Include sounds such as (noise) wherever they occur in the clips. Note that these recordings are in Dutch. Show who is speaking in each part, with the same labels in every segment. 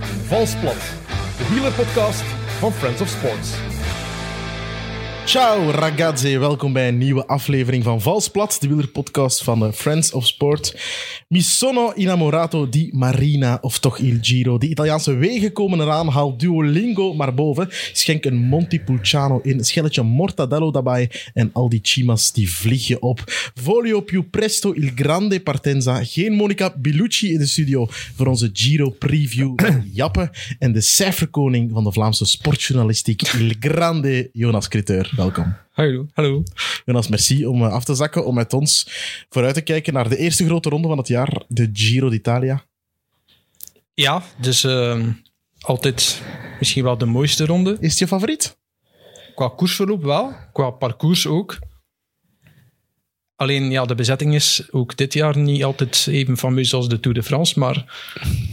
Speaker 1: Valsplat, de wielerpodcast van Friends of Sports.
Speaker 2: Ciao ragazzi, welkom bij een nieuwe aflevering van Valsplat, de wielerpodcast van de Friends of Sport. Mi sono innamorato di Marina, of toch Il Giro. De Italiaanse wegen komen eraan, haal Duolingo maar boven. Schenk een Montepulciano in, schelletje mortadello daarbij en al die chimas die vliegen op. Volio più presto il grande partenza. Geen Monica Bellucci in de studio voor onze Giro preview
Speaker 3: (clears throat)
Speaker 2: van Jappe en de cijferkoning van de Vlaamse sportjournalistiek, Il Grande Jonas Criteur. Welkom.
Speaker 4: Hallo. Hallo.
Speaker 2: Jonas, merci om eh, af te zakken, om met ons vooruit te kijken naar de eerste grote ronde van het jaar, de Giro d'Italia.
Speaker 4: Ja, dus ehm, altijd misschien wel de mooiste ronde.
Speaker 2: Is het je favoriet?
Speaker 4: Qua koersverloop wel, qua parcours ook. Alleen ja, de bezetting is ook dit jaar niet altijd even fameus als de Tour de France. Maar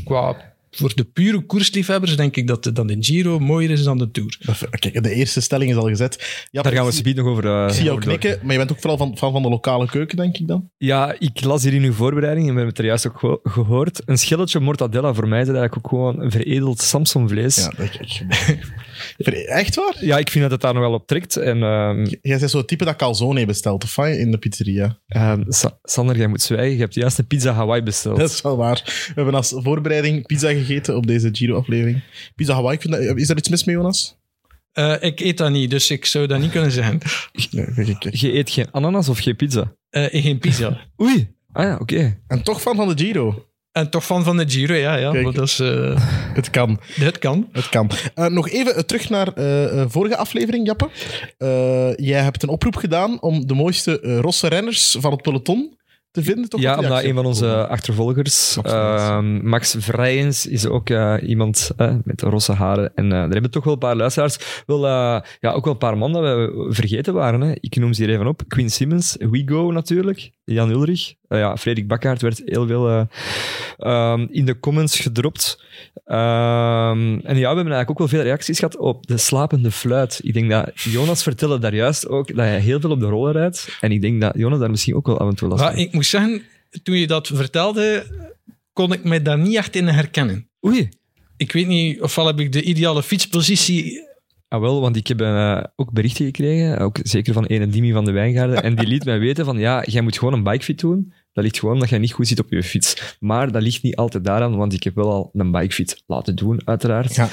Speaker 4: qua, voor de pure koersliefhebbers denk ik dat de- dan de Giro mooier is dan de Tour.
Speaker 2: eh, Kijk, de eerste stelling is al gezet. Ja,
Speaker 3: Daar gaan we
Speaker 2: ik
Speaker 3: het nog over. eh,
Speaker 2: zie jou
Speaker 3: over door.
Speaker 2: knikken, maar je bent ook vooral van, van, van de lokale keuken, denk ik dan.
Speaker 3: Ja, ik las hier in uw voorbereiding en we hebben het er juist ook geho- gehoord. Een schilletje mortadella voor mij is dat eigenlijk ook gewoon een veredeld Samsonvlees.
Speaker 2: Ja,
Speaker 3: Ja.
Speaker 2: ik, ik- Ver- echt waar?
Speaker 3: ik vind dat het daar nog wel op trekt. En ehm,
Speaker 2: Jij bent zo'n type dat calzone bestelt, of wat, in de pizzeria.
Speaker 3: ehm, Sa- Sander, jij moet zwijgen. Je hebt juist een pizza Hawaii besteld.
Speaker 2: Dat is wel waar. We hebben als voorbereiding pizza gegeten op deze Giro-aflevering. Pizza Hawaii, ik vind dat- is daar iets mis mee, Jonas?
Speaker 4: Eh, ik eet dat niet, dus ik zou dat niet kunnen zeggen.
Speaker 2: Nee, ik- ik- ik-
Speaker 3: Je eet geen ananas of geen pizza?
Speaker 4: Eh, en geen pizza.
Speaker 3: Oei. Ah ja, oké.
Speaker 2: En toch fan van de Giro.
Speaker 4: En toch fan van de Giro, ja. ja
Speaker 2: Kijk.
Speaker 4: want dat is, eh,
Speaker 2: Het kan.
Speaker 4: dat kan.
Speaker 2: Het kan. Eh, nog even eh, terug naar eh, eh, vorige aflevering, Jappe. Eh, jij hebt een oproep gedaan om de mooiste eh, rosse renners van het peloton te vinden. Toch
Speaker 3: Ja,
Speaker 2: Wat
Speaker 3: omdat
Speaker 2: reactie
Speaker 3: een van onze
Speaker 2: opgekomen?
Speaker 3: achtervolgers,
Speaker 2: Absoluut.
Speaker 3: ehm, Max Vrijens, is ook eh, iemand eh, met rosse haren. En eh er hebben toch wel een paar luisteraars. Wel, eh, ja, ook wel een paar mannen dat we vergeten waren. Hè. Ik noem ze hier even op. Quinn Simmons, WeGo natuurlijk, Jan Ulrich. Eh, ja, Frederik Bakkaert werd heel veel eh, ehm, in de comments gedropt. Ehm, en ja, we hebben eigenlijk ook wel veel reacties gehad op de slapende fluit. Ik denk dat Jonas vertelde daar juist ook dat hij heel veel op de roller rijdt. En ik denk dat Jonas daar misschien ook wel af en toe last
Speaker 4: Maar
Speaker 3: van
Speaker 4: ik moet zeggen, toen je dat vertelde, kon ik mij daar niet echt in herkennen.
Speaker 3: Oei,
Speaker 4: Ik weet niet, ofwel heb ik de ideale fietspositie...
Speaker 3: Ah wel, want ik heb eh, ook berichten gekregen, ook zeker van ene Dimi van de Wijngaarden, en die liet mij weten van, ja, jij moet gewoon een bikefit doen. Dat ligt gewoon omdat jij niet goed zit op je fiets. Maar dat ligt niet altijd daaraan, want ik heb wel al een bikefit laten doen, uiteraard.
Speaker 2: Ja.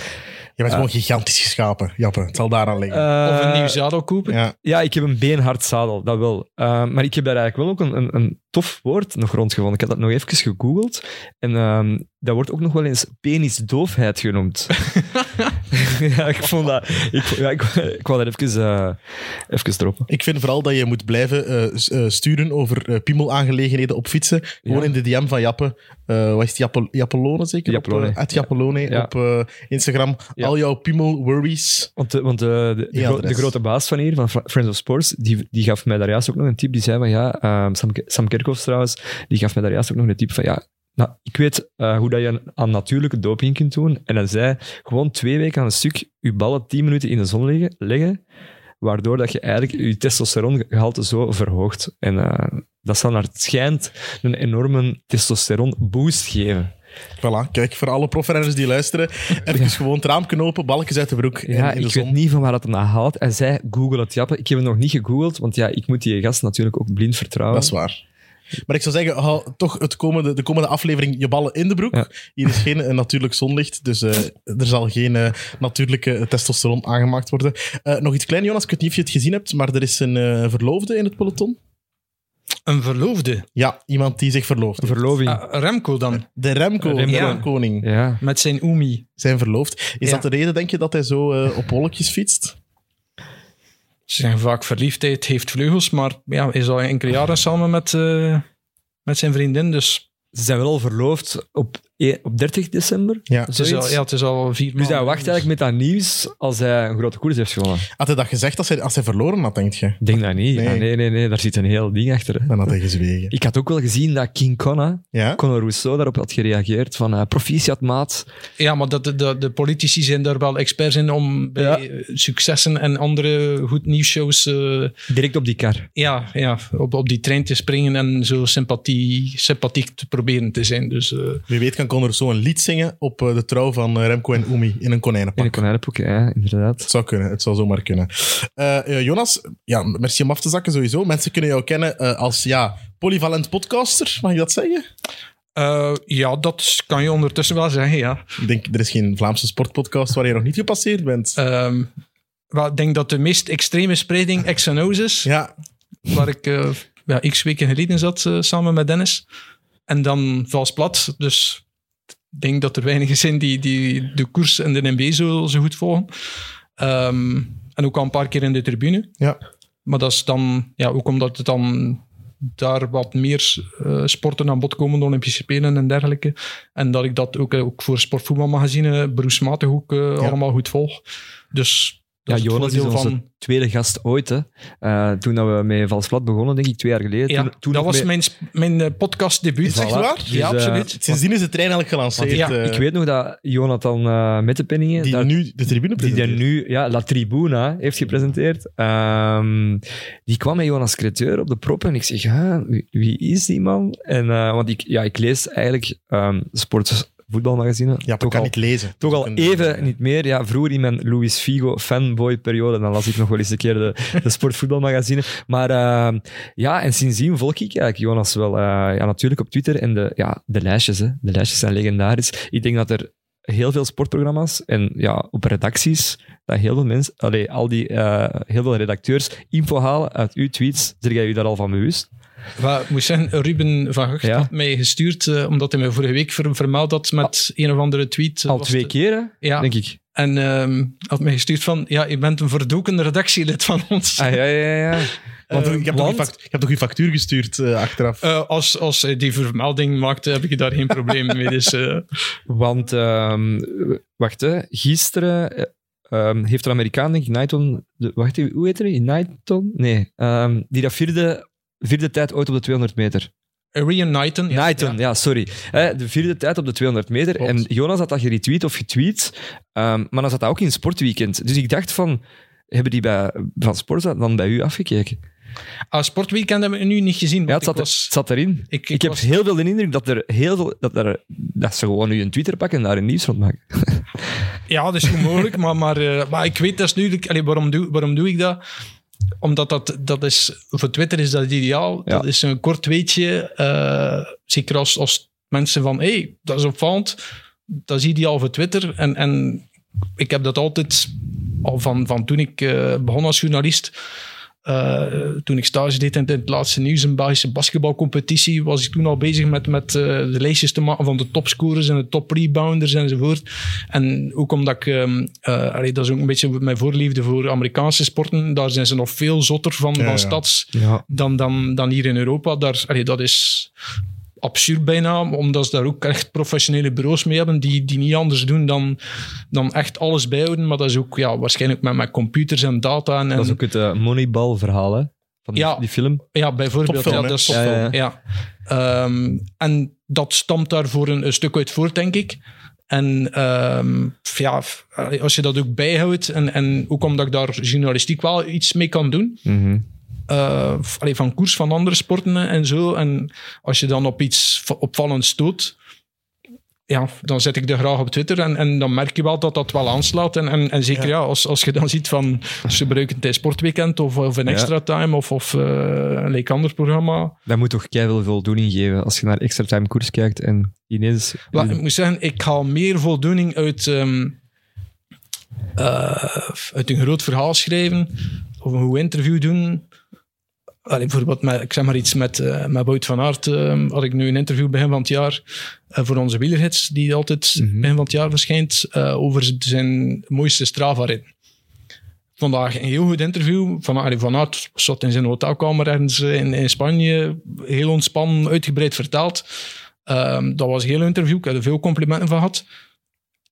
Speaker 2: Je bent gewoon gigantisch geschapen, Jappe. Het zal daar aan liggen.
Speaker 4: of een
Speaker 3: Eh,
Speaker 4: nieuw zadel kopen.
Speaker 2: ja.
Speaker 3: Ja, ik heb een beenhard zadel, dat wel. Eh, maar ik heb daar eigenlijk wel ook een, een, een tof woord nog rondgevonden. Ik had dat nog even gegoogeld. En ehm, dat wordt ook nog wel eens
Speaker 4: (laughs)
Speaker 3: penisdoofheid genoemd. (laughs) ja, ik vond dat... Ik, vond- ja, ik, ik wou dat even, eh even droppen.
Speaker 2: Ik vind vooral dat je moet blijven eh, s- eh, sturen over eh piemelaangelegenheden op fietsen. Gewoon
Speaker 3: Ja.
Speaker 2: in de DM van Jappe. Eh wat is het? Jappe, Jappelone zeker?
Speaker 3: Jappelone.
Speaker 2: Op, eh, at Jappelone
Speaker 3: Ja.
Speaker 2: op eh, Instagram.
Speaker 3: Ja.
Speaker 2: Al jouw piemel worries.
Speaker 3: Want, de, want eh, de, de, de
Speaker 2: Ja,
Speaker 3: gro-
Speaker 2: de
Speaker 3: de
Speaker 2: rest.
Speaker 3: grote baas van hier, van Fra- Friends of Sports, die, die gaf mij daar juist ook nog een tip. Die zei van ja, ehm, Sam, Ke- Sam Kerkhoffs trouwens, die gaf mij daar juist ook nog een tip van ja, nou, ik weet eh, hoe dat je aan natuurlijke doping kunt doen. En hij zei, gewoon twee weken aan een stuk je ballen 10 minuten in de zon liggen, leggen, waardoor dat je eigenlijk je testosterongehalte zo verhoogt. En eh, dat zal naar het schijnt een enorme testosteron boost geven.
Speaker 2: Voilà, kijk, voor alle profrenners die
Speaker 3: (laughs)
Speaker 2: luisteren. Even gewoon het raam knopen, balkjes uit de broek. en
Speaker 3: Ja,
Speaker 2: in de
Speaker 3: ik
Speaker 2: zon.
Speaker 3: weet niet van waar dat hem aan haalt. Hij zei, google het, jappen. Ik heb hem nog niet gegoogeld, want ja, ik moet die gast natuurlijk ook blind vertrouwen.
Speaker 2: Dat is waar. Maar ik zou zeggen, hou toch het komende, de komende aflevering je ballen in de broek.
Speaker 3: Ja.
Speaker 2: Hier is geen eh, natuurlijk zonlicht, dus eh, er zal geen eh, natuurlijke testosteron aangemaakt worden. Eh, nog iets klein, Jonas, ik weet niet of je het gezien hebt, maar er is een eh, verloofde in het peloton.
Speaker 4: Een verloofde.
Speaker 2: Ja, iemand die zich verlooft.
Speaker 3: Verloving.
Speaker 4: Ah, Remco dan,
Speaker 2: De Remco,
Speaker 3: Remco.
Speaker 2: Remco
Speaker 4: Ja.
Speaker 2: Koning,
Speaker 3: Ja.
Speaker 4: met zijn Umi.
Speaker 2: zijn verloofd. Is
Speaker 4: Ja.
Speaker 2: dat de reden, denk je, dat hij zo eh, op wolkjes fietst?
Speaker 4: Ze zeggen vaak verliefdheid heeft vleugels, maar ja, is al enkele jaren samen met, eh, met zijn vriendin. Dus
Speaker 3: Ze zijn wel al verloofd op, e- op 30 december.
Speaker 2: Ja.
Speaker 4: het is al,
Speaker 3: Zoiets.
Speaker 4: ja, het is al vier
Speaker 3: Dus hij
Speaker 4: maanden.
Speaker 3: wacht eigenlijk met dat nieuws als hij een grote koers heeft gewonnen.
Speaker 2: Had hij dat gezegd als hij, als hij verloren had, denk je?
Speaker 3: Ik denk dat niet.
Speaker 2: Nee.
Speaker 3: Nee. nee, nee, nee. Daar zit een heel ding achter. Hè.
Speaker 2: Dan had hij gezwegen.
Speaker 3: Ik had ook wel gezien dat King Connor,
Speaker 2: Ja?
Speaker 3: Conor Rousseau, daarop had gereageerd van eh, proficiat maat.
Speaker 4: Ja, maar dat, dat, de politici zijn daar wel experts in om bij successen en andere goed nieuwsshows... eh,
Speaker 3: Direct op die kar.
Speaker 4: ja, ja op, op die trein te springen en zo sympathie, sympathiek te proberen te zijn. Dus eh,
Speaker 2: Wie weet kan dan kon er zo een lied zingen op eh, de trouw van eh, Remco en Umi in een konijnenpak.
Speaker 3: In een konijnenpoek, ja, inderdaad.
Speaker 2: Het zou kunnen, het zou zomaar kunnen. Eh, eh, Jonas, ja, merci om af te zakken sowieso. Mensen kunnen jou kennen eh, als ja, polyvalent podcaster, mag je dat zeggen?
Speaker 4: Eh, ja, dat kan je ondertussen wel zeggen, ja.
Speaker 2: Ik denk, er is geen Vlaamse sportpodcast waar je nog niet gepasseerd bent.
Speaker 4: Ehm, wel, ik denk dat de meest extreme spreiding Xenos is,
Speaker 2: ja,
Speaker 4: waar ik eh, ja, x weken geleden zat eh, samen met Dennis. En dan vals plat, dus ik denk dat er weinigen zijn die, die de koers en de NB zo, zo goed volgen. Ehm, en ook al een paar keer in de tribune.
Speaker 2: ja.
Speaker 4: Maar dat is dan ja, ook omdat het dan daar wat meer eh, sporten aan bod komen, de Olympische Spelen en dergelijke. En dat ik dat ook, eh, ook voor sportvoetbalmagazine beroepsmatig ook eh, allemaal goed volg. Dus
Speaker 3: Ja,
Speaker 4: dat is het
Speaker 3: Jonas is
Speaker 4: voordeel
Speaker 3: onze tweede gast ooit. Hè. Eh, toen dat we met Vals Plat begonnen, denk ik, twee jaar geleden.
Speaker 4: Ja,
Speaker 3: toen, toen
Speaker 4: dat
Speaker 3: nog
Speaker 4: was
Speaker 3: met-
Speaker 4: mijn, sp- mijn eh, podcastdebuut.
Speaker 2: Is echt
Speaker 3: Voilà.
Speaker 2: waar?
Speaker 3: Dus,
Speaker 4: Ja,
Speaker 3: eh,
Speaker 4: absoluut.
Speaker 2: Sindsdien is de trein eigenlijk gelanceerd.
Speaker 4: Ja,
Speaker 2: eh,
Speaker 3: ik weet nog dat Jonathan eh, Mettepenningen...
Speaker 2: die
Speaker 3: daar-
Speaker 2: nu de tribune
Speaker 3: die daar
Speaker 2: presenteert.
Speaker 3: nu ja, La Tribuna heeft gepresenteerd. Ehm, die kwam met Jonas Creteur op de prop en ik zeg, "Huh, wie, wie is die man? En, eh, want ik, ja, ik lees eigenlijk ehm sport voetbalmagazine.
Speaker 2: Ja, maar
Speaker 3: toch
Speaker 2: kan
Speaker 3: al,
Speaker 2: ik lezen.
Speaker 3: toch al
Speaker 2: Een-
Speaker 3: even niet meer. Ja, vroeger in mijn Luis Figo fanboy-periode, dan las ik nog wel eens een keer de, de sportvoetbalmagazine. Maar ehm, ja, en sindsdien volg ik eigenlijk Jonas wel. eh, ja, natuurlijk op Twitter. En de, ja, de lijstjes, hè. De lijstjes zijn legendarisch. Ik denk dat er heel veel sportprogramma's en ja, op redacties, dat heel veel mensen, allee, al die, eh, heel veel redacteurs info halen uit uw tweets. Zeg jij je daar al van bewust?
Speaker 4: Wat ik moet zeggen, Ruben van Gucht
Speaker 3: Ja.
Speaker 4: had mij gestuurd, eh, omdat hij mij vorige week ver- vermeld had met een of andere tweet. eh,
Speaker 3: Ah. Al
Speaker 4: was
Speaker 3: twee
Speaker 4: het-
Speaker 3: keer, hè,
Speaker 4: Ja,
Speaker 3: denk ik.
Speaker 4: en ehm, had mij gestuurd van, ja, je bent een verdoken redactielid van ons.
Speaker 3: Ah, ja, ja, ja.
Speaker 2: Want,
Speaker 4: Eh,
Speaker 2: ik, heb toch uw
Speaker 4: want-
Speaker 2: fact- ik heb toch uw factuur gestuurd eh, achteraf?
Speaker 4: Eh, als, als hij die vermelding maakte, heb ik daar geen probleem mee. Dus, eh,
Speaker 3: Want, ehm, wacht hè, gisteren eh, ehm, heeft een Amerikaan, denk ik, Nighton, de, wacht even, hoe heet hij? Nighton? Nee, ehm, die dat vierde, vierde tijd ooit op de 200 meter.
Speaker 4: Rian Knighton. ja.
Speaker 3: Nighton, ja, sorry. Hè, de vierde tijd op de 200 meter.
Speaker 2: Klopt.
Speaker 3: En Jonas had dat geretweet of getweet, ehm, maar dan zat dat ook in Sportweekend. Dus ik dacht van, hebben die bij, van Sport dan bij u afgekeken?
Speaker 4: Ah, sportweekend hebben we nu niet gezien.
Speaker 3: Ja,
Speaker 4: want
Speaker 3: het zat,
Speaker 4: ik was-
Speaker 3: het zat erin.
Speaker 4: ik- ik
Speaker 3: ik heb
Speaker 4: was-
Speaker 3: heel veel de indruk dat, er heel veel, dat, er, dat ze gewoon nu een Twitter pakken en daar een nieuws rond maken.
Speaker 4: Ja, dat is onmogelijk, maar, maar, eh, maar ik weet dat is nu... Allee, waarom, doe, waarom doe ik dat? Omdat dat, dat is... Voor Twitter is dat ideaal.
Speaker 3: Ja.
Speaker 4: Dat is een kort weetje. eh, zeker als, als mensen van... Hé, hey, dat is opvallend. Dat is ideaal voor Twitter. En, en ik heb dat altijd... Al van, van toen ik eh, begon als journalist... eh, toen ik stage deed in het- in het laatste nieuws, een Belgische basketbalcompetitie, was ik toen al bezig met, met eh, de lijstjes te maken van de topscorers en de toprebounders enzovoort. En ook omdat ik, ehm, eh, allee, dat is ook een beetje mijn voorliefde voor Amerikaanse sporten, daar zijn ze nog veel zotter van, van
Speaker 2: ja.
Speaker 4: stads
Speaker 3: Ja.
Speaker 4: dan, dan, dan hier in Europa. Daar, allee, dat is absurd bijna, omdat ze daar ook echt professionele bureaus mee hebben die, die niet anders doen dan, dan echt alles bijhouden. Maar dat is ook ja, waarschijnlijk met, met computers en data. En,
Speaker 3: Dat is ook het eh, Moneyball-verhaal, hè? Van die,
Speaker 4: Ja.
Speaker 3: die film.
Speaker 4: Ja, bijvoorbeeld.
Speaker 2: Topfilm, hè?
Speaker 4: ja, dat is,
Speaker 3: Ja, ja, ja.
Speaker 4: ja. Ehm, en dat stamt daarvoor een, een stuk uit voort, denk ik. En ehm, f- ja, f- als je dat ook bijhoudt, en, en ook omdat ik daar journalistiek wel iets mee kan doen,
Speaker 3: Mhm.
Speaker 4: eh, f- allee, van koers van andere sporten en zo. En als je dan op iets v- opvallends stoot, ja, dan zet ik er graag op Twitter. En, en dan merk je wel dat dat wel aanslaat. En, en, en zeker ja. als, als je dan ziet van ze gebruiken het sportweekend of, of een
Speaker 3: Ja.
Speaker 4: extra time of, of eh, een like ander programma.
Speaker 3: Dat moet toch keihard veel voldoening geven als je naar extra time koers kijkt en ineens.
Speaker 4: Maar ik moet zeggen, ik haal meer voldoening uit, ehm, eh, uit een groot verhaal schrijven of een goed interview doen. Allee, bijvoorbeeld, met, ik zeg maar iets met, eh, met Wout van Aert. ehm, had ik nu een interview begin van het jaar eh, voor onze wielergids, die altijd
Speaker 3: Mhm.
Speaker 4: begin van het jaar verschijnt, eh, over zijn mooiste Strava-rit. Vandaag een heel goed interview. Van, allee, van Aert zat in zijn hotelkamer ergens eh, in, in Spanje. Heel ontspannen, uitgebreid verteld. Ehm, dat was een heel interview. Ik heb er veel complimenten van gehad.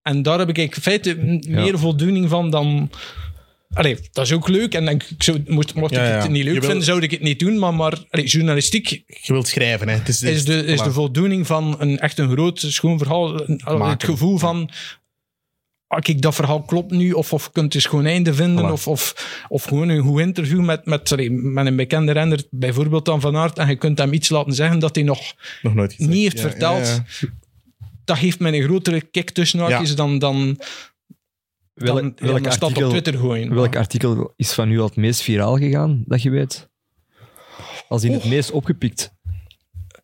Speaker 4: En daar heb ik in feite m- meer voldoening van dan... Allee, dat is ook leuk. En ik zou, mocht, mocht
Speaker 2: Ja,
Speaker 4: ik
Speaker 2: ja.
Speaker 4: het niet
Speaker 2: Je
Speaker 4: leuk
Speaker 2: wil-
Speaker 4: vinden, zou ik het niet doen. Maar, maar allee, journalistiek
Speaker 2: Je wilt schrijven, hè? Het is,
Speaker 4: is de, is
Speaker 2: voilà.
Speaker 4: de voldoening van een, echt een groot, schoon verhaal. Een- Het
Speaker 2: Maken.
Speaker 4: gevoel van... ah, Kijk, dat verhaal klopt nu. Of, of kunt eens gewoon einde vinden.
Speaker 3: Voilà.
Speaker 4: Of, of, of gewoon een goed interview met, met, sorry, met een bekende renner. Bijvoorbeeld dan Van Aert. En je kunt hem iets laten zeggen dat hij nog
Speaker 2: nog nooit gezegd.
Speaker 4: niet heeft
Speaker 2: Ja,
Speaker 4: verteld.
Speaker 2: ja, ja.
Speaker 4: dat geeft mij een grotere kick tussen haakjes dan, dan, dan,
Speaker 3: Welk-
Speaker 4: dan
Speaker 3: welk
Speaker 4: een stad op
Speaker 3: artikel-
Speaker 4: Twitter gooien.
Speaker 3: Welk artikel is van u al het meest viraal gegaan, dat je weet? Als in het meest opgepikt.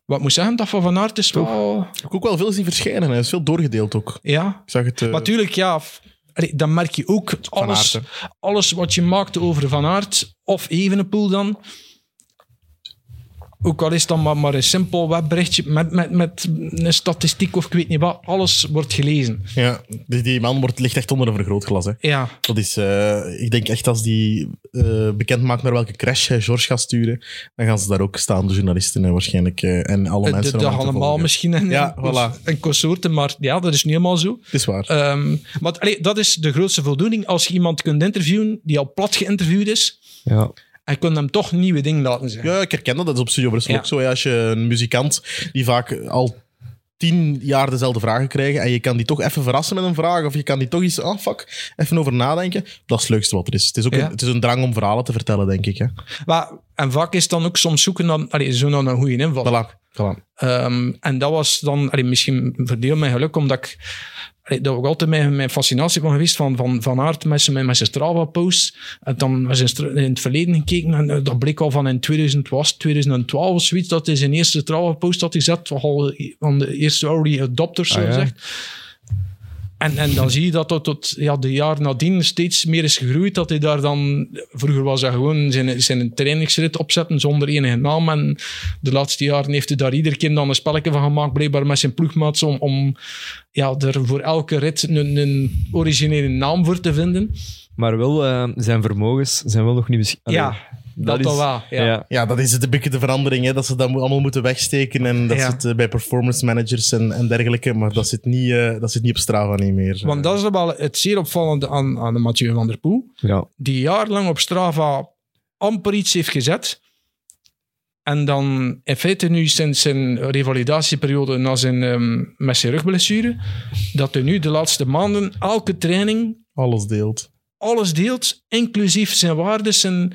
Speaker 4: Wat ik moet zeggen, dat van Van Aert is wel...
Speaker 2: Ik heb ook wel veel zien verschijnen. Hij is veel doorgedeeld ook.
Speaker 4: Ja,
Speaker 2: Ik zag het... eh,
Speaker 4: maar tuurlijk, ja... f- allee, Dan merk je ook alles,
Speaker 2: Aert,
Speaker 4: alles wat je maakt over Van Aert, of Evenepoel dan. Ook al is dat maar, maar een simpel webberichtje met, met, met een statistiek of ik weet niet wat. Alles wordt gelezen.
Speaker 2: ja, die, die man wordt, ligt echt onder een vergrootglas. Hè.
Speaker 4: Ja,
Speaker 2: Dat is, eh, ik denk echt als die eh, bekend maakt naar welke crash hij George gaat sturen, dan gaan ze daar ook staan, de journalisten en waarschijnlijk eh, en alle
Speaker 4: het-
Speaker 2: mensen.
Speaker 4: het-
Speaker 2: om
Speaker 4: dat
Speaker 2: hem te
Speaker 4: allemaal
Speaker 2: volgen.
Speaker 4: misschien een,
Speaker 2: Ja,
Speaker 4: een,
Speaker 2: voilà.
Speaker 4: een consorte, maar ja, dat is niet helemaal zo.
Speaker 2: Het is waar.
Speaker 4: Ehm, maar allee, dat is de grootste voldoening als je iemand kunt interviewen die al plat geïnterviewd is
Speaker 3: Ja.
Speaker 4: en je kunt hem toch nieuwe dingen laten zeggen.
Speaker 2: Ja, ik herken dat. Dat is op Studio Brussel
Speaker 4: Ja.
Speaker 2: ook zo. Ja, als je een muzikant die vaak al tien jaar dezelfde vragen krijgt en je kan die toch even verrassen met een vraag of je kan die toch eens, ah fuck, even over nadenken. Dat is het leukste wat er is. Het is ook
Speaker 4: Ja.
Speaker 2: een, het is een drang om verhalen te vertellen, denk ik. Hè.
Speaker 4: Maar, en vaak is het dan ook soms zoeken naar, allee, zo naar een goede inval.
Speaker 2: Voilà. Voilà.
Speaker 4: Ehm, en dat was dan allee, misschien verdeel mijn geluk, omdat ik allee, dat ook altijd mijn, mijn fascinatie van geweest van, van, van aard met zijn, met zijn Strava-post. En dan was in, stra- in het verleden gekeken en eh, dat bleek al van in 2000 was, 2012 of zoiets, dat hij zijn eerste Strava-post had gezet, toch al van de eerste early adopters, zo
Speaker 3: Ah, ja.
Speaker 4: gezegd. En, en dan zie je dat tot, tot ja, de jaar nadien steeds meer is gegroeid. Dat hij daar dan... Vroeger was hij gewoon zijn, zijn trainingsrit opzetten zonder enige naam. En de laatste jaren heeft hij daar iedere keer dan een spelletje van gemaakt, blijkbaar met zijn ploegmaats, om, om ja, er voor elke rit een, een originele naam voor te vinden.
Speaker 3: Maar wel, eh, zijn vermogens zijn wel nog niet beschikbaar.
Speaker 4: Ja, dat
Speaker 3: is
Speaker 4: dan wel, ja.
Speaker 2: Ja, dat is het een beetje de verandering. Hè, dat ze dat mo- allemaal moeten wegsteken en dat
Speaker 4: Ja.
Speaker 2: zit eh, bij performance managers en, en dergelijke. Maar dat zit niet, eh, dat zit niet op Strava niet meer. eh,
Speaker 4: Want dat is wel het zeer opvallende aan, aan de Mathieu van der Poel.
Speaker 3: ja.
Speaker 4: die jarenlang op Strava amper iets heeft gezet. En dan in feite nu sinds zijn revalidatieperiode na zijn, ehm, met zijn rugblessure, dat hij nu de laatste maanden elke training
Speaker 2: Alles deelt.
Speaker 4: alles deelt, inclusief zijn waarden. Zijn...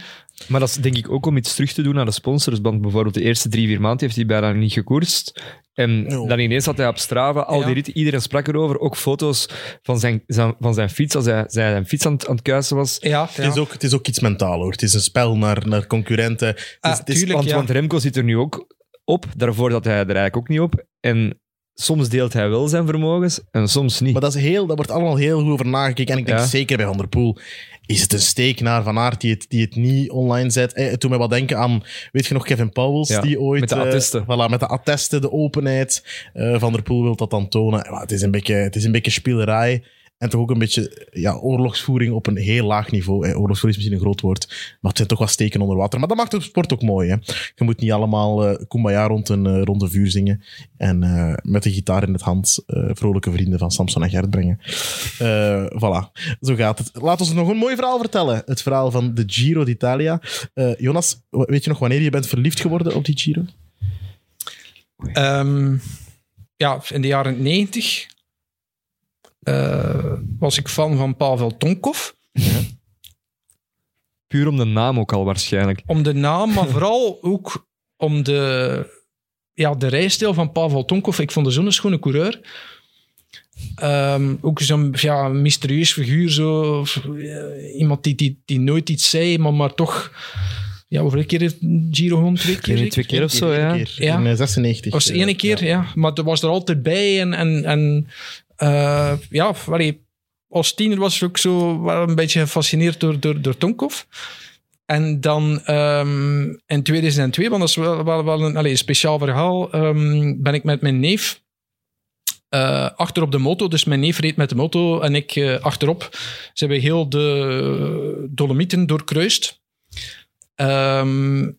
Speaker 3: Maar dat is denk ik ook om iets terug te doen naar de sponsors. Want bijvoorbeeld de eerste drie, vier maanden heeft hij bijna niet gekoerst. En
Speaker 2: Oh.
Speaker 3: dan ineens zat hij op Strava, al
Speaker 4: Ja.
Speaker 3: die ritten, iedereen sprak erover. Ook foto's van zijn, zijn- van zijn fiets, als hij zij zijn fiets aan, het- aan het kuisen was.
Speaker 4: Ja,
Speaker 2: Het, is ook, het is ook iets mentaal hoor. Het is een spel naar, naar concurrenten. Het is-
Speaker 3: Dus
Speaker 4: Ah,
Speaker 2: het is
Speaker 4: tuurlijk,
Speaker 3: want,
Speaker 4: ja.
Speaker 3: want Remco zit er nu ook op. Daarvoor zat hij er eigenlijk ook niet op. En soms deelt hij wel zijn vermogens en soms niet.
Speaker 2: Maar dat, is heel, dat wordt allemaal heel goed over nagekeken. En ik denk
Speaker 3: Ja.
Speaker 2: zeker bij Van der Poel is het een steek naar Van Aert die het, die het niet online zet. Eh, het doet mij wat denken aan, weet je nog, Kevin Powels,
Speaker 3: Ja,
Speaker 2: die ooit...
Speaker 3: met de
Speaker 2: eh,
Speaker 3: attesten.
Speaker 2: voilà, met de attesten, de openheid. Eh, van der Poel wil dat dan tonen. Eh, maar het, is een beetje, het is een beetje spielerij. En toch ook een beetje ja, oorlogsvoering op een heel laag niveau. Eh, oorlogsvoering is misschien een groot woord, maar het zijn toch wel steken onder water. Maar dat maakt het sport ook mooi. Hè? Je moet niet allemaal eh Kumbaya rond een, eh, rond een vuur zingen en eh, met de gitaar in het hand eh, vrolijke vrienden van Samson en Gert brengen. Eh, voilà, zo gaat het. Laat ons nog een mooi verhaal vertellen. Het verhaal van de Giro d'Italia. Eh, Jonas, w- weet je nog wanneer je bent verliefd geworden op die Giro?
Speaker 4: Ehm, ja, in de jaren 90 eh, was ik fan van Pavel Tonkov.
Speaker 3: Puur om de naam ook al waarschijnlijk.
Speaker 4: Om de naam, maar vooral ook om de, ja, de rijstijl van Pavel Tonkov. Ik vond de zo'n schone coureur. Ehm, ook zo'n ja, mysterieus figuur. Zo, Of, eh, iemand die, die, die nooit iets zei, maar, maar toch... Ja, hoeveel keer heeft Giro gewonnen? Twee keer?
Speaker 3: weet niet,
Speaker 4: zeker?
Speaker 3: twee keer of zo,
Speaker 2: Eén
Speaker 3: ja.
Speaker 2: keer,
Speaker 4: Ja.
Speaker 2: In eh, 96.
Speaker 4: was de ene
Speaker 2: Eh,
Speaker 4: keer,
Speaker 2: ja.
Speaker 4: ja. Maar er was er altijd bij. En, en, en eh, ja, allee, als tiener was ik ook zo wel een beetje gefascineerd door, door, door Tonkov. En dan ehm, in 2002, want dat is wel, wel, wel een allee, speciaal verhaal, ehm, ben ik met mijn neef eh, achter op de moto. Dus mijn neef reed met de moto en ik eh, achterop. Ze hebben heel de Dolomieten doorkruist. Ehm,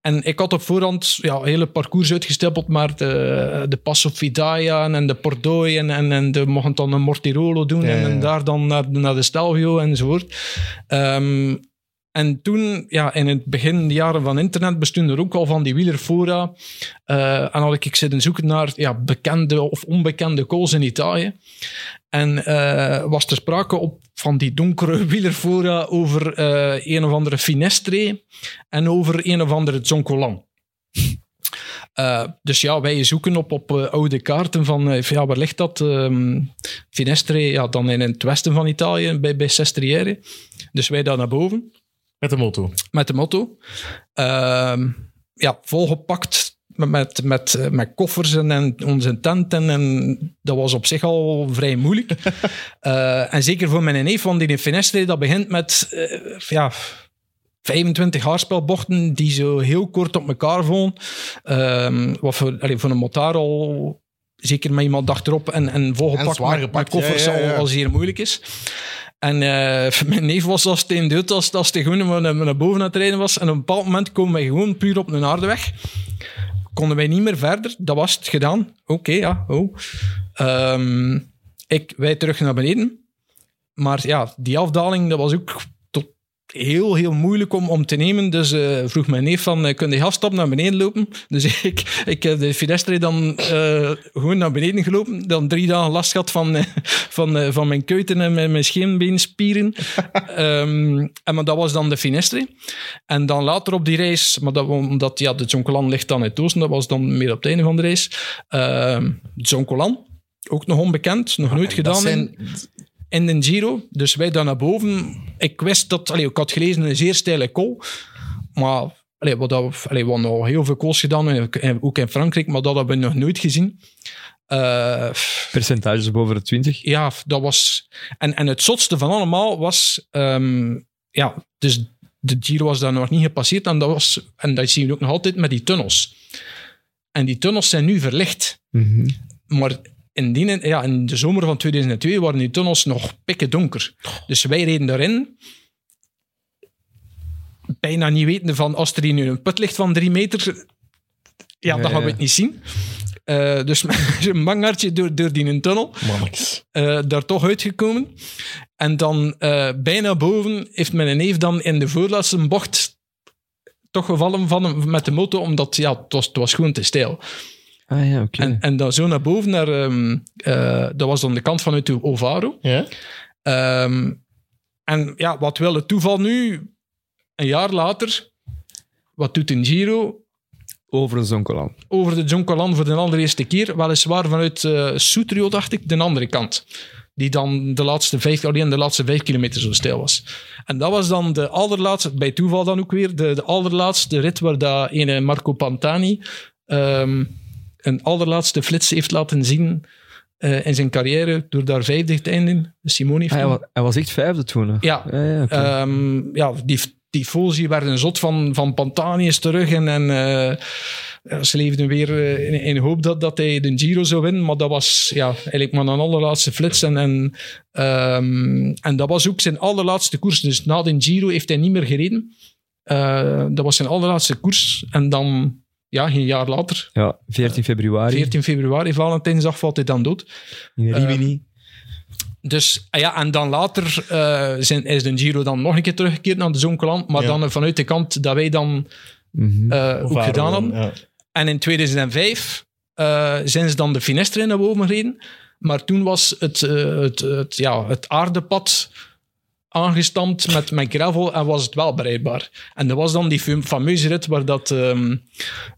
Speaker 4: en ik had op voorhand ja, hele parcours uitgestippeld, maar de, de Passo Fidaya en de Pordoi en, en, en de mochten dan een Mortirolo doen
Speaker 2: Ja,
Speaker 4: en,
Speaker 2: ja, ja.
Speaker 4: en daar dan naar, naar de Stelvio enzovoort. Ehm, en toen, ja, in het begin de jaren van internet bestonden er ook al van die wielerfora. Eh, en had ik, ik zitten zoeken naar ja, bekende of onbekende calls in Italië. En eh, was er sprake op van die donkere (laughs) wielerfora over eh, een of andere Finestre en over een of andere Zoncolan. Eh, dus ja, wij zoeken op, op eh, oude kaarten van eh, ja, waar ligt dat? Ehm, Finestre, ja, dan in het westen van Italië, bij, bij Sestriere. Dus wij daar naar boven
Speaker 2: Met de motto.
Speaker 4: met de motto. Ehm, ja, volgepakt met, met, met, eh, met koffers en, en onze tenten. En dat was op zich al vrij moeilijk. Eh, en zeker voor mijn neef, want die in Finestre, dat begint met eh, ja, 25 haarspelbochten die zo heel kort op elkaar vallen. Ehm, wat voor, allee, voor een motar al... Zeker met iemand achterop en, en volgepakt
Speaker 2: En zwaar
Speaker 4: met- met,
Speaker 2: gepakt, ja,
Speaker 4: koffers
Speaker 2: ja,
Speaker 4: al-
Speaker 2: ja.
Speaker 4: al zeer moeilijk is. En eh, (laughs) mijn neef was als het dood, als, als de groene maar naar, naar boven aan het rijden was. En op een bepaald moment komen wij gewoon puur op een harde weg. Konden wij niet meer verder. Dat was het gedaan. Oké, ja. Oh. Ehm, ik, wij terug naar beneden. Maar ja, die afdaling, dat was ook tot heel, heel moeilijk om, om te nemen. Dus eh, vroeg mijn neef van, eh, kun je halfstap naar beneden lopen? Dus (laughs) ik, ik heb de Finestre dan eh, gewoon naar beneden gelopen. Dan drie dagen last gehad van, eh, van, eh, van mijn kuiten en mijn, mijn
Speaker 2: (laughs)
Speaker 4: scheenbeenspieren. Ehm, en maar dat was dan de Finestre. En dan later op die race, maar dat, omdat ja, de Zonkolan ligt dan in het oosten, dat was dan meer op het einde van de race. Ehm Zonkolan, ook nog onbekend, nog nooit gedaan.
Speaker 2: Ah, Dat
Speaker 4: in-
Speaker 2: zijn
Speaker 4: in de Giro. Dus wij daar naar boven. Ik wist dat, allee, ik had gelezen een zeer steile kool. Maar allee, wat dat, allee, we hadden al heel veel kools gedaan, en- en ook in Frankrijk, maar dat hebben we nog nooit gezien. Eh,
Speaker 3: Percentages boven de 20.
Speaker 4: ja, dat was. En, en het zotste van allemaal was. ehm, ja, dus de Giro was daar nog niet gepasseerd. En dat, was, en dat zien we ook nog altijd met die tunnels. En die tunnels zijn nu verlicht.
Speaker 3: Mhm.
Speaker 4: Maar in, die, ja, in de zomer van 2002 waren die tunnels nog pikken donker. Dus wij reden daarin. Bijna niet wetende van als er hier nu een put ligt van drie meter. Ja,
Speaker 3: Ja,
Speaker 4: dan gaan
Speaker 3: ja.
Speaker 4: we het niet zien. Eh, dus (laughs) een mangartje door, door die tunnel.
Speaker 2: mannetjes.
Speaker 4: eh, daar toch uitgekomen. En dan eh, bijna boven heeft mijn neef dan in de voorlaatste bocht toch gevallen van hem met de motor, omdat ja, het, was, het was gewoon te stijl.
Speaker 3: Ah ja, oké.
Speaker 4: En, en dan zo naar boven, naar, ehm, eh, dat was dan de kant vanuit de Ovaro.
Speaker 2: Ja?
Speaker 4: Ehm, en ja, wat wil het toeval nu? Een jaar later, wat doet een Giro?
Speaker 3: Over een zonkolan.
Speaker 4: Over de Jonkolan voor de allereerste keer, weliswaar vanuit eh Sutrio, dacht ik, de andere kant. Die dan de laatste vijf, alleen de laatste vijf kilometer zo stijl was. En dat was dan de allerlaatste, bij toeval dan ook weer, de, de allerlaatste rit waar dat ene Marco Pantani ehm, een allerlaatste flits heeft laten zien eh, in zijn carrière door daar vijfde te eindigen. Dus Simone heeft
Speaker 3: Ah, hij,
Speaker 4: hem-
Speaker 3: was, hij was echt vijfde toen. hè? Ah,
Speaker 4: Ja.
Speaker 3: ja, ja, oké.
Speaker 4: Ehm, ja, die, die Fosi werden zot van, van Pantani is terug. En, en eh, ja, ze leefden weer eh, in, in hoop dat, dat hij de Giro zou winnen. Maar dat was ja, eigenlijk maar een allerlaatste flits. En, en, ehm, en dat was ook zijn allerlaatste koers. Dus na de Giro heeft hij niet meer gereden. Eh, dat was zijn allerlaatste koers. En dan, ja, een jaar later,
Speaker 3: ja, 14 februari
Speaker 4: 14 februari, Valentijnsdag, valt hij dan dood.
Speaker 3: in Rimini.
Speaker 4: Dus ah ja, en dan later eh, zijn, is de Giro dan nog een keer teruggekeerd naar de Zonkoland, maar
Speaker 2: Ja.
Speaker 4: dan vanuit de kant dat wij dan
Speaker 3: Mhm.
Speaker 4: eh ook
Speaker 2: Varen
Speaker 4: gedaan
Speaker 2: we
Speaker 4: hadden.
Speaker 2: dan, ja.
Speaker 4: En in 2005 eh, zijn ze dan de Finestre naar boven gereden, maar toen was het, eh, het, het, ja, het aardepad aangestampt met, met gravel en was het wel bereikbaar. En dat was dan die fam- fameuze rit waar dat ehm,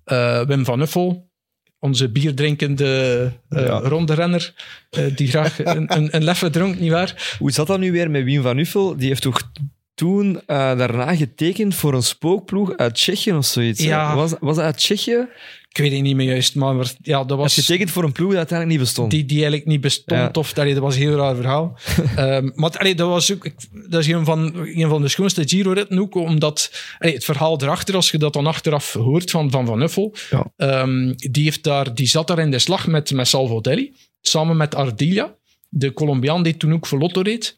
Speaker 4: eh, Wim van Uffel, onze bierdrinkende eh
Speaker 3: Ja.
Speaker 4: ronderenner, eh, die graag een, een, een leffe dronk, nietwaar?
Speaker 3: Hoe zat dat nu weer met Wim van Uffel? Die heeft toch toen eh, daarna getekend voor een spookploeg uit Tsjechië of zoiets? hè?
Speaker 4: Ja.
Speaker 3: Was, was dat uit Tsjechië?
Speaker 4: Ik weet het niet meer juist, maar ja, dat
Speaker 3: Was
Speaker 4: was...
Speaker 3: getekend voor een ploeg die uiteindelijk niet bestond.
Speaker 4: Die, die eigenlijk niet bestond.
Speaker 3: Ja.
Speaker 4: Of, allee, dat was een heel raar verhaal.
Speaker 3: (laughs)
Speaker 4: Ehm, maar allee, dat was ook... ik- dat is een van, een van de schoonste Giro-ritten ook, omdat... allee, het verhaal erachter, als je dat dan achteraf hoort van Van, van Uffel...
Speaker 3: Ja.
Speaker 4: ehm, die, heeft daar, die zat daar in de slag met, met Salvodelli. Samen met Ardilla. De Colombiaan die toen ook voor Lotto reed.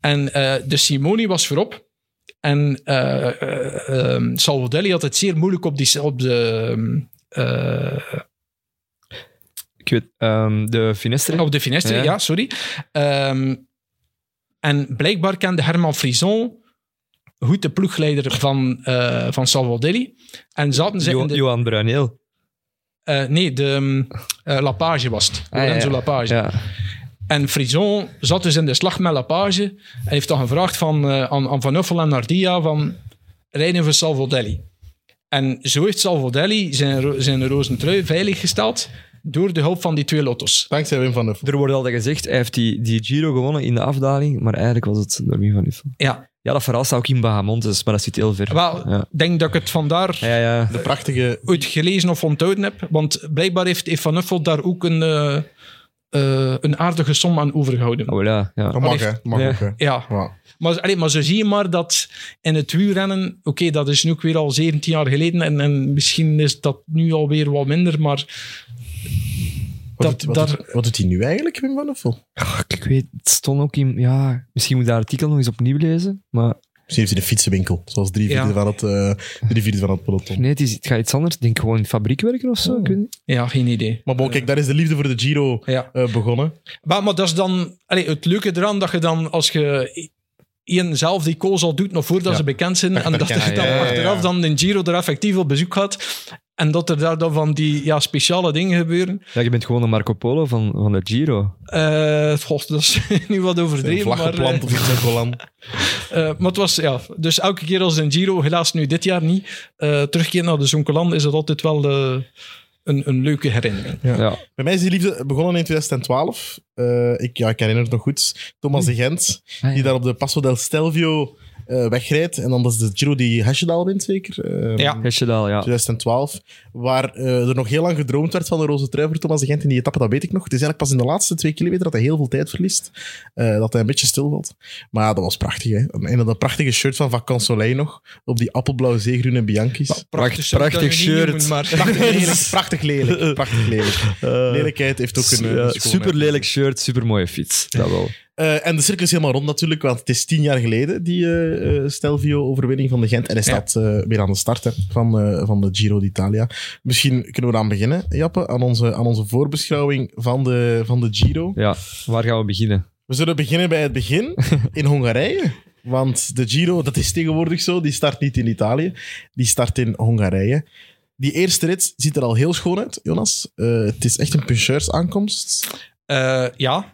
Speaker 4: En eh, de Simoni was voorop. En eh, eh, ehm, Salvodelli had het zeer moeilijk op, die, op de... ehm, eh,
Speaker 3: Ik weet, ehm, de Finestre.
Speaker 4: Op de Finestre,
Speaker 3: Ja.
Speaker 4: ja, sorry. Ehm, en blijkbaar kende Herman Frison goed de ploegleider van, eh van Salvadelli. En zaten ze
Speaker 3: Jo-
Speaker 4: in de...
Speaker 3: Johan Bruineel.
Speaker 4: eh, nee, de ehm, eh, Lapage was het.
Speaker 3: Ah, ja,
Speaker 4: Lorenzo
Speaker 3: ja.
Speaker 4: Lapage.
Speaker 3: Ja.
Speaker 4: En Frison zat dus in de slag met Lapage. En heeft dan gevraagd van, eh, aan, aan Van Uffel en Nardia van... Rijden voor Salvadelli. En zo heeft Salvadelli zijn, ro- zijn rozen trui veiliggesteld door de hulp van die twee lotto's.
Speaker 2: Dankzij Wim van Nuffel.
Speaker 3: Er wordt altijd gezegd, hij heeft die, die Giro gewonnen in de afdaling, maar eigenlijk was het door Wim van Uffel.
Speaker 4: Ja,
Speaker 3: Ja, dat verhaal staat ook in Bahamontes, maar dat zit heel ver.
Speaker 4: wel,
Speaker 3: Ja.
Speaker 4: denk dat ik het vandaar
Speaker 3: Ja, ja.
Speaker 2: De prachtige...
Speaker 4: ooit gelezen of onthouden heb. Want blijkbaar heeft heeft Van Uffel daar ook een, eh, eh, een aardige som aan overgehouden.
Speaker 3: Oh, voilà, ja.
Speaker 2: Dat mag, hè. Dat mag
Speaker 3: Ja.
Speaker 2: ook, hè.
Speaker 4: Ja,
Speaker 2: Ja.
Speaker 4: maar, allee, maar zo zie je maar dat in het wielrennen... Oké, dat is nu ook weer al 17 jaar geleden en, en misschien is dat nu alweer wat minder, maar
Speaker 2: Wat,
Speaker 4: Dat-
Speaker 2: doet, wat,
Speaker 4: daar-
Speaker 2: doet, wat doet hij nu eigenlijk, Wim van Nuffel?
Speaker 3: Ach, Ik weet, het stond ook in... Ja, misschien moet ik dat artikel nog eens opnieuw lezen, maar
Speaker 2: Misschien heeft hij de fietsenwinkel, zoals drie
Speaker 4: Ja.
Speaker 2: vierde van, het, eh, drie vierde van het peloton.
Speaker 3: nee, het, is, het gaat iets anders. Ik denk gewoon in de fabriek werken of zo, ik weet niet.
Speaker 4: ja, geen idee.
Speaker 2: Maar bon, kijk, daar is de liefde voor de Giro
Speaker 4: Ja.
Speaker 2: eh, begonnen.
Speaker 4: Maar, maar dat is dan allee, het leuke eraan, dat je dan als je één zelf die calls al doet, nog voordat
Speaker 2: Ja.
Speaker 4: ze bekend zijn, en dat
Speaker 2: herkennen.
Speaker 4: er dan
Speaker 2: (laughs) Ja, ja, ja.
Speaker 4: achteraf dan in Giro er effectief op bezoek gaat... En dat er daar dan van die ja, speciale dingen gebeuren.
Speaker 3: Ja, je bent gewoon een Marco Polo van, van de Giro.
Speaker 4: Eh goh, dat is (laughs) nu wat
Speaker 2: Een
Speaker 4: overdreven.
Speaker 2: vlag
Speaker 4: maar, eh,
Speaker 2: geplant op de Colan.
Speaker 4: Eh, maar het was, ja, dus elke keer als een Giro, helaas nu dit jaar niet, eh terugkeer naar de Zonkeland, is dat altijd wel eh, een, een leuke herinnering.
Speaker 2: Ja.
Speaker 3: Ja.
Speaker 2: Bij mij is die liefde begonnen in 2012. Eh, ik, ja, ik herinner het nog goed. Thomas de Gent,
Speaker 3: Ah,
Speaker 2: die
Speaker 3: ja.
Speaker 2: daar op de Passo del Stelvio eh, wegrijdt. En dan dat is de Giro die Hesjedal wint, zeker. Eh,
Speaker 4: Ja.
Speaker 3: Hesjedal, ja.
Speaker 2: 2012, waar eh, er nog heel lang gedroomd werd van de roze trui voor Thomas de Gent in die etappe, dat weet ik nog. Het is eigenlijk pas in de laatste twee kilometer dat hij heel veel tijd verliest, eh, dat hij een beetje stilvalt. Maar dat was prachtig, hè. En dat een prachtige shirt van Vacan Soleil nog, op die appelblauwe zeegroene Bianchi's.
Speaker 3: Prachtig-
Speaker 4: shirt kan je
Speaker 3: prachtig
Speaker 4: niet noemen,
Speaker 3: shirt.
Speaker 2: (laughs)
Speaker 4: maar,
Speaker 2: Prachtig lelijk, prachtig lelijk, prachtig lelijk. Lelijkheid heeft ook een... eh,
Speaker 3: Eh, Ja,
Speaker 2: schoonheid.
Speaker 3: super lelijk shirt, super mooie fiets. Dat wel.
Speaker 2: Eh, en de cirkel is helemaal rond natuurlijk, want het is tien jaar geleden die eh, eh, Stelvio-overwinning van de Gent. En hij staat eh, weer aan de start hè, van, eh, van de Giro d'Italia. Misschien kunnen we eraan beginnen, Jappe, aan onze, aan onze voorbeschouwing van de, van de Giro.
Speaker 3: Ja, waar gaan we beginnen?
Speaker 2: We zullen beginnen bij het (laughs) begin, in Hongarije. Want de Giro, dat is tegenwoordig zo, die start niet in Italië, die start in Hongarije. Die eerste rit ziet er al heel schoon uit, Jonas. Eh, het is echt een puncheursaankomst.
Speaker 4: Eh, ja,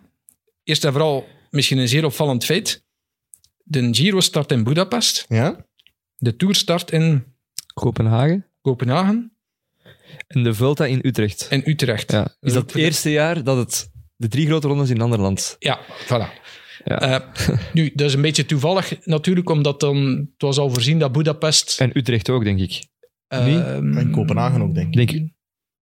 Speaker 4: eerst en vooral misschien een zeer opvallend feit. De Giro start in Budapest,
Speaker 2: Ja?
Speaker 4: de Tour start in
Speaker 3: Kopenhagen.
Speaker 4: Kopenhagen
Speaker 3: En de Vuelta in Utrecht.
Speaker 4: en Utrecht.
Speaker 3: Ja. Is dat het eerste jaar dat het de drie grote rondes in een ander land...
Speaker 4: Ja, voilà.
Speaker 3: Ja.
Speaker 2: (laughs)
Speaker 4: Eh, nu, dat is een beetje toevallig natuurlijk, omdat dan, het was al voorzien dat Budapest...
Speaker 3: En Utrecht ook, denk ik. niet?
Speaker 4: ehm,
Speaker 2: En Kopenhagen ook, denk ik.
Speaker 3: Denk ik.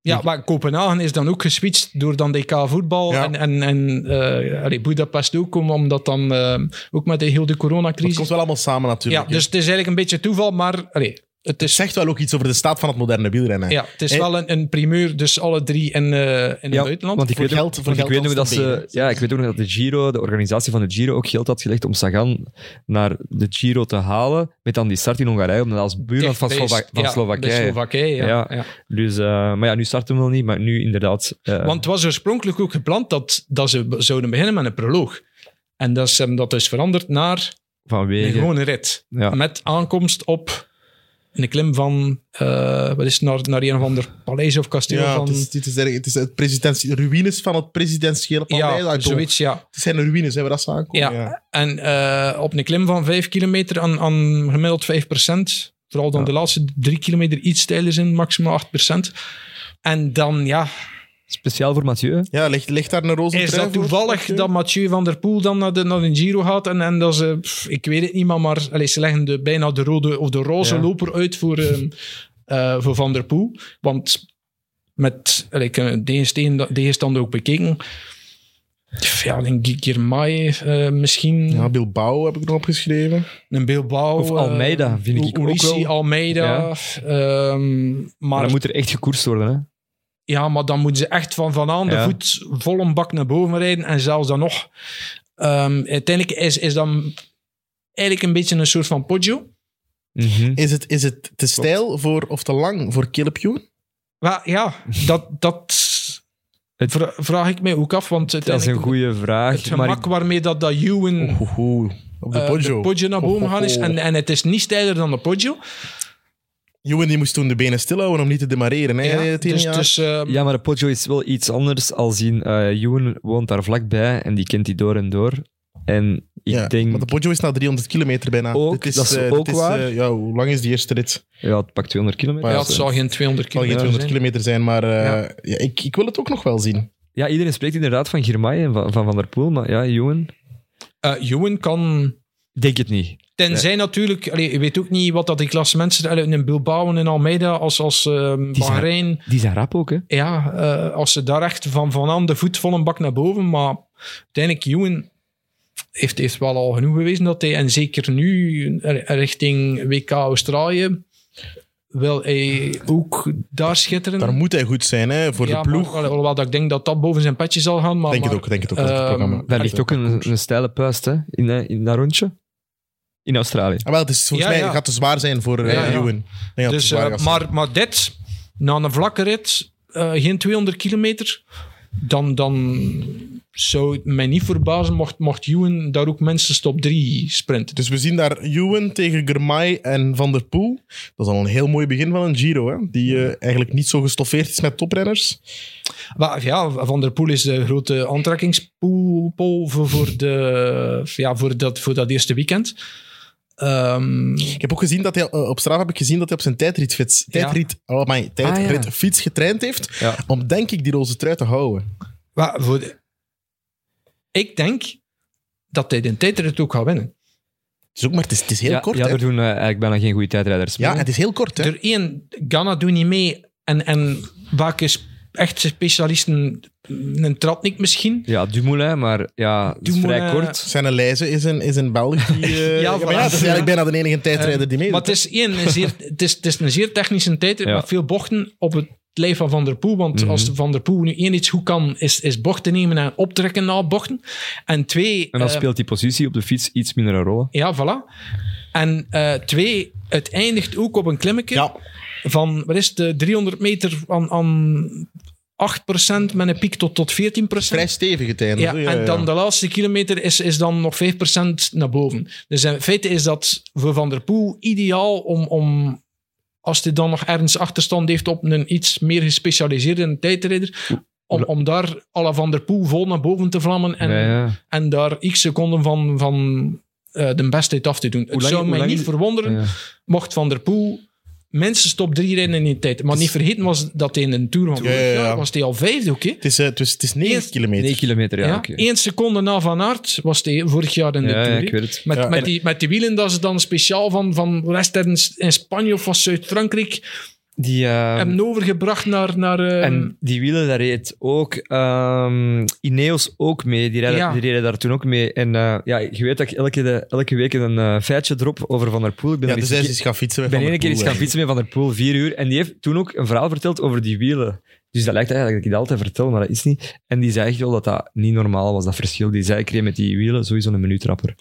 Speaker 4: Ja, maar Kopenhagen is dan ook geswitcht door dan DK voetbal
Speaker 2: Ja.
Speaker 4: en, en, en eh, allee, Budapest ook, om- omdat dan eh, ook met de heel de
Speaker 2: Het
Speaker 4: coronacrisis...
Speaker 2: komt wel allemaal samen natuurlijk.
Speaker 4: ja,
Speaker 2: hè.
Speaker 4: dus het is eigenlijk een beetje toeval, maar allee, het
Speaker 2: Het
Speaker 4: is,
Speaker 2: zegt wel ook iets over de staat van het moderne wielrennen.
Speaker 4: ja, het is
Speaker 2: Hey.
Speaker 4: wel een, een primeur, dus alle drie in, eh, in het
Speaker 3: Eh, Ja,
Speaker 4: buitenland.
Speaker 3: Want ik
Speaker 2: Voor
Speaker 3: weet,
Speaker 2: geld-
Speaker 3: ook,
Speaker 2: voor
Speaker 3: want ik
Speaker 2: geld
Speaker 3: weet nog dat
Speaker 2: was het
Speaker 3: ze,
Speaker 2: benen.
Speaker 3: ja, ik weet ook nog dat de Giro, de organisatie van de Giro, ook geld had gelegd om Sagan naar de Giro te halen, met dan die start in Hongarije, omdat dat als buurland van,
Speaker 4: Dichtbij is-
Speaker 3: Slova- van
Speaker 4: ja,
Speaker 3: Slowakije.
Speaker 4: bij Slowakije, ja.
Speaker 3: Ja.
Speaker 4: ja.
Speaker 3: Dus, eh, maar ja, nu start hem wel niet, maar nu inderdaad. eh,
Speaker 4: Want het was oorspronkelijk ook gepland dat, dat ze be- zouden beginnen met een proloog. En dat is hem dat dus veranderd naar een
Speaker 3: vanwege.
Speaker 4: gewone rit.
Speaker 3: Ja.
Speaker 4: Met aankomst op een klim van, eh, wat is het, naar, naar een of ander paleis of kasteel
Speaker 2: Ja,
Speaker 4: van...
Speaker 2: het, is, het, is erg- het is het presidentiële ruïnes van het presidentiële paleis.
Speaker 4: ja,
Speaker 2: I don't-
Speaker 4: zoiets, ja.
Speaker 2: Het zijn de ruïnes, hebben we dat zo aankomen.
Speaker 4: ja. En eh, op een klim van 5 kilometer aan, aan gemiddeld 5 Vooral dan
Speaker 3: Ja.
Speaker 4: de laatste drie kilometer iets steiler zijn, maximaal 8 En dan, ja,
Speaker 3: Speciaal voor Mathieu. hè?
Speaker 2: Ja, ligt, ligt daar een roze
Speaker 4: is
Speaker 2: trui
Speaker 4: dat
Speaker 2: voor?
Speaker 4: toevallig dat Mathieu van der Poel dan naar de, naar de Giro gaat? En, en dat ze, pff, ik weet het niet, maar, maar allee, ze leggen de, bijna de rode of de roze
Speaker 3: Ja.
Speaker 4: loper uit voor, ehm, eh, voor Van der Poel. Want met allee, ik heb deze steen- de tegenstander ook bekeken. Pff, Ja, denk ik Girmay eh, misschien.
Speaker 2: Ja, Bilbao heb ik nog opgeschreven.
Speaker 4: Een Bilbao.
Speaker 3: Of
Speaker 4: eh,
Speaker 3: Almeida, vind ik ook
Speaker 4: Ulisi,
Speaker 3: wel.
Speaker 4: Almeida. ehm,
Speaker 3: Maar
Speaker 4: maar
Speaker 3: dan moet er echt gekoerst worden. Hè?
Speaker 4: ja, maar dan moeten ze echt van, van aan de
Speaker 3: Ja.
Speaker 4: voet vol een bak naar boven rijden. En zelfs dan nog. ehm, uiteindelijk is, is dan eigenlijk een beetje een soort van Poggio.
Speaker 3: Mhm.
Speaker 2: Is het, is het te stijl voor, of te lang voor Caleb Ewan?
Speaker 4: Maar ja, dat, dat
Speaker 3: Het-
Speaker 4: vra- vraag ik mij ook af. Want
Speaker 3: Dat is een
Speaker 4: uiteindelijk
Speaker 3: goede
Speaker 4: het
Speaker 3: vraag. Maar
Speaker 4: gemak
Speaker 3: ik- Oh,
Speaker 4: waarmee dat, dat Ewan
Speaker 2: Oeh, oeh, Op de
Speaker 4: Hmm. eh,
Speaker 2: Poggio.
Speaker 4: de Poggio naar boven gaan is.
Speaker 2: Oh, oh, oh.
Speaker 4: En, en het is niet steiler dan de Poggio.
Speaker 2: Ewan die moest toen de benen stilhouden om niet te demareren. Hè,
Speaker 4: Ja,
Speaker 2: het ene
Speaker 4: dus
Speaker 2: jaar.
Speaker 4: dus ehm,
Speaker 3: ja, maar de Poggio is wel iets anders als in eh Ewan woont daar vlakbij en die kent die door en door. En ik
Speaker 2: ja,
Speaker 3: denk...
Speaker 2: Maar de Poggio is na 300 kilometer bijna.
Speaker 3: Ook,
Speaker 2: dit is,
Speaker 3: dat is
Speaker 2: eh,
Speaker 3: ook
Speaker 2: dit is,
Speaker 3: waar.
Speaker 2: eh, ja, hoe lang is die eerste rit? Het
Speaker 3: Ja, het pakt 200 kilometer.
Speaker 4: Ja,
Speaker 2: Maar
Speaker 4: het zou geen 200
Speaker 2: zal geen
Speaker 4: kilometer
Speaker 2: 200
Speaker 4: zijn.
Speaker 2: kilometer zijn, maar eh, ja, ik, ik wil het ook nog wel zien.
Speaker 3: Ja, iedereen spreekt inderdaad van Girmay en van Van, van der Poel, maar ja, jongen...
Speaker 4: Eh Ewan kan...
Speaker 3: Denk het niet.
Speaker 4: Tenzij natuurlijk... Allee, je weet ook niet wat dat die klassementen... allee, In Bilbao en in Almeida als, als ehm
Speaker 3: Die zijn-
Speaker 4: Bahrein...
Speaker 3: Die zijn rap ook, hè?
Speaker 4: Ja, eh, als ze daar echt van, van aan de voet vol een bak naar boven. Maar uiteindelijk, Ewan heeft, heeft wel al genoeg bewezen dat hij, en zeker nu eh, richting WK Australië, wil hij ook daar schitteren.
Speaker 2: Daar moet hij goed zijn hè, voor
Speaker 4: Hmm. Ja,
Speaker 2: de ploeg.
Speaker 4: maar- alhoewel dat ik denk dat dat boven zijn petje zal gaan. Maar,
Speaker 2: denk het
Speaker 4: maar-
Speaker 2: ook, denk het ook. dat het
Speaker 4: ehm,
Speaker 2: programma-
Speaker 3: Daar ligt ook een, een steile puist, hè? In, eh, in dat rondje. In Australië.
Speaker 2: Ah, wel, het is, volgens
Speaker 4: Ja,
Speaker 2: mij
Speaker 4: ja.
Speaker 2: gaat te zwaar zijn voor eh,
Speaker 4: Ja, ja.
Speaker 2: Ewan. Ik denk dat het
Speaker 4: Dus,
Speaker 2: zwaar
Speaker 4: eh,
Speaker 2: gaat zijn.
Speaker 4: maar, maar dit, na een vlakke rit, eh, geen 200 kilometer, dan, dan zou het mij niet verbazen mocht, mocht Ewan daar ook minstens top 3 sprinten.
Speaker 2: Dus we zien daar Ewan tegen Germay en Van der Poel. Dat is al een heel mooi begin van een Giro, hè? die eh, eigenlijk niet zo gestoffeerd is met toprenners.
Speaker 4: Maar ja, Van der Poel is de grote aantrekkingspool pool voor, voor, de, ja, voor, dat, voor dat eerste weekend. Ehm,
Speaker 2: Ik heb ook gezien dat hij, eh, op straat heb ik gezien dat hij op zijn tijdritfiets,
Speaker 4: Ja.
Speaker 2: tijdrit, oh my,
Speaker 3: ja.
Speaker 2: tijdritfiets getraind heeft,
Speaker 3: Ja.
Speaker 2: om denk ik die roze trui te houden.
Speaker 4: wa- voor de- ik denk dat hij de tijdrit ook gaat winnen.
Speaker 2: Het is ook maar, het is, het is heel
Speaker 3: ja,
Speaker 2: kort,
Speaker 3: Ja,
Speaker 2: hè?
Speaker 3: er doen eh, eigenlijk bijna geen goede tijdrijders mee.
Speaker 2: Ja, het is heel kort, hè?
Speaker 4: Er één, Ghana doet niet mee en, en vaak is echt specialisten een Tratnik misschien.
Speaker 3: Ja, Dumoulin, maar ja, het is
Speaker 4: Dumoulin,
Speaker 3: vrij kort.
Speaker 2: Zijn lijzen is een, is een Belg die... eh,
Speaker 4: Ja,
Speaker 2: ja, maar
Speaker 4: voilà.
Speaker 2: ja, dat is eigenlijk bijna de enige tijdrijder die mee
Speaker 4: Maar het is, één, een zeer, (laughs) het, is, het is een zeer technische tijdrit
Speaker 3: Ja.
Speaker 4: met veel bochten op het lijf van Van der Poel. Want
Speaker 3: Mhm.
Speaker 4: als Van der Poel nu één iets goed kan, is, is bochten nemen en optrekken na bochten. En twee...
Speaker 3: En dan
Speaker 4: eh,
Speaker 3: speelt die positie op de fiets iets minder een rol.
Speaker 4: Ja, voilà. En eh, twee, het eindigt ook op een klimmetje
Speaker 2: Ja,
Speaker 4: van, wat is het, eh, 300 meter aan, aan 8% met een piek tot, tot 14%.
Speaker 2: vrij stevig het einde.
Speaker 4: Ja,
Speaker 2: zo, ja,
Speaker 4: en
Speaker 2: ja.
Speaker 4: dan de laatste kilometer is, is dan nog 5% naar boven. Dus in feite is dat voor Van der Poel ideaal om, om als hij dan nog ergens achterstand heeft op een iets meer gespecialiseerde tijdrijder, om, om daar alle Van der Poel vol naar boven te vlammen en,
Speaker 3: ja, ja.
Speaker 4: en daar x seconden van, van eh, de beste tijd af te doen.
Speaker 3: lang-
Speaker 4: het zou
Speaker 3: hoe
Speaker 4: mij
Speaker 3: lang
Speaker 4: niet
Speaker 3: is-
Speaker 4: verwonderen
Speaker 3: Ja.
Speaker 4: mocht Van der Poel minstens top 3 rijden in die tijd. Maar niet vergeten was dat hij in een Tour van
Speaker 2: Ja,
Speaker 4: vorig
Speaker 2: ja, ja.
Speaker 4: jaar was hij al vijfde ook, hè?
Speaker 2: Het is, eh, het is, het is 9
Speaker 4: Eerst-
Speaker 2: kilometer.
Speaker 3: 9 kilometer, ja.
Speaker 4: Ja,
Speaker 3: oké.
Speaker 4: één seconde na Van Aert was hij vorig jaar in de
Speaker 3: Ja, ja,
Speaker 4: Tour.
Speaker 3: ik
Speaker 4: hè.
Speaker 3: weet het.
Speaker 4: Met,
Speaker 2: Ja.
Speaker 4: met,
Speaker 2: En-
Speaker 4: die, met die wielen dat ze dan speciaal van, van Westerns in Spanje of van Zuid-Frankrijk
Speaker 3: Die, eh,
Speaker 4: hebben overgebracht naar... naar eh,
Speaker 3: en die wielen, daar reed ook ehm, Ineos ook mee. Die reden,
Speaker 4: Ja.
Speaker 3: die reden daar toen ook mee. En eh, ja, je weet dat ik elke, de- elke week een eh, feitje drop over Van der Poel. Ik ben
Speaker 2: Ja,
Speaker 3: er
Speaker 2: dus
Speaker 3: eens
Speaker 2: hij
Speaker 3: een
Speaker 2: is eens
Speaker 3: keer-
Speaker 2: gaan fietsen. met
Speaker 3: Ik ben
Speaker 2: Van
Speaker 3: één
Speaker 2: der
Speaker 3: keer eens
Speaker 2: Poel,
Speaker 3: gaan fietsen met Van der Poel, vier uur. En die heeft toen ook een verhaal verteld over die wielen. Dus dat lijkt eigenlijk dat ik dat altijd vertel, maar dat is niet. En die zei echt wel dat dat niet normaal was, dat verschil. Die zei, ik reed met die wielen sowieso een
Speaker 2: (laughs)
Speaker 3: minuut rapper.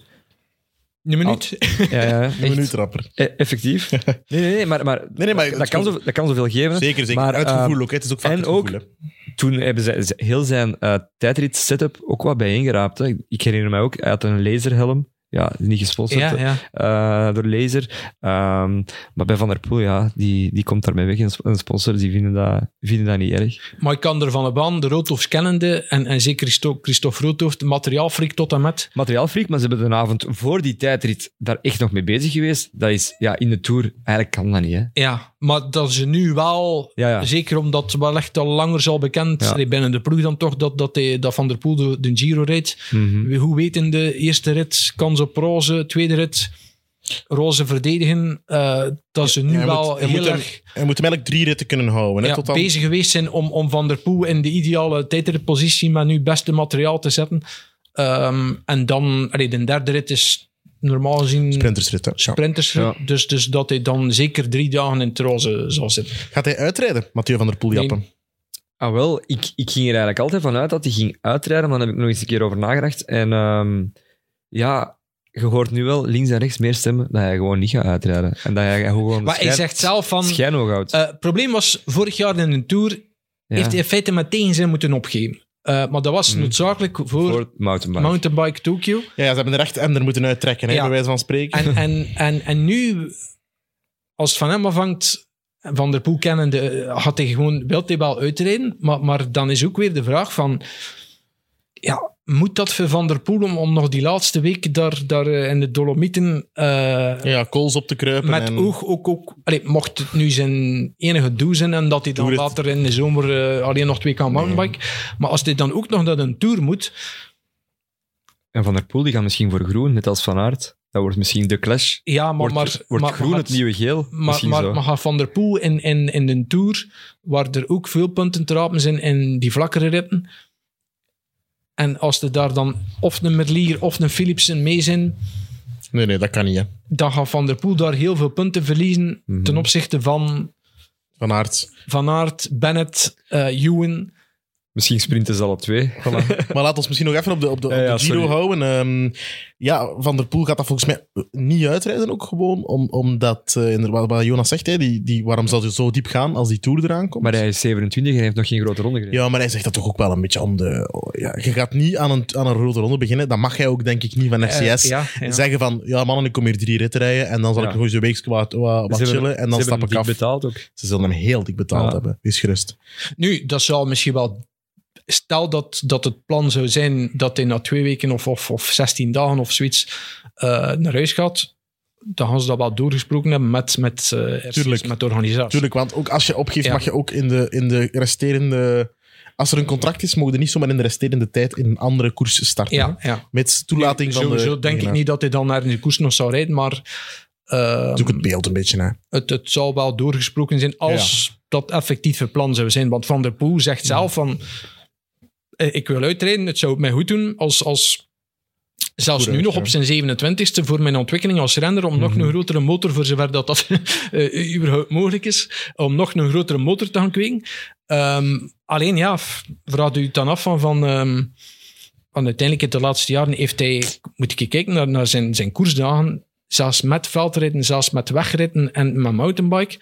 Speaker 4: een minuut.
Speaker 3: Ja, ja,
Speaker 2: hè.
Speaker 3: echt.
Speaker 2: Een minuutrapper.
Speaker 3: E-
Speaker 2: (laughs)
Speaker 3: effectief. Nee, nee, nee, maar, maar,
Speaker 2: Nee, nee, maar
Speaker 3: dat, kan zo, dat kan zoveel geven.
Speaker 2: Zeker, zeker.
Speaker 3: Maar,
Speaker 2: Maar,
Speaker 3: eh,
Speaker 2: uitgevoel ook. hè. Het is ook vaak
Speaker 3: en
Speaker 2: het
Speaker 3: ook-
Speaker 2: gevoel, hè.
Speaker 3: Toen hebben zij ze- heel zijn eh tijdrit-setup ook wat bijeengeraapt. Hè. Ik herinner mij ook, hij had een laserhelm. Ja, niet gesponsord
Speaker 4: (laughs) Ja, ja.
Speaker 3: eh, door laser. Ehm, maar bij Van der Poel, ja, die, die komt daarmee weg. En sp- En sponsors die vinden dat, vinden dat niet erg.
Speaker 4: Maar ik kan er van de baan, de Roodhoofs kennende, en, en zeker Christo- Christophe Roodhoofd, materiaalfrik tot en met.
Speaker 3: materiaalfreak, maar ze hebben de avond voor die tijdrit daar echt nog mee bezig geweest. Dat is ja, in de Tour, eigenlijk kan dat niet. Hè?
Speaker 4: Ja, maar dat ze nu wel,
Speaker 3: Ja, ja.
Speaker 4: zeker omdat het wel echt al langer zal bekend
Speaker 3: Ja.
Speaker 4: allee, binnen de ploeg dan toch, dat, dat, hij, dat Van der Poel de, de Giro reed.
Speaker 3: Mhm.
Speaker 4: Wie- Hoe weten de eerste rit, kans op roze, tweede rit, roze verdedigen. eh, dat ze nu
Speaker 2: Hij moet-
Speaker 4: wel
Speaker 2: hij
Speaker 4: heel
Speaker 2: moet hem-
Speaker 4: erg
Speaker 2: Hij moet hem eigenlijk drie ritten kunnen houden. Hè,
Speaker 4: ja,
Speaker 2: tot dan.
Speaker 4: bezig geweest zijn om, om Van der Poel in de ideale tijdritpositie met nu het beste materiaal te zetten. Ehm, en dan, allee, de derde rit is normaal gezien...
Speaker 2: Sprintersrit, hè. Ja.
Speaker 4: Sprinters,
Speaker 3: Ja.
Speaker 4: dus, dus dat hij dan zeker drie dagen in het roze zal zitten.
Speaker 2: Gaat hij uitrijden, Mathieu van der Poel jappen?
Speaker 3: Ah, wel, ik, ik ging er eigenlijk altijd van uit dat hij ging uitrijden, maar daar heb ik nog eens een keer over nagedacht. En ehm, ja, je hoort nu wel links en rechts meer stemmen dat hij gewoon niet gaat uitrijden. En dat hij gewoon
Speaker 4: Maar hij zegt zelf van...
Speaker 3: schijnhoog houdt.
Speaker 4: eh, het probleem was, vorig jaar in een Tour
Speaker 3: Ja,
Speaker 4: heeft hij in feite met tegenzin moeten opgeven. Eh, maar dat was
Speaker 3: Mhm.
Speaker 4: noodzakelijk voor,
Speaker 3: voor mountainbike.
Speaker 4: Mountainbike Tokyo.
Speaker 2: Ja, ja, ze hebben er echt en er moeten uittrekken, hè,
Speaker 4: Ja.
Speaker 2: bij wijze van spreken.
Speaker 4: En, en, en, en nu, als het van hem afhangt, Van der Poel kennende, eh, had hij gewoon, wil hij wel uitrijden? Maar, maar dan is ook weer de vraag van... Ja, moet dat voor Van der Poel om, om nog die laatste week daar, daar eh, in de Dolomieten eh,
Speaker 2: Ja, kools op te kruipen.
Speaker 4: met
Speaker 2: en-
Speaker 4: oog ook... ook allee, mocht het nu zijn enige doel zijn en dat hij dan
Speaker 2: Doe het.
Speaker 4: later in de zomer eh, alleen nog twee kan mountainbiken. Maar als hij dan ook nog naar een tour moet...
Speaker 3: En Van der Poel die gaat misschien voor groen, net als Van Aert. Dat wordt misschien de clash.
Speaker 4: Ja, maar...
Speaker 3: Wordt,
Speaker 4: maar,
Speaker 3: wordt
Speaker 4: maar,
Speaker 3: groen
Speaker 4: maar-
Speaker 3: het nieuwe geel?
Speaker 4: Maar,
Speaker 3: misschien
Speaker 4: maar,
Speaker 3: zo.
Speaker 4: maar gaat Van der Poel in, in, in de Tour, waar er ook veel punten te rapen zijn in die vlakkere ritten. En als er daar dan of een Merlier of een Philipsen mee zijn,
Speaker 2: Nee, nee, dat kan niet. Hè.
Speaker 4: dan gaat Van der Poel daar heel veel punten verliezen
Speaker 3: Mhm.
Speaker 4: ten opzichte van
Speaker 2: Van Aert.
Speaker 3: (laughs)
Speaker 4: Van Aert, Bennett, eh Ewan.
Speaker 3: Misschien sprinten ze alle twee.
Speaker 2: Voilà. maar laat ons misschien nog even op de, op de, op
Speaker 3: Ja,
Speaker 2: de
Speaker 3: ja,
Speaker 2: Giro
Speaker 3: sorry.
Speaker 2: houden. Ehm, ja, Van der Poel gaat dat volgens mij eh, niet uitrijden ook gewoon. om- Omdat, eh, inderdaad, wat Jonas zegt, hè, die, die, waarom zou ze zo diep gaan als die Tour eraan komt?
Speaker 3: (laughs) Maar hij is 27 en heeft nog geen grote ronde gereden.
Speaker 2: Ja, maar hij zegt dat toch ook wel een beetje om de... oh, ja, je gaat niet aan een, aan een rode ronde beginnen. Dat mag hij ook, denk ik, niet van
Speaker 4: Eh,
Speaker 2: RCS.
Speaker 4: ja, ja.
Speaker 2: Zeggen van, ja mannen, ik kom hier drie ritten rijden en dan zal
Speaker 3: Ja.
Speaker 2: ik nog eens een week wat, wat, wat
Speaker 3: Ze hebben-
Speaker 2: chillen en dan
Speaker 3: ze hebben
Speaker 2: stap ik
Speaker 3: hem
Speaker 2: af.
Speaker 3: dik betaald ook.
Speaker 2: Ze zullen hem heel dik betaald
Speaker 3: Ja.
Speaker 2: hebben. Wees gerust.
Speaker 4: Nu, dat zou misschien wel... Stel dat, dat het plan zou zijn dat hij na twee weken of, of, of 16 dagen of zoiets eh, naar huis gaat, dan gaan ze dat wel doorgesproken hebben met, met, eh, RCS,
Speaker 2: Tuurlijk.
Speaker 4: met de organisatie.
Speaker 2: Tuurlijk, want ook als je opgeeft,
Speaker 4: Ja.
Speaker 2: mag je ook in de, in de resterende... Als er een contract is, mogen we niet zomaar in de resterende tijd in een andere koers starten.
Speaker 4: Ja, ja.
Speaker 2: Met toelating van de...
Speaker 4: Sowieso denk ik niet dat hij dan naar de koers nog zou rijden, maar eh,
Speaker 2: Dat is ook het beeld een beetje, hè.
Speaker 4: het, het zou wel doorgesproken zijn als dat effectief het plan zou zijn. Want Van der Poel zegt zelf van, eh, ik wil uitrijden, het zou mij goed doen als... als Zelfs
Speaker 2: Goed Mhm.
Speaker 4: nu nog op
Speaker 2: uitrijden.
Speaker 4: zijn 27e voor mijn ontwikkeling als renner, om nog een grotere motor, voor zover dat dat (laughs) eh, überhaupt mogelijk is, om nog een grotere motor te gaan kweken. Ehm, alleen ja, f- vraag u het dan af van, van ehm, want uiteindelijk in de laatste jaren heeft hij, moet ik kijken naar, naar zijn, zijn koersdagen, zelfs met veldritten, zelfs met wegritten en met mountainbike,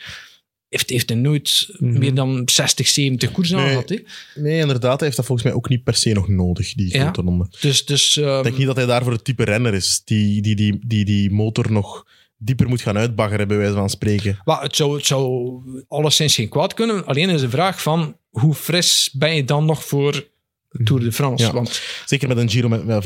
Speaker 4: heeft, heeft hij nooit
Speaker 3: Mhm.
Speaker 4: meer dan 60, 70 koersdagen
Speaker 2: Nee.
Speaker 4: gehad. hè.
Speaker 2: Nee, inderdaad. Hij heeft dat volgens mij ook niet per se nog nodig, die
Speaker 4: Ja.
Speaker 2: grote ronde.
Speaker 4: Dus, dus ehm,
Speaker 2: Ik denk niet dat hij daarvoor het type renner is die die, die, die die motor nog dieper moet gaan uitbaggeren, bij wijze van spreken.
Speaker 4: wel, het, zou, het zou alleszins geen kwaad kunnen. Alleen is de vraag van, hoe fris ben je dan nog voor Tour de France?
Speaker 2: Ja.
Speaker 4: Want
Speaker 2: Zeker met een Giro met wel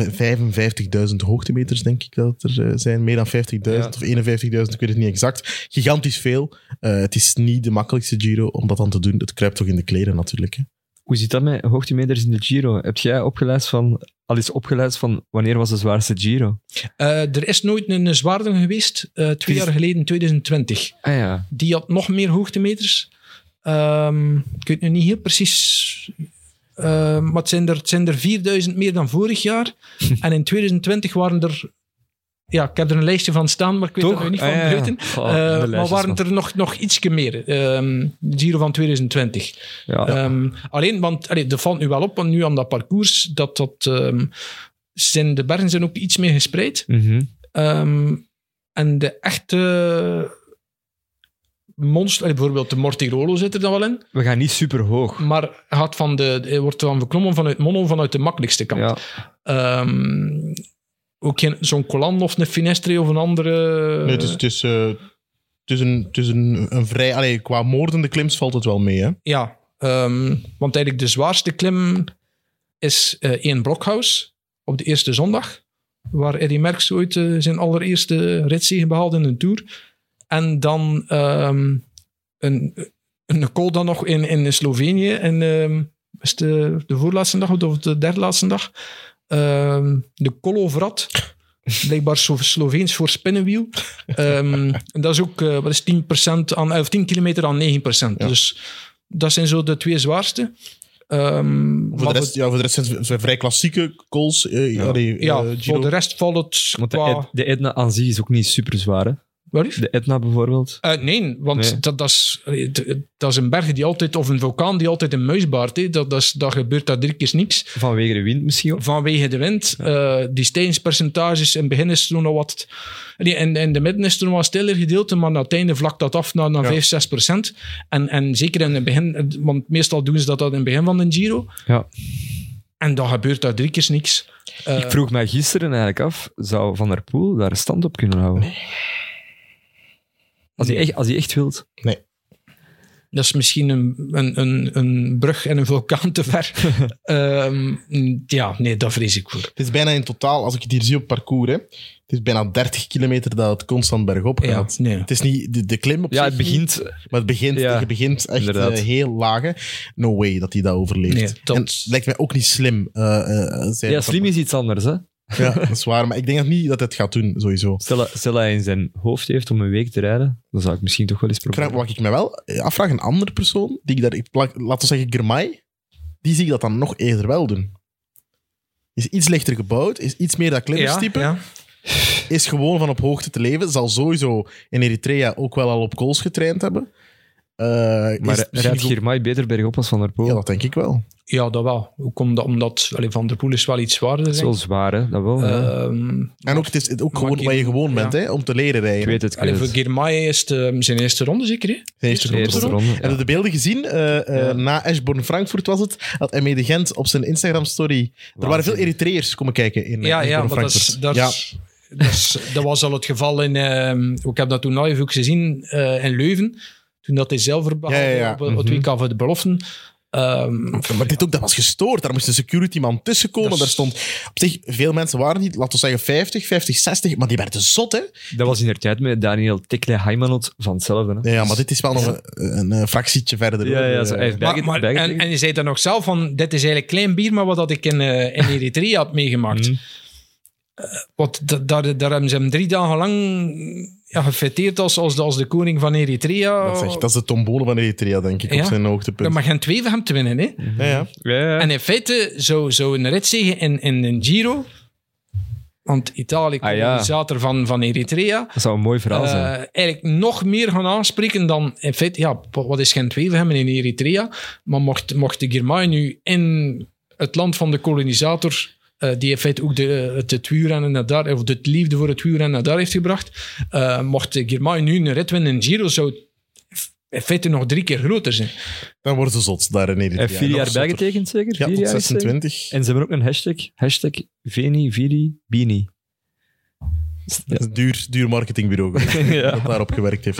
Speaker 2: 55.000 hoogtemeters, denk ik dat het er eh, zijn. Meer dan 50.000
Speaker 3: Ja.
Speaker 2: of 51.000, ik weet het niet exact. Gigantisch veel. Eh, het is niet de makkelijkste Giro om dat dan te doen. Het kruipt toch in de kleren, natuurlijk. Hè?
Speaker 3: Hoe zit dat met hoogtemeters in de Giro? Heb jij opgeleid van, al eens opgeleid van wanneer was de zwaarste Giro?
Speaker 4: eh, er is nooit een een zwaarder geweest, eh, twee
Speaker 3: is-
Speaker 4: jaar geleden, 2020.
Speaker 3: Ah ja.
Speaker 4: Die had nog meer hoogtemeters. Ehm, ik weet nu niet heel precies. ehm, maar het zijn, er, het zijn er 4000 meer dan vorig
Speaker 3: (laughs)
Speaker 4: jaar. en in 2020 waren er. Ja, ik heb er een lijstje van staan, maar ik weet
Speaker 3: Toch?
Speaker 4: er nu niet van
Speaker 3: Ah, ja.
Speaker 4: buiten.
Speaker 3: Goh, de
Speaker 4: Eh, maar
Speaker 3: lijstjes,
Speaker 4: waren
Speaker 3: man.
Speaker 4: er nog, nog ietsje meer. ehm, de Giro van 2020.
Speaker 3: Ja.
Speaker 2: Ah,
Speaker 4: Ehm, alleen, want allee, dat valt nu wel op, want nu aan dat parcours, dat, dat, ehm, zijn, de bergen zijn ook iets meer gespreid.
Speaker 3: Mhm.
Speaker 4: Ehm, en de echte monster, allee, bijvoorbeeld de Mortirolo zit er dan wel in,
Speaker 3: We gaan niet super hoog.
Speaker 4: maar gaat van de, hij wordt dan verklommen vanuit Mono, vanuit de makkelijkste kant.
Speaker 3: Ja.
Speaker 4: Ehm, ook geen- zo'n Colan of een Finestre of een andere...
Speaker 2: Nee, het is, het is, eh, het is een, het is een, een vrij... Allee, qua moordende klims valt het wel mee, hè?
Speaker 4: Ja, ehm, want eigenlijk de zwaarste klim is eh Ian Brockhouse op de eerste zondag, waar Eddy Merckx ooit eh, zijn allereerste ritzege behaalde in een Tour. En dan ehm, een, een call dan nog in, in Slovenië, en ehm, is het de, de voorlaatste dag of de derde laatste dag, Ehm, de Kolovrat. Blijkbaar Slo- Sloveens voor spinnenwiel. Ehm, en dat is ook eh, wat is 10%, aan, eh, of 10 kilometer aan 9%.
Speaker 2: Ja.
Speaker 4: Dus dat zijn zo de twee zwaarste. Ehm,
Speaker 2: Voor
Speaker 4: maar
Speaker 2: de, rest, ja, voor de rest zijn het zijn vrij klassieke calls. eh,
Speaker 3: Ja.
Speaker 2: allee,
Speaker 4: ja,
Speaker 2: eh, Giro.
Speaker 4: voor de rest valt het
Speaker 3: Want de,
Speaker 4: qua...
Speaker 3: Ed- de Edna aan zich is ook niet super zwaar. Hè?
Speaker 4: Wat lief?
Speaker 3: De Edna bijvoorbeeld.
Speaker 4: Eh, nee, want
Speaker 3: Nee.
Speaker 4: Dat, dat, is, allee, d- eh, dat is een berg die altijd, of een vulkaan die altijd een muis baart. hè. Dat, dat, is- dat gebeurt daar drie keer niks.
Speaker 3: Vanwege de wind misschien ook.
Speaker 4: Vanwege de wind, eh, die stijgingspercentages, in het begin is het toen nog wat... Nee, in, in de midden is het toen nog wat stiller gedeelte, maar aan het einde vlakt dat af naar, naar
Speaker 2: Ja.
Speaker 4: 5, 6 procent. En, en zeker in het begin, want meestal doen ze dat, dat in het begin van een Giro.
Speaker 3: Ja.
Speaker 4: En dan gebeurt daar drie keer niks. Eh,
Speaker 3: Ik vroeg mij gisteren eigenlijk af, zou Van der Poel daar stand op kunnen houden? Als, hij echt, als hij echt wilt.
Speaker 4: Dat is misschien een, een, een, een brug en een vulkaan te ver. Ehm, ja, nee, dat vrees ik voor.
Speaker 2: Het is bijna in totaal, als ik het hier zie op parcours, hè, het is bijna 30 kilometer dat het constant bergop
Speaker 4: Ja,
Speaker 2: gaat.
Speaker 4: nee.
Speaker 2: Het is niet de, de klim op
Speaker 3: Ja,
Speaker 2: zich
Speaker 3: het begint...
Speaker 2: niet, maar het begint,
Speaker 3: Ja,
Speaker 2: je begint echt
Speaker 3: inderdaad.
Speaker 2: eh, heel lage. No way dat hij dat overleeft.
Speaker 4: Nee, dat-
Speaker 2: En het lijkt mij ook niet slim. eh, eh, zijn
Speaker 3: Ja, slim is iets anders, hè.
Speaker 2: Ja, dat is waar, maar ik denk dat niet dat hij het gaat doen, sowieso.
Speaker 3: Stel, dat- stel dat hij in zijn hoofd heeft om een week te rijden, dan zou ik misschien toch wel eens
Speaker 2: Ik
Speaker 3: proberen.
Speaker 2: vraag, wat ik me wel eh, afvraag, een andere persoon, die ik daar, ik plak- laten we zeggen Germay, die zie ik dat dan nog eerder wel doen. Is iets lichter gebouwd, is iets meer dat klimmerstype,
Speaker 4: ja.
Speaker 2: is gewoon van op hoogte te leven, zal sowieso in Eritrea ook wel al op kools getraind hebben. Eh, is
Speaker 3: Maar
Speaker 2: het misschien
Speaker 3: rijdt
Speaker 2: goed-
Speaker 3: Girmay beter bergop als Van der Poel?
Speaker 2: Ja, dat denk ik wel.
Speaker 4: Ja, dat wel. Ook omdat, omdat allee, Van der Poel is wel iets zwaarder.
Speaker 3: Dat is
Speaker 4: denk
Speaker 3: wel
Speaker 4: ik.
Speaker 3: zwaar, hè. Dat
Speaker 2: Eh,
Speaker 3: wel, ja.
Speaker 4: Ehm,
Speaker 2: En ook, het is het ook
Speaker 4: Maar
Speaker 2: gewoon
Speaker 4: Gir-
Speaker 2: waar je gewoon bent,
Speaker 4: ja.
Speaker 2: hè, om te leren rijden.
Speaker 3: Ik weet het, ik
Speaker 4: allee,
Speaker 3: weet
Speaker 4: voor
Speaker 3: het.
Speaker 4: Girmay is het ehm, zijn eerste ronde zeker, hè?
Speaker 2: De eerste
Speaker 3: De
Speaker 2: ronde.
Speaker 3: eerste ronde, ja.
Speaker 2: Heb je de beelden gezien? Eh, eh,
Speaker 3: Ja.
Speaker 2: Na Ashborn-Frankfurt was het, had Aimé de Gent op zijn Instagram-story... Er waren veel
Speaker 3: Waanzin.
Speaker 2: Eritreërs komen kijken in eh,
Speaker 4: Ja, ja, maar dat, is,
Speaker 2: Ashborn-Frankfurt.
Speaker 4: dat, is- dat, is- dat was al het geval in... ehm, ik heb dat toen live ook gezien eh, in Leuven. Toen dat hij zelf behaalde
Speaker 2: Ja, ja, ja.
Speaker 4: op het WK voor de beloften. Ehm,
Speaker 2: Ja, maar dit ook, dat was gestoord. Daar moest een security man tussen komen.
Speaker 4: Dat is-
Speaker 2: Daar stond op zich, veel mensen waren niet, laten we zeggen 50, 50, 60, maar die werden zot, hè?
Speaker 3: Dat was in haar tijd met Daniel Tekle Heimanot van hetzelfde. Hè?
Speaker 2: Ja, maar dit is wel nog een, een, eh, fractietje verder.
Speaker 3: Dus Ja,
Speaker 2: hoor.
Speaker 3: ja, zo,
Speaker 2: Eh,
Speaker 3: hij heeft
Speaker 4: maar,
Speaker 3: bijget-
Speaker 4: maar,
Speaker 3: bijget-
Speaker 4: en, en je zei dan nog zelf van... Dit is eigenlijk klein bier, maar wat dat ik in, eh, in Eritrea had meegemaakt.
Speaker 3: Mhm.
Speaker 4: Eh, want da- daar, daar hebben ze hem drie dagen lang ja, gefeteerd als, als, de, als de koning van Eritrea.
Speaker 2: dat, is echt, dat is de tombole van Eritrea, denk ik,
Speaker 4: Ja.
Speaker 2: op zijn
Speaker 4: Ja,
Speaker 2: hoogtepunt.
Speaker 4: maar geen twee van hem te winnen, hè?
Speaker 2: Ja, ja.
Speaker 3: Ja, ja.
Speaker 4: En in feite zou, zou een ritzegen in, in een Giro, want Italië,
Speaker 3: Ah, ja.
Speaker 4: kolonisator van, van Eritrea,
Speaker 3: Dat zou een mooi verhaal
Speaker 4: eh,
Speaker 3: zijn.
Speaker 4: eigenlijk nog meer gaan aanspreken dan in feite, ja, wat is geen twee van hem in Eritrea? Maar mocht, mocht de Girmay nu in het land van de kolonisator, eh, die in feite ook de, het, het wielrennen naar daar, of de liefde voor het wielrennen naar daar heeft gebracht, eh, mocht de Girmay nu een rit winnen in Giro, zou het in feite nog drie keer groter zijn.
Speaker 2: Dan worden ze zot daar in Eritrea.
Speaker 3: En vier
Speaker 2: Nog
Speaker 3: jaar
Speaker 2: zotter.
Speaker 3: bijgetekend, zeker?
Speaker 2: Ja,
Speaker 3: Vier
Speaker 2: tot
Speaker 3: jaar is het, zeker?
Speaker 2: 26.
Speaker 3: En ze hebben ook een hashtag. Hashtag Veni, Vidi, Bini.
Speaker 2: (laughs) Dat is een duur, duur marketingbureau geweest, dat daarop gewerkt heeft.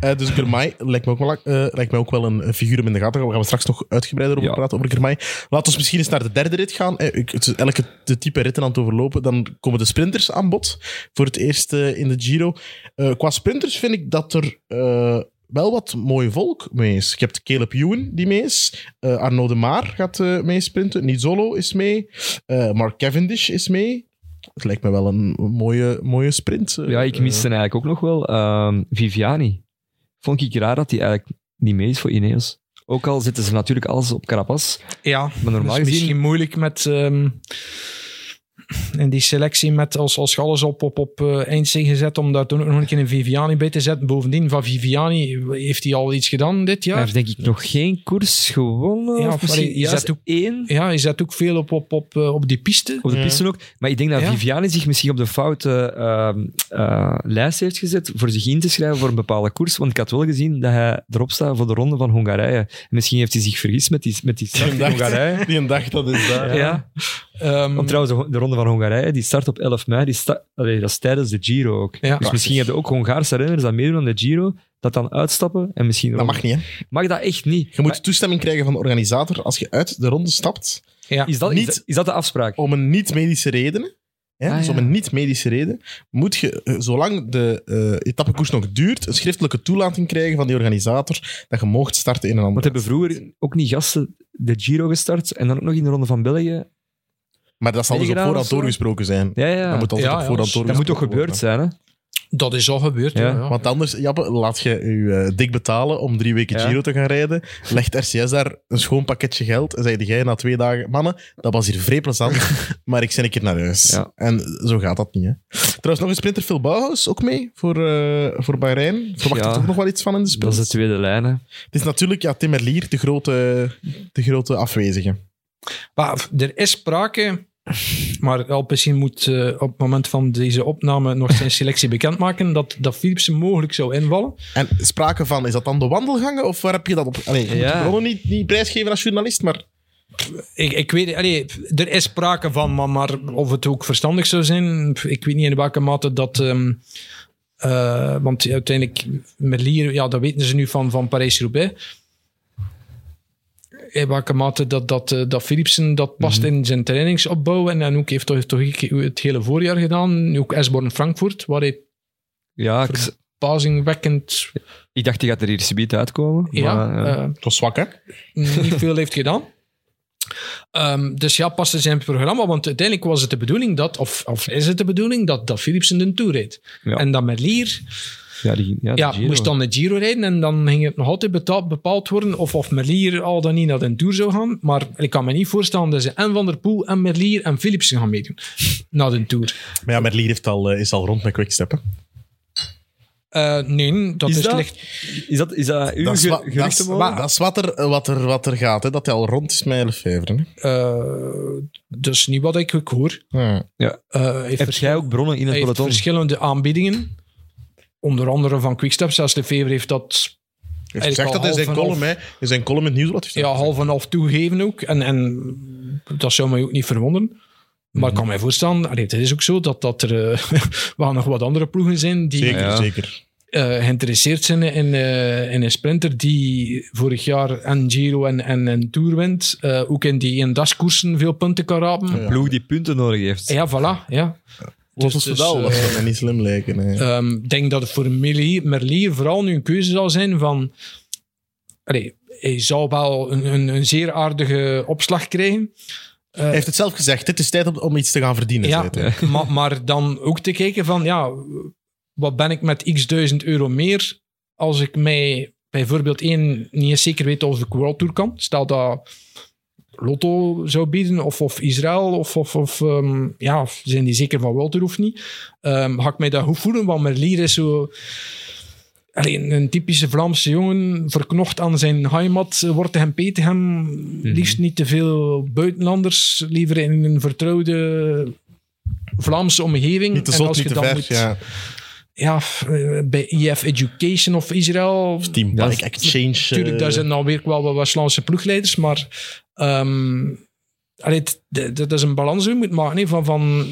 Speaker 2: Eh, dus Germay lijkt me, ook wel, eh, lijkt mij ook wel een eh, figuur om in de gaten te houden. Daar gaan we straks nog uitgebreider over
Speaker 3: Ja.
Speaker 2: praten, over Germay. Laten we misschien eens naar de derde rit gaan. Eh, ik- het is elke de type ritten aan het overlopen. Dan komen de sprinters aan bod voor het eerst eh, in de Giro. Eh, qua sprinters vind ik dat er... eh, wel wat mooi volk mee is. Je hebt Caleb Ewan die mee is. Eh, Arnaud de Maar gaat eh meesprinten. Nizolo is mee. Eh, Mark Cavendish is mee. Het lijkt me wel een mooie, mooie sprint. eh.
Speaker 3: Ja, ik miste eigenlijk ook nog wel ehm, Viviani. Vond ik raar dat hij eigenlijk niet mee is voor Ineos. Ook al zitten ze natuurlijk alles op Carapaz.
Speaker 4: Ja,
Speaker 3: Maar
Speaker 4: Dat
Speaker 3: normaal
Speaker 4: is
Speaker 3: gezien...
Speaker 4: Dus misschien moeilijk met. ehm, in die selectie met als, als je alles op, op, op eh, eindzee gezet om daar toen ook nog een keer een Viviani bij te zetten. Bovendien, van Viviani heeft hij al iets gedaan dit
Speaker 3: Hij
Speaker 4: jaar.
Speaker 3: heeft denk ik nog geen koers gewonnen.
Speaker 4: Ja,
Speaker 3: Ja,
Speaker 4: maar
Speaker 3: of misschien
Speaker 4: is
Speaker 3: juist
Speaker 4: dat ook-
Speaker 3: één.
Speaker 4: Ja, hij zet ook veel op, op, op, eh, op die piste.
Speaker 3: Op de
Speaker 2: Ja.
Speaker 3: piste ook. Maar ik denk dat
Speaker 4: Ja.
Speaker 3: Viviani zich misschien op de foute ehm, eh, lijst heeft gezet voor zich in te schrijven voor een bepaalde koers. Want ik had wel gezien dat hij erop staat voor de ronde van Hongarije. En misschien heeft hij zich vergist met die, met die start in
Speaker 2: Vandaag. (laughs)
Speaker 3: Hongarije.
Speaker 2: Die een dag, dat is daar.
Speaker 3: Ja.
Speaker 4: Ehm,
Speaker 3: want trouwens, de, de ronde van Hongarije die start op 11 mei. Die sta- Allee, dat is tijdens de Giro ook.
Speaker 4: Ja.
Speaker 3: Dus misschien hebben ook Hongaarse renners dat meedoen aan de Giro, dat dan uitstappen en misschien...
Speaker 2: Dat mag niet, hè?
Speaker 3: Mag dat echt niet.
Speaker 2: Je moet toestemming krijgen van de organisator als je uit de ronde stapt.
Speaker 4: ja.
Speaker 3: Maar is, dat, is,
Speaker 2: niet-
Speaker 3: dat, is dat de afspraak?
Speaker 2: Om een niet-medische reden. Hè?
Speaker 3: Ah,
Speaker 2: dus om
Speaker 3: ja.
Speaker 2: een niet-medische reden moet je, eh, zolang de eh etappekoers nog duurt, een schriftelijke toelating krijgen van die organisator dat je mocht starten in een
Speaker 3: Want
Speaker 2: andere.
Speaker 3: hebben vroeger ook niet gasten de Giro gestart en dan ook nog in de ronde van België
Speaker 2: Maar dat zal dus op
Speaker 3: meegedaan
Speaker 2: voorhand
Speaker 3: of zo?
Speaker 2: doorgesproken zijn.
Speaker 3: Ja, ja.
Speaker 2: Dat moet altijd
Speaker 4: Ja,
Speaker 2: op
Speaker 4: ja,
Speaker 2: voorhand
Speaker 4: dat moet
Speaker 3: dat moet
Speaker 2: doorgesproken
Speaker 3: toch gebeurd
Speaker 2: worden.
Speaker 3: zijn, hè?
Speaker 4: Dat is al gebeurd. Ja.
Speaker 3: Ja.
Speaker 4: ja.
Speaker 2: Want anders, Jappe, laat je je eh, dik betalen om drie weken
Speaker 3: Ja.
Speaker 2: Giro te gaan rijden. Legt RCS daar een schoon pakketje geld en zeide jij na twee dagen: Mannen, dat was hier vrij
Speaker 3: (laughs)
Speaker 2: plezant, maar ik zit een keer naar huis.
Speaker 3: Ja.
Speaker 2: En zo gaat dat niet. Hè. Trouwens, nog een sprinter Phil Bauhaus ook mee voor, eh, voor Bahrein. Verwacht
Speaker 3: Ja.
Speaker 2: er toch nog wel iets van in de
Speaker 3: Dat
Speaker 2: sprint?
Speaker 3: is de tweede lijn, hè.
Speaker 2: Het is natuurlijk ja, Tim Merlier, de grote, de grote afwezige.
Speaker 4: Maar er is sprake. Maar Alpecin moet eh, op het moment van deze opname nog zijn selectie bekendmaken dat, dat Philipsen mogelijk zou invallen.
Speaker 2: En sprake van, is dat dan de wandelgangen of waar heb je dat op? Allee, je moet
Speaker 3: Ja.
Speaker 2: de bronnen niet, niet prijsgeven als journalist, maar
Speaker 4: Ik, ik weet, allee, er is sprake van, maar, maar of het ook verstandig zou zijn, ik weet niet in welke mate dat. ehm, eh, want uiteindelijk, Merlier, ja, dat weten ze nu van, van Parijs-Roubaix. in welke mate dat, dat, eh, dat Philipsen dat past in zijn trainingsopbouw. En, en ook heeft toch, heeft toch ik- het hele voorjaar gedaan. Nu ook Esborn Frankfurt, waar hij
Speaker 3: Ja, ik,
Speaker 4: verbazingwekkend
Speaker 3: ik dacht, die gaat er hier subiet uitkomen.
Speaker 4: ja,
Speaker 3: maar, eh,
Speaker 4: eh,
Speaker 2: Dat was zwak, hè?
Speaker 3: Mm.
Speaker 4: niet veel heeft gedaan. Ehm, dus ja, past in zijn programma. Want uiteindelijk was het de bedoeling dat, of, of is het de bedoeling dat, dat Philipsen de Tour reed.
Speaker 3: Ja.
Speaker 4: En dat Merlier
Speaker 3: ja, die, ja, de
Speaker 4: ja,
Speaker 3: Giro.
Speaker 4: moest dan de Giro rijden en dan ging het nog altijd betaald- bepaald worden of, of Merlier al dan niet naar de Tour zou gaan. Maar ik kan me niet voorstellen dat ze en Van der Poel en Merlier en Philipsen gaan meedoen naar de Tour.
Speaker 2: Maar ja, Merlier heeft al, eh, is al rond met Quickstep, hè?
Speaker 4: Eh, nee, dat
Speaker 3: Is
Speaker 4: is,
Speaker 3: dat-
Speaker 4: licht.
Speaker 3: Is dat, is dat uw
Speaker 2: Dat is,
Speaker 3: ge-
Speaker 2: wa- dat is-
Speaker 3: geruchtenmolen?
Speaker 2: dat is wat, er, wat, er, wat er gaat, hè? dat hij al rond is met Lefebvre. Hè?
Speaker 4: eh, dat is niet wat ik ook hoor.
Speaker 2: Ja.
Speaker 4: Eh, hij heeft
Speaker 3: Heb jij ook bronnen in het
Speaker 4: Hij heeft
Speaker 3: peloton?
Speaker 4: verschillende aanbiedingen. Onder andere van Quickstep. Zelfs de Fever heeft dat
Speaker 2: Hij
Speaker 4: Eigenlijk
Speaker 2: zegt
Speaker 4: al
Speaker 2: dat in zijn
Speaker 4: half en
Speaker 2: column, hè? In zijn column in het nieuwsblad. heeft hij
Speaker 4: ja,
Speaker 2: dat
Speaker 4: half en half toegegeven ook. En, en dat zou mij ook niet verwonderen. Maar ik kan mij voorstellen, allee, het is ook zo dat, dat er eh, (laughs) wel nog wat andere ploegen zijn die
Speaker 2: Zeker,
Speaker 3: Ja.
Speaker 2: zeker.
Speaker 4: eh, geïnteresseerd zijn in, eh, in een sprinter die vorig jaar en Giro en, en, en Tour wint. Eh, ook in die in daskoersen veel punten kan rapen. Ja,
Speaker 2: Ja.
Speaker 3: Ploeg die punten nodig heeft.
Speaker 4: voilà. Ja.
Speaker 2: Los
Speaker 4: Dus-
Speaker 2: dus,
Speaker 4: dus,
Speaker 2: wel, dat
Speaker 4: eh,
Speaker 2: zou mij niet slim lijken. hè.
Speaker 4: Ehm, Ik denk dat het voor Merlier, Merlier vooral nu een keuze zal zijn van... Allee, hij zou wel een, een, een zeer aardige opslag krijgen.
Speaker 2: hij heeft het zelf gezegd, het is tijd om, om iets te gaan verdienen.
Speaker 4: Ja,
Speaker 2: zei hij.
Speaker 4: maar, maar dan ook te kijken van... Ja, wat ben ik met x duizend euro meer als ik mij bijvoorbeeld één niet eens zeker weet of ik World Tour kan? Stel dat Lotto zou bieden of, of Israël of... of, of ehm, ja, of zijn die zeker van World Tour of niet? Ehm ga ik mij dat goed voelen? Want Merlier is zo... Allee, een typische Vlaamse jongen, verknocht aan zijn heimat, eh, wordt hem peet hem.
Speaker 2: Mhm.
Speaker 4: Liefst niet te veel buitenlanders, liever in een vertrouwde Vlaamse omgeving.
Speaker 2: Niet te
Speaker 4: En
Speaker 2: zot,
Speaker 4: als
Speaker 2: niet
Speaker 4: je
Speaker 2: te
Speaker 4: dan
Speaker 2: ver.
Speaker 4: moet-
Speaker 2: Ja.
Speaker 4: ja, f- eh, bij IF Education of Israël.
Speaker 2: Team
Speaker 3: Ja,
Speaker 2: Bike Exchange. eh,
Speaker 4: Natuurlijk, daar zijn alweer wel wat Westlandse ploegleiders, maar ehm, allee, het- d- d- dat is een balans die je moet maken. hè, Van, van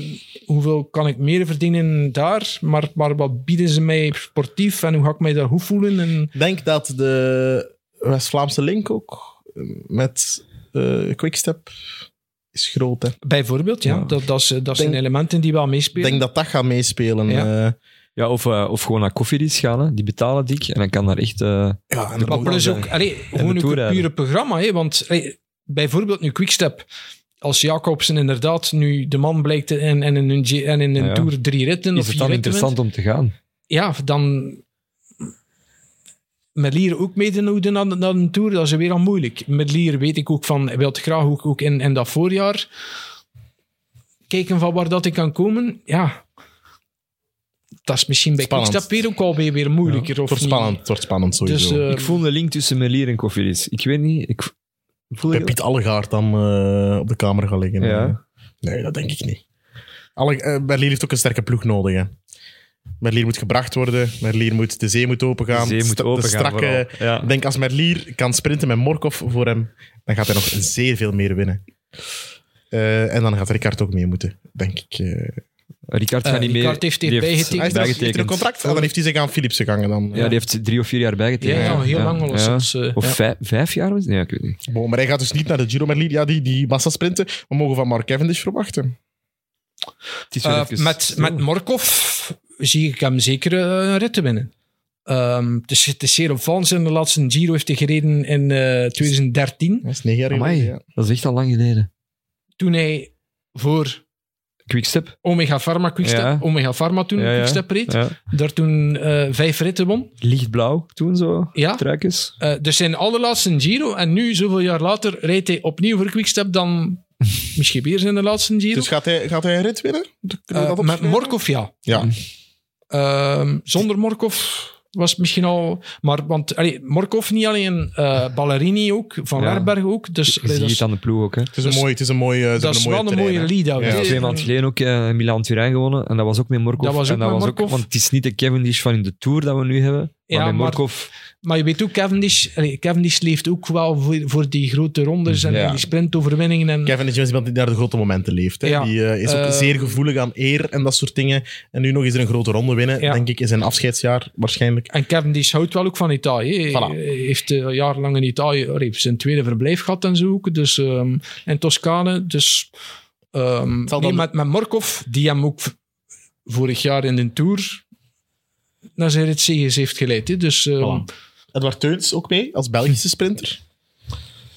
Speaker 4: hoeveel kan ik meer verdienen daar, maar, maar wat bieden ze mij sportief en hoe ga ik mij daar goed voelen? En,
Speaker 2: Ik denk dat de West-Vlaamse link ook eh, met eh, Quickstep is groot. Hè.
Speaker 4: bijvoorbeeld, ja,
Speaker 3: Ja.
Speaker 4: Dat, dat, is- dat zijn
Speaker 2: Denk-
Speaker 4: elementen die wel
Speaker 2: Ik
Speaker 4: meespelen.
Speaker 2: denk dat dat gaat meespelen.
Speaker 4: Ja.
Speaker 2: eh.
Speaker 3: Ja, of, eh, of gewoon naar koffiedienst gaan. hè. Die betalen dik en dan kan daar echt... eh,
Speaker 2: ja, en
Speaker 4: Maar
Speaker 2: er-
Speaker 4: plus
Speaker 3: zijn.
Speaker 4: ook, allee, gewoon ook het
Speaker 3: toerrijden.
Speaker 4: pure programma. Hè, want allee, bijvoorbeeld nu Quickstep. Als Jacobsen inderdaad nu de man blijkt en, en in een, G- en in een
Speaker 3: Ja, ja.
Speaker 4: Tour drie ritten
Speaker 3: is
Speaker 4: of
Speaker 3: het
Speaker 4: vier
Speaker 3: dan
Speaker 4: ritten wint,
Speaker 3: interessant om te gaan?
Speaker 4: ja, dan Merlier ook meedoen aan, aan een Tour, dat is weer al moeilijk. Merlier weet ik ook van, hij wil het graag ook, ook in, in dat voorjaar kijken van waar dat ik kan komen. Ja, dat is misschien bij
Speaker 2: Spannend.
Speaker 4: Quickstep weer ook alweer weer moeilijker.
Speaker 2: het
Speaker 4: of
Speaker 2: wordt
Speaker 4: niet.
Speaker 2: spannend, het wordt spannend sowieso.
Speaker 4: Dus, eh,
Speaker 3: ik voel de link tussen Melier en koffiedienst. Ik weet niet, ik voel...
Speaker 2: Bij Piet Allegaard dan eh, op de kamer gaan liggen. eh.
Speaker 3: Ja.
Speaker 2: Nee, dat denk ik niet. Alle, eh, Merlier heeft ook een sterke ploeg nodig. Hè. Merlier moet gebracht worden. Merlier moet, de zee moet opengaan.
Speaker 3: De zee moet
Speaker 2: Sta-
Speaker 3: opengaan
Speaker 2: de strakke,
Speaker 3: vooral, ja.
Speaker 2: Ik denk als Merlier kan sprinten met Morkov voor hem, dan gaat hij nog zeer veel meer winnen. Eh, en dan gaat Ricard ook mee moeten, denk ik. eh.
Speaker 3: Ricard gaat
Speaker 4: Eh,
Speaker 3: niet mee.
Speaker 4: Ricard heeft dit
Speaker 3: die
Speaker 2: hij heeft, er- heeft er een
Speaker 3: bijgetekend.
Speaker 2: contract en dan heeft hij zich aan Philips gegangen. Dan,
Speaker 3: Ja, die heeft drie of vier jaar
Speaker 4: Ja,
Speaker 3: bijgetekend.
Speaker 4: ja, heel lang al.
Speaker 3: Ja.
Speaker 4: soms, eh,
Speaker 3: Of
Speaker 4: ja.
Speaker 3: vijf, vijf jaar? was- Nee, ik weet niet.
Speaker 2: Bon, maar hij gaat dus niet naar de Giro Merlier. Ja, die, die massasprinten. We mogen van Mark Cavendish verwachten.
Speaker 3: Het is weer
Speaker 4: Eh,
Speaker 3: even
Speaker 4: met,
Speaker 3: stil.
Speaker 4: met Morkov zie ik hem zeker eh, een rit te winnen. Ehm, dus het is zeer opvallend. In de laatste Giro heeft hij gereden in eh, 2013.
Speaker 2: Dat is negen jaar
Speaker 3: Amai,
Speaker 2: geleden, ja.
Speaker 3: dat is echt al lang geleden.
Speaker 4: Toen hij voor
Speaker 3: Quickstep.
Speaker 4: Omega Pharma Quickstep,
Speaker 3: Ja.
Speaker 4: Omega Pharma toen
Speaker 3: Ja, ja.
Speaker 4: Quickstep reed,
Speaker 3: Ja.
Speaker 4: daar toen eh, vijf ritten won.
Speaker 3: Lichtblauw toen zo.
Speaker 4: Ja.
Speaker 3: Truikens.
Speaker 4: Eh, dus zijn allerlaatste Giro en nu, zoveel jaar later, rijdt hij opnieuw voor Quickstep dan (laughs) misschien weer zijn de laatste Giro.
Speaker 2: Dus gaat hij, gaat hij een rit winnen? Kunnen we
Speaker 4: Eh,
Speaker 2: dat
Speaker 4: met
Speaker 2: opschrijven?
Speaker 4: Morkov, ja.
Speaker 2: Ja,
Speaker 4: Ehm, zonder Morkov was het misschien al... Maar, want allee, Morkov niet alleen, eh, Ballerini ook, Van
Speaker 3: Ja.
Speaker 4: Lerberg ook. Dus,
Speaker 3: Je
Speaker 4: allee,
Speaker 3: ziet
Speaker 4: dat is,
Speaker 3: het aan de ploeg ook. Hè.
Speaker 2: het is een
Speaker 4: Dus-
Speaker 2: mooi... Het is een mooi eh, ze
Speaker 4: dat
Speaker 2: hebben
Speaker 4: is
Speaker 2: een mooie
Speaker 4: wel een
Speaker 2: trein,
Speaker 4: mooie
Speaker 2: hè.
Speaker 4: lead-out.
Speaker 2: Ja,
Speaker 4: hè.
Speaker 3: Twee maanden geleden ook eh Milan Turijn gewonnen. En dat was ook met Morkov.
Speaker 4: Dat was ook
Speaker 3: en dat
Speaker 4: met
Speaker 3: was
Speaker 4: Morkov.
Speaker 3: want het is niet de Kevin Cavendish van in de Tour dat we nu hebben. Maar
Speaker 4: Ja,
Speaker 3: met
Speaker 4: maar-
Speaker 3: Morkov
Speaker 4: Maar je weet ook, Cavendish, allee, Cavendish leeft ook wel voor, voor die grote rondes en
Speaker 2: Ja.
Speaker 4: die sprintoverwinningen. En,
Speaker 2: Kevin is juist iemand die naar de grote momenten leeft. Hè.
Speaker 4: Ja.
Speaker 2: Die eh, is ook
Speaker 4: Eh,
Speaker 2: zeer gevoelig aan eer en dat soort dingen. En nu nog eens een grote ronde winnen,
Speaker 4: Ja.
Speaker 2: denk ik, in zijn afscheidsjaar waarschijnlijk.
Speaker 4: en Cavendish houdt wel ook van Italië. hè.
Speaker 2: Voilà.
Speaker 4: Hij heeft eh, jarenlang in Italië allee, zijn tweede verblijf gehad en zo ook. Dus, ehm, en Toscane. Dus, ehm,
Speaker 2: Zal
Speaker 4: nee,
Speaker 2: dan-
Speaker 4: met, met Morkov, die hem ook v- vorig jaar in de Tour naar zijn rit zegens heeft geleid. hè. Dus ehm,
Speaker 2: Voilà. Edward Teuns ook mee, als Belgische sprinter.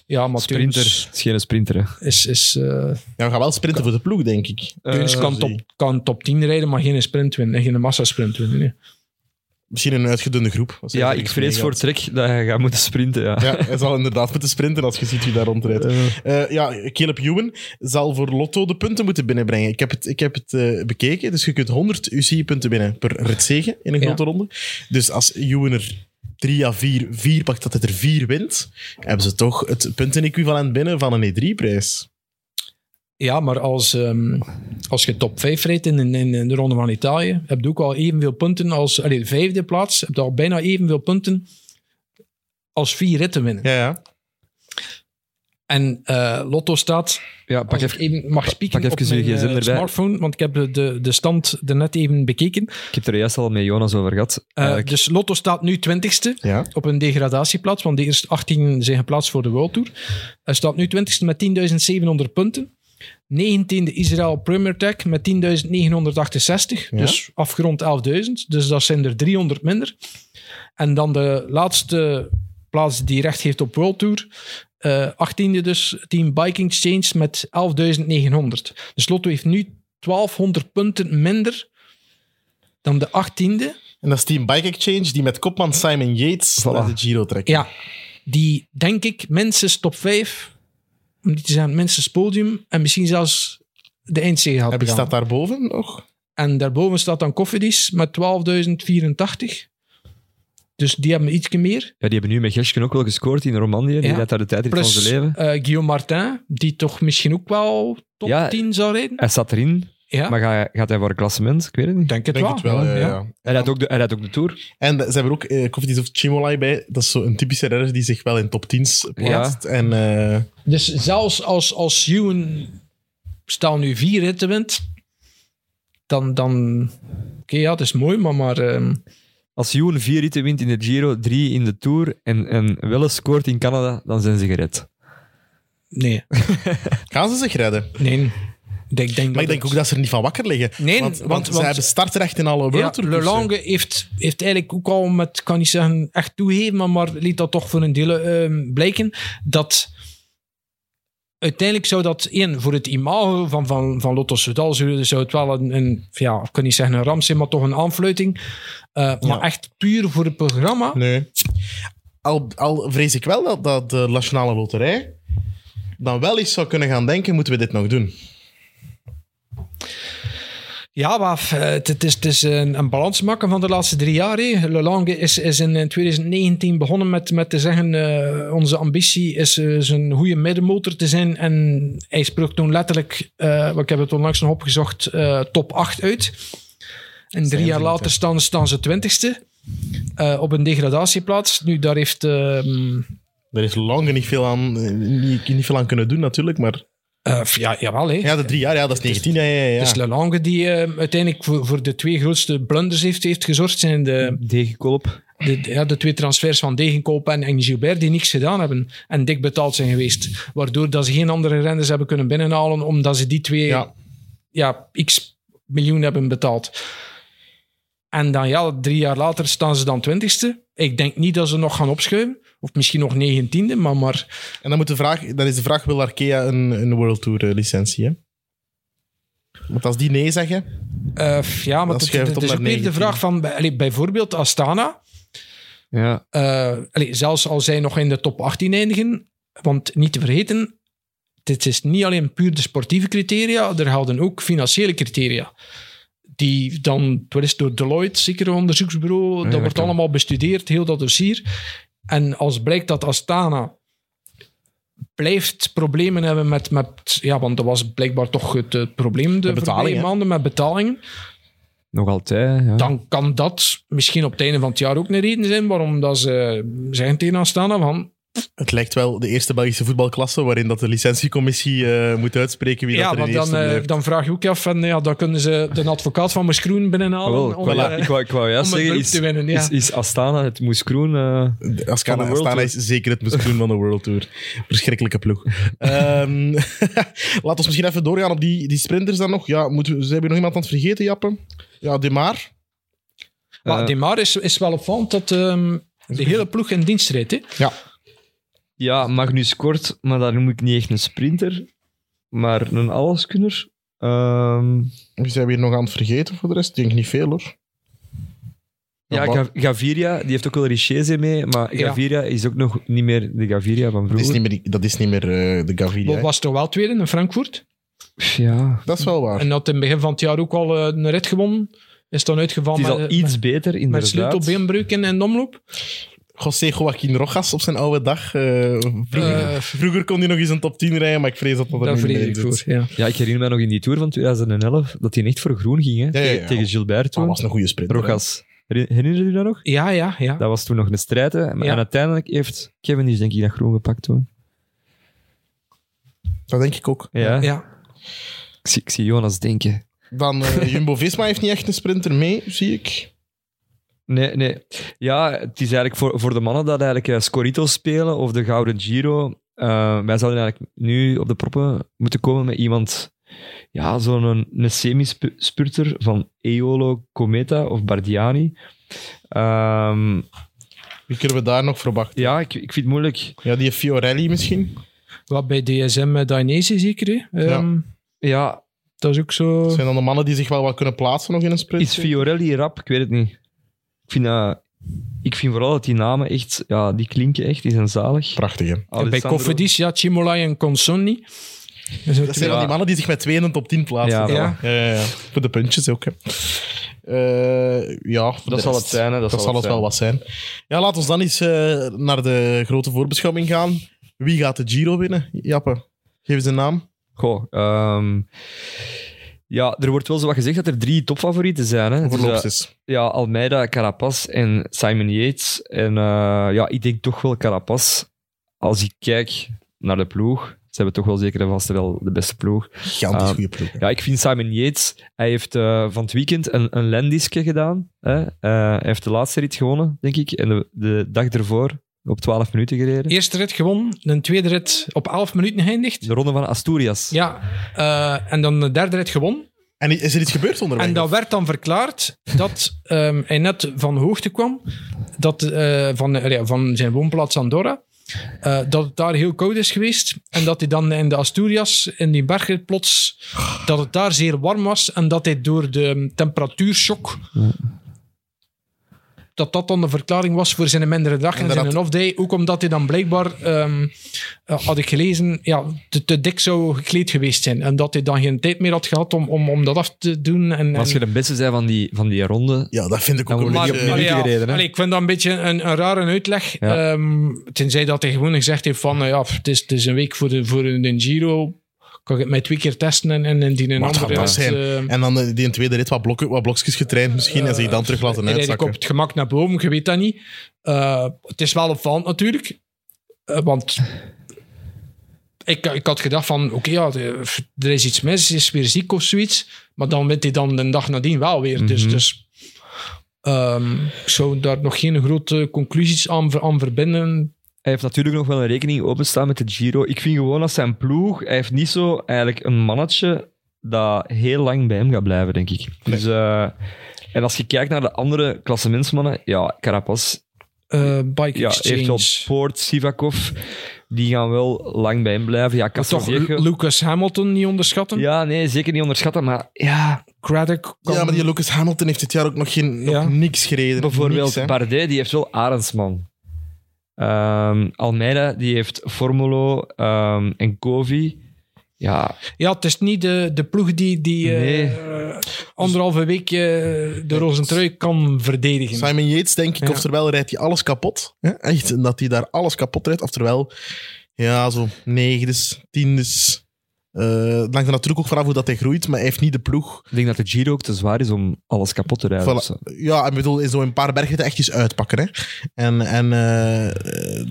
Speaker 4: ja, maar
Speaker 3: Sprinter.
Speaker 4: Teuns
Speaker 3: Het is geen sprinter, hè.
Speaker 4: is... is eh,
Speaker 2: Ja, we gaan wel sprinten voor de ploeg, denk ik.
Speaker 4: Teuns
Speaker 2: Eh,
Speaker 4: kan, top, kan top 10 rijden, maar geen sprint winnen. en Geen massasprint winnen. nee.
Speaker 2: Misschien in een uitgedunde groep. als hij
Speaker 3: Ja,
Speaker 2: ergens
Speaker 3: ik vrees
Speaker 2: meegaat.
Speaker 3: voor Trek dat hij gaat moeten sprinten, ja.
Speaker 2: Ja, hij zal inderdaad moeten sprinten als je ziet wie daar rondrijdt. Eh, ja, Caleb Ewan zal voor Lotto de punten moeten binnenbrengen. Ik heb het, ik heb het eh, bekeken. Dus je kunt 100 UCI-punten binnen per ritzege in een
Speaker 4: Ja.
Speaker 2: grote ronde. Dus als Ewan er 3 à 4, 4 pakt dat het er 4 wint, hebben ze toch het punten-equivalent binnen van een E E3-prijs.
Speaker 4: Ja, maar als, ehm, als je top 5 rijdt in, in, in de Ronde van Italië, heb je ook al evenveel punten als... Allee, de vijfde plaats, heb je al bijna evenveel punten als vier ritten winnen.
Speaker 2: Ja, ja.
Speaker 4: En eh, Lotto staat...
Speaker 3: Ja, pak
Speaker 4: Als
Speaker 3: even...
Speaker 4: ik even mag spieken
Speaker 3: pak
Speaker 4: op
Speaker 3: even
Speaker 4: mijn
Speaker 3: je gsm
Speaker 4: eh,
Speaker 3: erbij.
Speaker 4: smartphone, want ik heb de- de, de stand er net even bekeken.
Speaker 3: Ik heb het er juist al met Jonas over gehad.
Speaker 4: Eh,
Speaker 3: Eh, ik-
Speaker 4: dus Lotto staat nu 20ste.
Speaker 2: ja.
Speaker 4: op een degradatieplaats, want de eerste 18 zijn geplaatst voor de World Tour. Hij staat nu 20ste met 10.700 punten. 19e Israël Premier Tech met 10.968,
Speaker 2: Ja.
Speaker 4: dus afgerond 11.000. Dus dat zijn er 300 minder. En dan de laatste plaats die recht heeft op World Tour. eh 18e dus, Team Biking Exchange met 11.900. Dus Lotto heeft nu 1200 punten minder dan de 18e.
Speaker 2: En dat is Team Bike Exchange, die met kopman Simon Yates naar de Giro trekt.
Speaker 4: Ja, die denk ik minstens top 5, om niet te zeggen minstens podium en misschien zelfs de eindzege had
Speaker 2: Heb ik
Speaker 4: begaan.
Speaker 2: staat daarboven nog?
Speaker 4: En daarboven staat dan Koffiedis met 12.084. Dus die hebben ietsje meer.
Speaker 3: ja, die hebben nu met Gesken ook wel gescoord in Romandie. Die
Speaker 4: Ja.
Speaker 3: had daar de tijd in van
Speaker 4: Plus
Speaker 3: zijn leven.
Speaker 4: eh, Guillaume Martin, die toch misschien ook wel top
Speaker 3: Ja.
Speaker 4: 10 zou rijden.
Speaker 3: Hij zat erin,
Speaker 4: Ja,
Speaker 3: maar ga- gaat hij voor het klassement? Ik weet het niet.
Speaker 4: denk het
Speaker 2: Ik denk
Speaker 4: wel.
Speaker 2: het wel, ja,
Speaker 4: ja.
Speaker 2: ja.
Speaker 3: Hij rijdt ook de, hij rijdt ook de Tour.
Speaker 2: En ze hebben ook eh Koffiedis of Chimolai bij. Dat is zo'n typische renner die zich wel in top 10's plaatst. En eh,
Speaker 4: Dus zelfs als, als Ewan stel nu vier ritten wint, dan... dan Oké, ja, het is mooi, maar... maar ehm,
Speaker 3: Als Joen vier ritten wint in de Giro, drie in de Tour en, en wel eens scoort in Canada, dan zijn ze gered.
Speaker 4: nee,
Speaker 2: gaan ze zich redden?
Speaker 4: nee. Ik denk, denk
Speaker 2: Maar ik denk ook dat ze er niet van wakker liggen.
Speaker 4: Nee,
Speaker 2: want, want,
Speaker 4: want-
Speaker 2: ze
Speaker 4: want-
Speaker 2: hebben startrecht in alle
Speaker 4: Ja,
Speaker 2: World Tour
Speaker 4: Le
Speaker 2: koersen.
Speaker 4: Lange heeft, heeft eigenlijk ook al met, kan niet zeggen echt toegeven, maar, maar liet dat toch voor een deel ehm, blijken, dat uiteindelijk zou dat, één, voor het imago van, van, van Lotto Soudal zou, zou het wel een, een ja, ik kan niet zeggen een ramp zijn, maar toch een aanfluiting. Eh,
Speaker 2: Ja.
Speaker 4: Maar echt puur voor het programma.
Speaker 2: Nee. Al, al vrees ik wel dat, dat de Nationale Loterij dan wel eens zou kunnen gaan denken, moeten we dit nog doen?
Speaker 4: Ja, maar eh, het, het is, het is een, een balans maken van de laatste drie jaar. hè. Le Lange is, is in eh, 2019 begonnen met, met te zeggen: eh, onze ambitie is eh, zo'n goede middenmotor te zijn. En hij sprak toen letterlijk, eh, want ik heb het onlangs nog opgezocht, eh, top 8 uit. En
Speaker 2: Zijn
Speaker 4: drie jaar
Speaker 2: ze niet,
Speaker 4: later
Speaker 2: hè?
Speaker 4: staan, staan ze twintigste eh op een degradatieplaats. Nu, daar heeft. ehm,
Speaker 2: Daar is Lange niet veel aan, eh, niet, niet veel aan kunnen doen, natuurlijk. Maar
Speaker 4: eh, ja, jawel, hè.
Speaker 2: ja, de drie jaar, ja, dat is 19. Ja, ja, ja.
Speaker 4: Het is Le Lange die eh, uiteindelijk voor, voor de twee grootste blunders heeft, heeft gezorgd. Zijn de,
Speaker 3: Degenkolp.
Speaker 4: de, ja, de twee transfers van Degenkoop en, en Gilbert die niks gedaan hebben en dik betaald zijn geweest. Waardoor dat ze geen andere renders hebben kunnen binnenhalen omdat ze die twee
Speaker 2: Ja.
Speaker 4: ja. x miljoen hebben betaald. En dan ja, drie jaar later staan ze dan twintigste. Ik denk niet dat ze nog gaan opschuiven. Of misschien nog negentiende, maar, maar
Speaker 2: En dan, moet de vraag, dan is de vraag: wil Arkea een, een World Tour eh, licentie? Hè? Want als die nee zeggen,
Speaker 4: eh, ja, maar
Speaker 2: Dan
Speaker 4: het,
Speaker 2: schuift
Speaker 4: het
Speaker 2: op
Speaker 4: is
Speaker 2: naar
Speaker 4: ook weer de
Speaker 2: 19.
Speaker 4: vraag van bij- allee, bijvoorbeeld Astana.
Speaker 3: Ja.
Speaker 4: Eh, allee, zelfs al zij nog in de top 18 eindigen. Want niet te vergeten, dit is niet alleen puur de sportieve criteria, er gelden ook financiële criteria. Die dan, wel eens door Deloitte, zeker een onderzoeksbureau, dat
Speaker 3: dat
Speaker 4: wordt
Speaker 3: kan.
Speaker 4: allemaal bestudeerd, heel dat dossier. En als blijkt dat Astana blijft problemen hebben met, met ja, want dat was blijkbaar toch het, eh, probleem de
Speaker 2: Met betalingen.
Speaker 4: voorbije maanden met betalingen,
Speaker 3: Nog altijd, ja.
Speaker 4: dan kan dat misschien op het einde van het jaar ook een reden zijn waarom dat ze zijn tegenaan staan. Van,
Speaker 2: Het lijkt wel de eerste Belgische voetbalklasse waarin dat de licentiecommissie eh, moet uitspreken wie
Speaker 4: ja,
Speaker 2: dat er in
Speaker 4: want
Speaker 2: de eerste
Speaker 4: dan, eh,
Speaker 2: blijft.
Speaker 4: dan vraag je ook af, en ja, dan kunnen ze de advocaat van Moeskroen
Speaker 3: Ah,
Speaker 4: binnenhalen.
Speaker 3: wel, ik,
Speaker 4: om,
Speaker 3: wou,
Speaker 4: eh,
Speaker 3: ik, wou, ik wou juist
Speaker 4: om het
Speaker 3: zeggen,
Speaker 4: beroep
Speaker 3: is,
Speaker 4: te winnen, ja.
Speaker 3: is, is Astana het Moes Kroen, eh,
Speaker 2: De Astana,
Speaker 3: Van de World
Speaker 2: Astana is zeker het muskoen van de World Tour. Verschrikkelijke
Speaker 3: (laughs)
Speaker 2: ploeg. Ehm (laughs) laat ons misschien even doorgaan op die, die sprinters dan nog. Ja, moeten we, zijn we nog iemand aan het vergeten, Jappen? Ja, Demar.
Speaker 4: Maar
Speaker 3: Eh.
Speaker 4: Demar is, is wel opvallend dat ehm, de hele ploeg in dienst rijdt. hè.
Speaker 2: Ja,
Speaker 3: Ja, Magnus Kort, maar daar noem ik niet echt een sprinter, maar een alleskunner. Ehm,
Speaker 2: wie zijn we hier nog aan het vergeten voor de rest? Ik denk niet veel, hoor.
Speaker 3: ja,
Speaker 2: maar-
Speaker 3: Ga- Gaviria, die heeft ook wel Richese mee, maar
Speaker 4: Ja.
Speaker 3: Gaviria is ook nog niet meer de Gaviria van
Speaker 2: Dat is
Speaker 3: vroeger.
Speaker 2: niet meer, die- dat is niet meer eh, de Gaviria.
Speaker 4: Bob
Speaker 2: hè.
Speaker 4: was toch wel tweede in Frankfurt.
Speaker 3: Pff, Ja.
Speaker 2: Dat is wel waar.
Speaker 4: En had in het begin van het jaar ook al eh, een rit gewonnen. Is dan
Speaker 3: Het
Speaker 4: uitgevallen
Speaker 3: is
Speaker 2: Oh, eh,
Speaker 4: met,
Speaker 3: al iets beter,
Speaker 4: met, met
Speaker 3: inderdaad.
Speaker 4: sleutelbeenbreuken en de omloop.
Speaker 2: José Joaquín Rojas op zijn oude dag. eh, vroeger,
Speaker 4: Eh,
Speaker 2: vroeger kon hij nog eens een top 10 rijden, maar ik vrees dat dat er
Speaker 4: Daar
Speaker 2: niet meer
Speaker 4: vrees
Speaker 2: in
Speaker 4: ik
Speaker 2: zit.
Speaker 4: voor. Ja.
Speaker 3: Ja, ik herinner me nog in die Tour van 2011 dat hij echt voor groen ging, hè,
Speaker 2: Ja, ja, ja.
Speaker 3: tegen- tegen Gilbert
Speaker 2: Maar
Speaker 3: toen.
Speaker 2: was een goede sprinter. hè.
Speaker 3: Rogas. Her- Herinner je dat nog?
Speaker 4: ja, ja, ja.
Speaker 3: Dat was toen nog een strijd, hè. maar
Speaker 4: Ja.
Speaker 3: En uiteindelijk heeft Kevin is denk ik dat groen gepakt toen.
Speaker 2: Dat denk ik ook.
Speaker 3: Ja.
Speaker 4: ja.
Speaker 3: Ik, zie, ik zie Jonas denken.
Speaker 2: Dan
Speaker 4: (laughs)
Speaker 2: eh, Jumbo-Visma heeft niet echt een sprinter mee, zie ik.
Speaker 3: Nee, nee. Ja, het is eigenlijk voor, voor de mannen dat eigenlijk eh, Scorito spelen of de Gouden Giro. Eh, wij zouden eigenlijk nu op de proppen moeten komen met iemand, ja, zo'n een, semi-spurter van Eolo, Cometa of Bardiani. Ehm,
Speaker 2: Wie kunnen we daar nog verwachten?
Speaker 3: ja, ik, ik vind het moeilijk.
Speaker 2: Ja, die Fiorelli misschien.
Speaker 4: Wat bij DSM eh, Dainese zeker. Hè? Ehm,
Speaker 3: Ja,
Speaker 4: Dat is ook zo.
Speaker 2: Dat zijn dan de mannen die zich wel wat kunnen plaatsen nog in een sprint.
Speaker 3: Oh. is Fiorelli rap? Ik weet het niet. Ik vind, eh, ik vind vooral dat die namen echt, ja, die klinken echt, die zijn zalig.
Speaker 2: Prachtig, hè?
Speaker 4: En bij
Speaker 3: Alessandro-
Speaker 4: Cofidis, ja, Cimolai en Consonni. Dat is ook
Speaker 2: Dat zijn wel die mannen die zich met tweeën in de top 10 plaatsen.
Speaker 3: Ja,
Speaker 2: Ja.
Speaker 4: Ja.
Speaker 2: Ja, ja, ja. Voor de puntjes ook, hè. Eh, ja, voor de
Speaker 3: Dat zal
Speaker 2: rest.
Speaker 3: het zijn, hè.
Speaker 2: Dat, zal het
Speaker 3: zijn.
Speaker 2: wel wat zijn. Ja, laat ons dan eens eh, naar de grote voorbeschouwing gaan. Wie gaat de Giro winnen? Jappe, geef eens een naam.
Speaker 3: Goh, ehm, ja, er wordt wel zo wat gezegd dat er drie topfavorieten zijn. Hè. Dus,
Speaker 2: Voorloops
Speaker 3: eh,
Speaker 2: eens.
Speaker 3: ja, Almeida, Carapaz en Simon Yates. En eh, ja, ik denk toch wel Carapaz. Als ik kijk naar de ploeg, ze hebben toch wel zeker en vast wel de beste ploeg.
Speaker 2: Gigantisch
Speaker 3: eh,
Speaker 2: goede ploeg. hè.
Speaker 3: Ja, ik vind Simon Yates, hij heeft eh, van het weekend een, een landdiskje gedaan. Hè. Eh, hij heeft de laatste rit gewonnen, denk ik. En de, de dag ervoor op 12 minuten gereden.
Speaker 4: Eerste rit gewonnen, een tweede rit op 11 minuten geëindigd.
Speaker 3: De ronde van Asturias.
Speaker 4: Ja, eh, en dan de derde rit gewonnen.
Speaker 2: En is er iets gebeurd onderweg?
Speaker 4: En dat
Speaker 2: Of-
Speaker 4: werd dan verklaard dat ehm, hij net van hoogte kwam, dat, eh, van, eh, ja, van zijn woonplaats Andorra, eh, dat het daar heel koud is geweest. En dat hij dan in de Asturias, in die bergrit plots, dat het daar zeer warm was. En dat hij door de mm, temperatuurshock, dat dat dan de verklaring was voor zijn mindere dag en,
Speaker 2: En dat
Speaker 4: zijn
Speaker 2: had-
Speaker 4: off-day. Ook omdat hij dan blijkbaar, ehm, eh, had ik gelezen, ja, te, te dik zou gekleed geweest zijn. En dat hij dan geen tijd meer had gehad om, om, om dat af te doen. En,
Speaker 3: Maar als
Speaker 4: en-
Speaker 3: je de beste bent van die, van die ronde,
Speaker 2: Ja, dat vind ik ook
Speaker 3: Dan
Speaker 2: een
Speaker 3: wordt
Speaker 2: beetje...
Speaker 3: die opnieuw
Speaker 4: Allee, ja.
Speaker 3: gereden, eh, hè?
Speaker 4: Allee, ik vind dat een beetje een, een rare uitleg.
Speaker 3: Ja.
Speaker 4: Ehm, tenzij dat hij gewoon gezegd heeft van... nou ja, pff, het, is, het is een week voor, de, voor een Giro. Kan ik het mij twee keer testen en, en indien een
Speaker 2: Maar het
Speaker 4: andere...
Speaker 2: gaat
Speaker 4: rit,
Speaker 2: dat zijn.
Speaker 4: ehm,
Speaker 2: En dan eh, die in tweede rit wat, blokken, wat blokjes getraind misschien en zich dan terug laten
Speaker 4: en eigenlijk op
Speaker 2: uitzakken.
Speaker 4: het gemak naar boven, je weet dat niet. Eh, het is wel opvallend natuurlijk. Eh, want ik, ik had gedacht van... Oké, ja, de- f- er is iets mis, is weer ziek of zoiets. Maar dan wint hij dan de dag nadien wel weer. Dus...
Speaker 3: Mhm.
Speaker 4: dus ehm, ik zou daar nog geen grote conclusies aan, ver- aan verbinden.
Speaker 3: Hij heeft natuurlijk nog wel een rekening openstaan met de Giro. Ik vind gewoon als zijn ploeg, hij heeft niet zo eigenlijk een mannetje dat heel lang bij hem gaat blijven, denk ik. Dus, eh, en als je kijkt naar de andere klassementsmannen, ja, Carapaz
Speaker 4: eh Bike
Speaker 3: ja, heeft wel
Speaker 4: Exchange.
Speaker 3: Poort, Sivakov, die gaan wel lang bij hem blijven. Ja,
Speaker 4: Maar toch
Speaker 3: Castrovejo-
Speaker 4: Lu- Lucas Hamilton niet onderschatten.
Speaker 3: Ja, nee, zeker niet onderschatten, maar ja,
Speaker 4: Craddock kan-
Speaker 2: Ja, maar die Lucas Hamilton heeft dit jaar ook nog, geen, nog
Speaker 4: Ja.
Speaker 2: niks gereden.
Speaker 3: bijvoorbeeld
Speaker 2: Niks, hè.
Speaker 3: Bardet, die heeft wel Arendsman. Ehm, Almeida, die heeft Formolo ehm, en Kovi. Ja,
Speaker 4: ja, het is niet de, de ploeg die, die eh,
Speaker 3: Nee.
Speaker 4: anderhalve week eh, de Rozentrui kan verdedigen.
Speaker 2: Simon Yates, denk ik,
Speaker 4: Ja.
Speaker 2: oftewel rijdt hij alles kapot. Hè? Echt, en dat hij daar alles kapot rijdt. Oftewel, ja, zo negende, tiende, Eh, het hangt er natuurlijk ook vanaf hoe dat hij groeit, maar hij heeft niet de ploeg.
Speaker 3: Ik denk dat de Giro ook te zwaar is om alles kapot te rijden.
Speaker 2: Voilà.
Speaker 3: of zo.
Speaker 2: Ja, ik bedoel, in zo'n paar bergen te echt eens uitpakken. Hè. En, en eh, eh,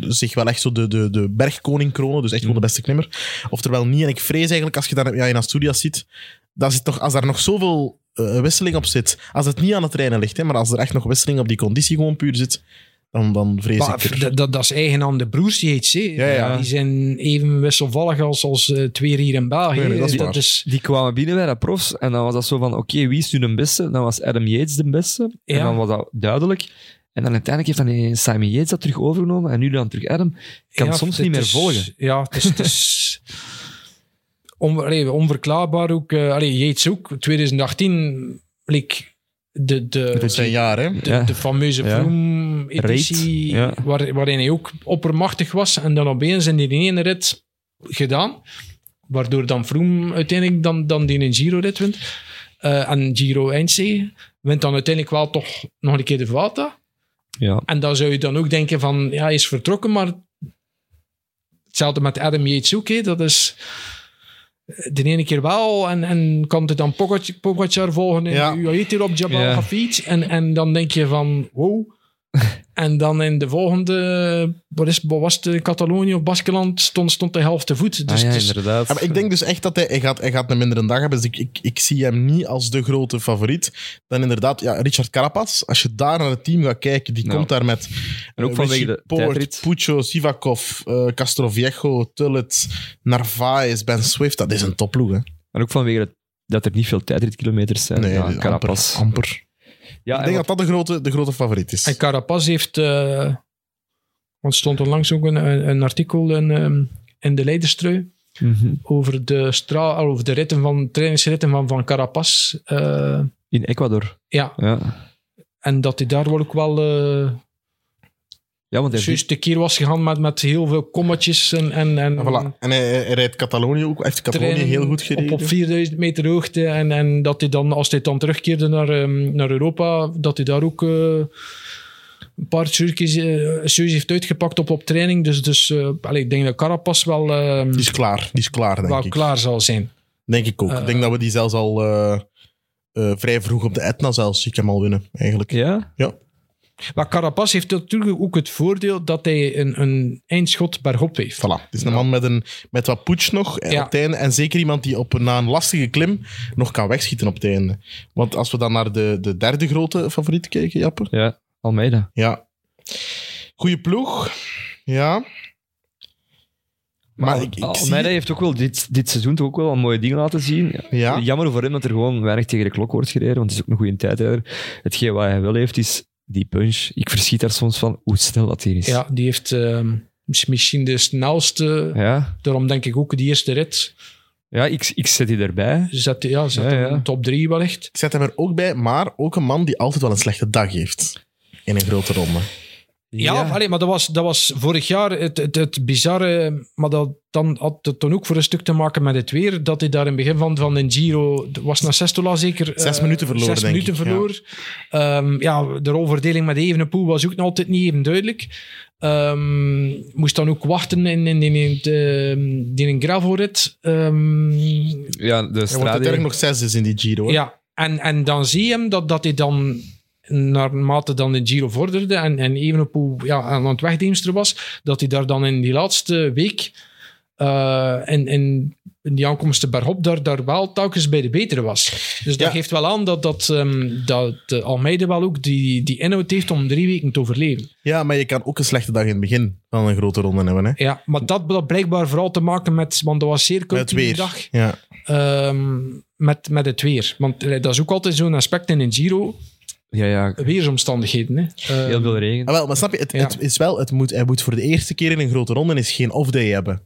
Speaker 2: zich wel echt zo de, de, de bergkoning kronen, dus echt gewoon de beste klimmer. Oftewel niet. En ik vrees eigenlijk, als je daar ja, in Asturias ziet, dat zit toch, als daar nog zoveel eh, wisseling op zit, als het niet aan het trainen ligt, hè, maar als er echt nog wisseling op die conditie gewoon puur zit, dan, dan vrees
Speaker 4: Maar
Speaker 2: ik... er-
Speaker 4: dat, dat, dat is eigen aan de broers, die heet ze.
Speaker 2: Ja, ja.
Speaker 4: Die zijn even wisselvallig als, als eh, twee hier in België. Eh,
Speaker 2: Nee, nee, dat is
Speaker 4: dat
Speaker 2: waar.
Speaker 4: is,
Speaker 3: Die kwamen binnen bij dat profs en dan was dat zo van, oké, wie is nu de beste? Dan was Adam Yates de beste.
Speaker 4: Ja.
Speaker 3: En dan was dat duidelijk. En dan uiteindelijk heeft dan eh, Simon Yates dat terug overgenomen en nu dan terug Adam. Ik kan
Speaker 4: ja,
Speaker 3: het soms
Speaker 4: het
Speaker 3: niet meer
Speaker 4: is-
Speaker 3: volgen.
Speaker 4: Ja, het is, het
Speaker 3: (laughs)
Speaker 4: is on- allee, onverklaarbaar ook. eh allee, Yates ook. 2018 leek de,
Speaker 2: Het
Speaker 4: de,
Speaker 2: is zijn jaar, hè.
Speaker 4: de,
Speaker 3: Ja.
Speaker 4: de fameuze
Speaker 3: Ja.
Speaker 4: Vroom-editie,
Speaker 3: Raid,
Speaker 4: waar, waarin hij ook oppermachtig was. En dan opeens in die ene rit gedaan. Waardoor dan Vroom uiteindelijk dan, dan die in Giro-rit wint. Eh, en Giro eindzege. Wint dan uiteindelijk wel toch nog een keer de Vuelta.
Speaker 3: Ja.
Speaker 4: En dan zou je dan ook denken van, ja, hij is vertrokken, maar hetzelfde met Adam Yates ook, hè. dat is eh, de ene keer wel en, en kan het dan Pogac- Pogacar volgen in
Speaker 2: Ja.
Speaker 4: ja. UAE Tour op E Jabal
Speaker 3: Ja.
Speaker 4: Hafid en, en dan denk je van,
Speaker 3: (laughs)
Speaker 4: wow. en dan in de volgende, wat, is, wat was het, eh, Catalonië of Baskeland, stond, stond de helft te voet. Dus
Speaker 3: Ah ja,
Speaker 4: het is-
Speaker 3: inderdaad.
Speaker 2: Ja, maar ik denk dus echt dat hij, hij, gaat, hij gaat een mindere dag hebben. Dus ik, ik, ik zie hem niet als de grote favoriet. Dan inderdaad, ja, Richard Carapaz. Als je daar naar het team gaat kijken, die
Speaker 3: Ja.
Speaker 2: komt daar met...
Speaker 3: En ook
Speaker 2: eh,
Speaker 3: vanwege
Speaker 2: Richie
Speaker 3: de
Speaker 2: Poort,
Speaker 3: tijdrit.
Speaker 2: Puccio, Sivakov, eh Castroviejo, Tullet, Narvaez, Ben Swift. Dat is een topploeg, hè.
Speaker 3: En ook vanwege dat, dat er niet veel tijdritkilometers zijn.
Speaker 2: Nee,
Speaker 3: ja,
Speaker 2: amper,
Speaker 3: Carapaz.
Speaker 2: amper.
Speaker 3: Ja,
Speaker 2: ik
Speaker 3: en
Speaker 2: denk
Speaker 3: wat-
Speaker 2: dat dat de grote, de grote favoriet is.
Speaker 4: En Carapaz heeft, eh, want er stond onlangs ook een, een, een artikel in, ehm, in de Leiderstrui,
Speaker 3: Mhm.
Speaker 4: over de, stra al over de ritten van, trainingsritten van, van Carapaz. eh,
Speaker 3: In Ecuador.
Speaker 4: ja,
Speaker 3: Ja,
Speaker 4: en dat hij daar wel ook wel eh
Speaker 3: ja want hij heeft
Speaker 4: juist tekeer was gegaan met, met heel veel kommetjes en, en, en
Speaker 2: En, voilà. en hij, hij rijdt Catalonië ook. Hij heeft Catalonië
Speaker 4: training
Speaker 2: heel goed gereden.
Speaker 4: Op, op 4000 meter hoogte. En, en dat hij dan, als hij dan terugkeerde naar, ehm, naar Europa, dat hij daar ook eh, een paar trucjes eh, trucs heeft uitgepakt op, op training. Dus, dus eh, allee, ik denk dat Carapaz wel, ehm,
Speaker 2: Die is klaar, die is klaar, denk
Speaker 4: wel
Speaker 2: ik.
Speaker 4: klaar zal zijn.
Speaker 2: Denk ik ook.
Speaker 4: Eh.
Speaker 2: ik denk dat we die zelfs al eh, eh, vrij vroeg op de Etna zelfs zie ik hem al winnen, eigenlijk.
Speaker 3: Ja?
Speaker 4: Maar Carapaz heeft natuurlijk ook het voordeel dat hij een, een eindschot bergop heeft.
Speaker 2: Voilà. Het is een man met, een, met wat poets nog en
Speaker 4: Ja.
Speaker 2: op het einde. En zeker iemand die op, een- na een lastige klim nog kan wegschieten op het einde. Want als we dan naar de, de derde grote favoriet kijken, Jappe.
Speaker 3: Ja, Almeida.
Speaker 2: Ja. Goeie ploeg. Ja. Maar ik, ik zie...
Speaker 3: Almeida heeft ook wel dit, dit seizoen toch ook wel een mooie dingen laten zien.
Speaker 2: Ja.
Speaker 3: Jammer voor hem dat er gewoon weinig tegen de klok wordt gereden, want het is ook een goede tijdrijder. Hetgeen wat hij wel heeft, is die punch. Ik verschiet daar soms van hoe snel dat hier is.
Speaker 4: Ja, die heeft ehm, is misschien de snelste.
Speaker 3: Ja,
Speaker 4: Daarom denk ik ook die eerste rit.
Speaker 3: ja ik, ik zet die erbij.
Speaker 4: Zet, ja, zet
Speaker 3: Ja,
Speaker 4: hem
Speaker 3: ja.
Speaker 4: in top drie wellicht.
Speaker 2: Ik zet hem er ook bij, maar ook een man die altijd wel een slechte dag heeft. In een grote ronde.
Speaker 4: Ja, allee, maar dat was, dat was vorig jaar het, het, het bizarre. Maar dat dan, had het dan ook voor een stuk te maken met het weer. Dat hij daar in het begin van, van een Giro. was na Sestola zeker.
Speaker 2: Zes
Speaker 4: eh,
Speaker 2: minuten verloren,
Speaker 4: Zes
Speaker 2: denk
Speaker 4: minuten
Speaker 2: ik, ja.
Speaker 4: verloor. Ehm, Ja. de rolverdeling met Evenepoel was ook nog altijd niet even duidelijk. Ehm, moest dan ook wachten in, in, in, in, de- in een gravelrit. Ehm,
Speaker 3: Ja, de
Speaker 2: Er wordt uiteindelijk
Speaker 3: straat.
Speaker 2: nog zes is in die Giro. hè.
Speaker 4: Ja, en, en dan zie je hem dat, dat hij dan naarmate dan de Giro vorderde en, en Evenepoel ja, aan het wegdiensten was, dat hij daar dan in die laatste week eh in, in, in die aankomsten bergop daar, daar wel telkens bij de betere was. Dus dat
Speaker 2: Ja.
Speaker 4: geeft wel aan dat, dat, ehm, dat eh, Almeida wel ook die, die inhoud heeft om drie weken te overleven.
Speaker 2: ja, maar je kan ook een slechte dag in het begin van een grote ronde hebben. Hè?
Speaker 4: Ja, maar dat had blijkbaar vooral te maken met, want dat was zeer
Speaker 2: Met
Speaker 4: koud
Speaker 2: het
Speaker 4: die
Speaker 2: weer.
Speaker 4: dag.
Speaker 2: Ja.
Speaker 4: ehm, met, met het weer. Want eh, dat is ook altijd zo'n aspect in een Giro.
Speaker 3: Ja, ja.
Speaker 4: weersomstandigheden. Hè. Eh,
Speaker 3: Heel veel regen.
Speaker 2: Ah, wel, maar snap je, het,
Speaker 4: Ja.
Speaker 2: het is wel, het moet, hij moet voor de eerste keer in een grote ronde eens geen off-day hebben.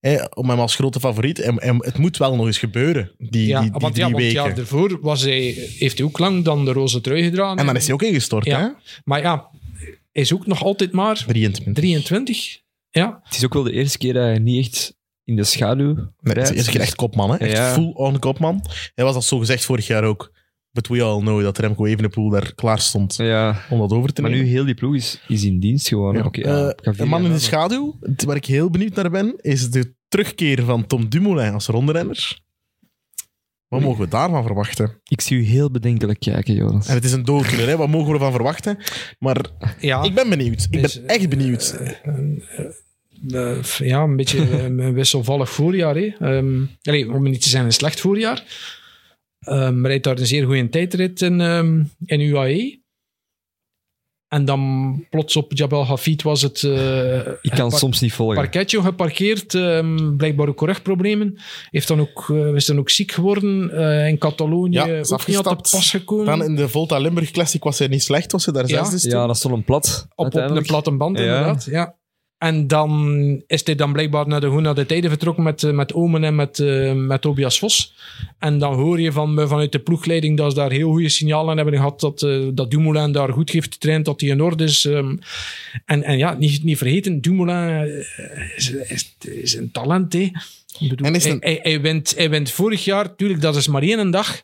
Speaker 2: Hè, om hem als grote favoriet. En, en het moet wel nog eens gebeuren, die,
Speaker 4: ja,
Speaker 2: die, die
Speaker 4: want
Speaker 2: drie
Speaker 4: ja, want het
Speaker 2: weken.
Speaker 4: jaar daarvoor was hij, heeft hij ook lang dan de roze trui gedragen.
Speaker 2: en dan is hij ook ingestort,
Speaker 4: Ja.
Speaker 2: hè?
Speaker 4: Maar ja, hij is ook nog altijd maar
Speaker 2: 23.
Speaker 4: 23. Ja,
Speaker 3: Het is ook wel de eerste keer dat hij niet echt in de schaduw
Speaker 2: Nee,
Speaker 3: rijdt.
Speaker 2: het is echt kopman, hè? Echt
Speaker 3: Ja.
Speaker 2: full-on kopman. Hij was dat zo gezegd vorig jaar ook. But we all know dat Remco Evenepoel daar klaar stond
Speaker 3: Ja.
Speaker 2: om dat over te
Speaker 3: Maar nu
Speaker 2: nemen.
Speaker 3: heel die ploeg is, is in dienst gewoon.
Speaker 2: Ja.
Speaker 3: Oké, ja,
Speaker 2: Eh,
Speaker 3: ik ga vier
Speaker 2: een man
Speaker 3: jaar
Speaker 2: in de
Speaker 3: na-
Speaker 2: schaduw, waar ik heel benieuwd naar ben, is de terugkeer van Tom Dumoulin als rondrenner. Wat mogen we daarvan verwachten?
Speaker 3: Ik zie u heel bedenkelijk kijken, Jonas.
Speaker 2: En het is een dooddoener, hè? wat mogen we ervan verwachten? Maar
Speaker 4: Ja.
Speaker 2: ik ben benieuwd. Ik
Speaker 4: Ah. Is,
Speaker 2: ben echt benieuwd.
Speaker 4: Eh, f- ja,
Speaker 2: (laughs)
Speaker 4: een beetje eh, een wisselvallig voorjaar. Hè. Ehm, allee, om niet te zijn een slecht voorjaar. Ehm rijdt daar een zeer goede tijdrit in, ehm, in UAE. En dan plots op Jabal Hafid was het, eh,
Speaker 3: Ik kan
Speaker 4: par-
Speaker 3: soms niet volgen.
Speaker 4: parketje geparkeerd. ehm, blijkbaar ook rugproblemen. Heeft dan ook, eh, is dan ook ziek geworden eh, in Catalonië.
Speaker 2: Ja, is
Speaker 4: ook niet aan de
Speaker 2: afgestapt.
Speaker 4: pas gekomen.
Speaker 2: Dan in de Volta Limburg Classic was hij niet slecht, was hij daar
Speaker 4: Ja.
Speaker 2: zesde
Speaker 3: Ja, dat is toch een plat.
Speaker 4: op, op de
Speaker 3: uiteindelijk.
Speaker 4: platte band,
Speaker 3: Ja.
Speaker 4: inderdaad. Ja. En dan is hij dan blijkbaar naar de, goed naar de tijden vertrokken met, eh, met Omen en met, eh, met Tobias Vos. En dan hoor je van, eh, vanuit de ploegleiding dat ze daar heel goede signalen aan hebben gehad. Dat, eh, dat Dumoulin daar goed heeft getraind, dat hij in orde is. ehm. en, en ja, niet, niet vergeten, Dumoulin eh, is, is, is een talent. Hè. Ik bedoel,
Speaker 2: En is
Speaker 4: hij,
Speaker 2: een-
Speaker 4: hij, hij wint, hij wint vorig jaar, tuurlijk, dat is maar één dag.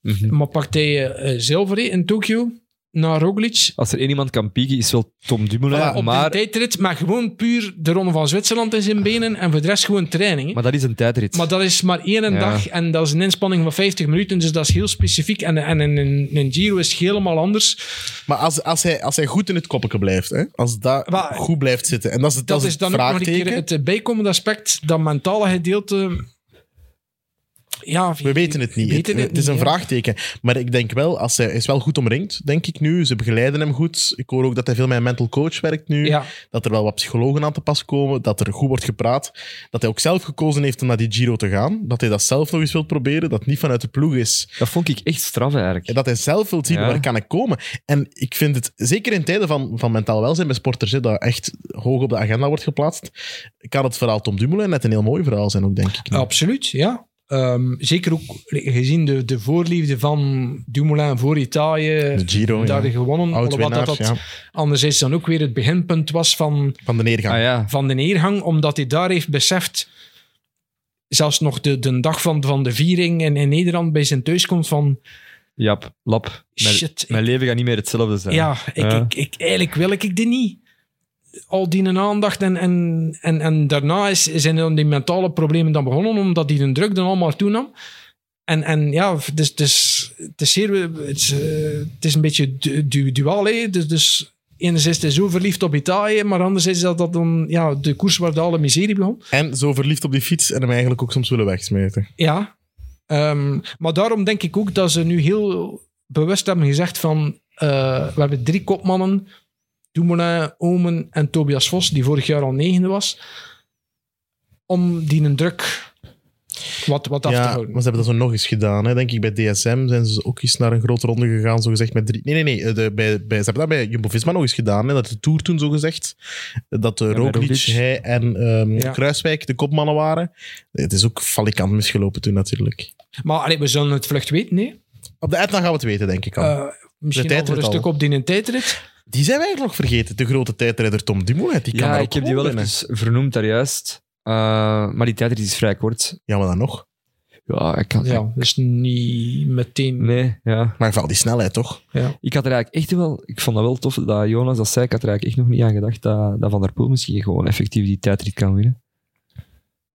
Speaker 3: Mhm.
Speaker 4: Maar pakte hij eh, zilver hè, in Tokio naar Roglic.
Speaker 3: Als er één iemand kan pieken, is wel Tom Dumoulin.
Speaker 4: Voilà, op
Speaker 3: maar,
Speaker 4: de tijdrit, maar gewoon puur de Ronde van Zwitserland in zijn benen en voor de rest gewoon training. hè.
Speaker 3: maar dat is een tijdrit.
Speaker 4: Maar dat is maar één
Speaker 3: Ja.
Speaker 4: dag en dat is een inspanning van 50 minuten, dus dat is heel specifiek. En, en in een- in een Giro is het helemaal anders.
Speaker 2: Maar als, als, hij, als hij goed in het koppetje blijft, hè? als dat
Speaker 4: Maar-
Speaker 2: goed blijft zitten, en dat is, het-
Speaker 4: Dat,
Speaker 2: dat
Speaker 4: is dan ook nog een
Speaker 2: vraagteken.
Speaker 4: keer het eh, bijkomende aspect, dat mentale gedeelte. Ja,
Speaker 2: We weten het niet.
Speaker 4: we weten
Speaker 2: het,
Speaker 4: het
Speaker 2: het is
Speaker 4: niet,
Speaker 2: een
Speaker 4: ja.
Speaker 2: vraagteken. Maar ik denk wel, als hij hij is wel goed omringd, denk ik nu. Ze begeleiden hem goed. Ik hoor ook dat hij veel met een mental coach werkt nu.
Speaker 4: Ja,
Speaker 2: Dat er wel wat psychologen aan te pas komen. Dat er goed wordt gepraat. Dat hij ook zelf gekozen heeft om naar die Giro te gaan. Dat hij dat zelf nog eens wil proberen. Dat het niet vanuit de ploeg is.
Speaker 3: Dat vond ik echt straf eigenlijk.
Speaker 2: En dat hij zelf wil zien
Speaker 3: Ja.
Speaker 2: waar kan ik komen. En ik vind het, zeker in tijden van, van mentaal welzijn bij sporters, hè, dat echt hoog op de agenda wordt geplaatst, kan het verhaal Tom Dumoulin net een heel mooi verhaal zijn ook, denk ik. nu.
Speaker 4: absoluut. Ja. Ehm, zeker ook gezien de, de voorliefde van Dumoulin voor Italië.
Speaker 2: De Giro,
Speaker 4: daar
Speaker 2: ja.
Speaker 4: gewonnen. Alhoewel dat
Speaker 2: Oud-winnaars,
Speaker 4: dat
Speaker 2: ja.
Speaker 4: anderzijds dan ook weer het beginpunt was van,
Speaker 2: van de neergang.
Speaker 3: Ah ja,
Speaker 4: van de neergang, omdat hij daar heeft beseft, zelfs nog de, de dag van, van de viering in, in Nederland bij zijn thuiskomst, van
Speaker 3: Jap, lap. Mijn,
Speaker 4: Shit, ik-
Speaker 3: mijn leven gaat niet meer hetzelfde zijn.
Speaker 4: ja, ik,
Speaker 3: Ja.
Speaker 4: Ik, ik, eigenlijk wil ik dit niet. Al die aandacht en, en, en, en daarna is, zijn dan die mentale problemen dan begonnen, omdat hij de druk dan allemaal toenam. En, en ja, het is, het is, het is zeer, het is, eh, het is een beetje du, du- duaal. hè. Dus, dus enerzijds is hij zo verliefd op Italië, maar anderzijds is dat, dat dan ja, de koers waar de alle miserie begon.
Speaker 2: En zo verliefd op die fiets en hem eigenlijk ook soms willen wegsmeten.
Speaker 4: Ja. Ehm, maar daarom denk ik ook dat ze nu heel bewust hebben gezegd van... eh, we hebben drie kopmannen. Dumoulin, Omen en Tobias Vos, die vorig jaar al negende was. Om die een druk wat, wat af te
Speaker 2: Ja, maar
Speaker 4: houden.
Speaker 2: ze hebben dat zo nog eens gedaan. Hè. Denk ik bij DSM zijn ze ook eens naar een grote ronde gegaan, zo gezegd met drie. Nee, nee, nee. eh, De, bij, bij, ze hebben dat bij Jumbo Visma nog eens gedaan. Hè. Dat de Tour toen zo gezegd. eh, Dat de
Speaker 3: bij
Speaker 2: Roglic,
Speaker 3: Roglic.
Speaker 2: hij en ehm,
Speaker 4: Ja.
Speaker 2: Kruiswijk de kopmannen waren. Het is ook falikant misgelopen toen natuurlijk.
Speaker 4: Maar allee, we zullen het vlucht weten, nee.
Speaker 2: Op de Etna gaan we het weten, denk ik al.
Speaker 4: Eh. misschien al
Speaker 2: tijdrit
Speaker 4: voor een
Speaker 2: al.
Speaker 4: stuk op die een tijdrit.
Speaker 2: die zijn wij eigenlijk nog vergeten. De grote tijdrijder Tom Dumoulin. Die kan
Speaker 3: Ja,
Speaker 2: daar ook
Speaker 3: ik heb die
Speaker 2: gewoon
Speaker 3: wel
Speaker 2: winnen.
Speaker 3: even vernoemd daarjuist. Eh maar die tijdrit is vrij kort.
Speaker 2: Ja, maar dan nog.
Speaker 3: Ja, ik kan...
Speaker 4: Ja, dus niet meteen...
Speaker 3: Nee, ja.
Speaker 2: Maar vooral die snelheid, toch?
Speaker 3: Ik had er eigenlijk echt wel... Ik vond dat wel tof dat Jonas dat zei. Ik had er eigenlijk echt nog niet aan gedacht dat, dat Van der Poel misschien gewoon effectief die tijdrit kan winnen.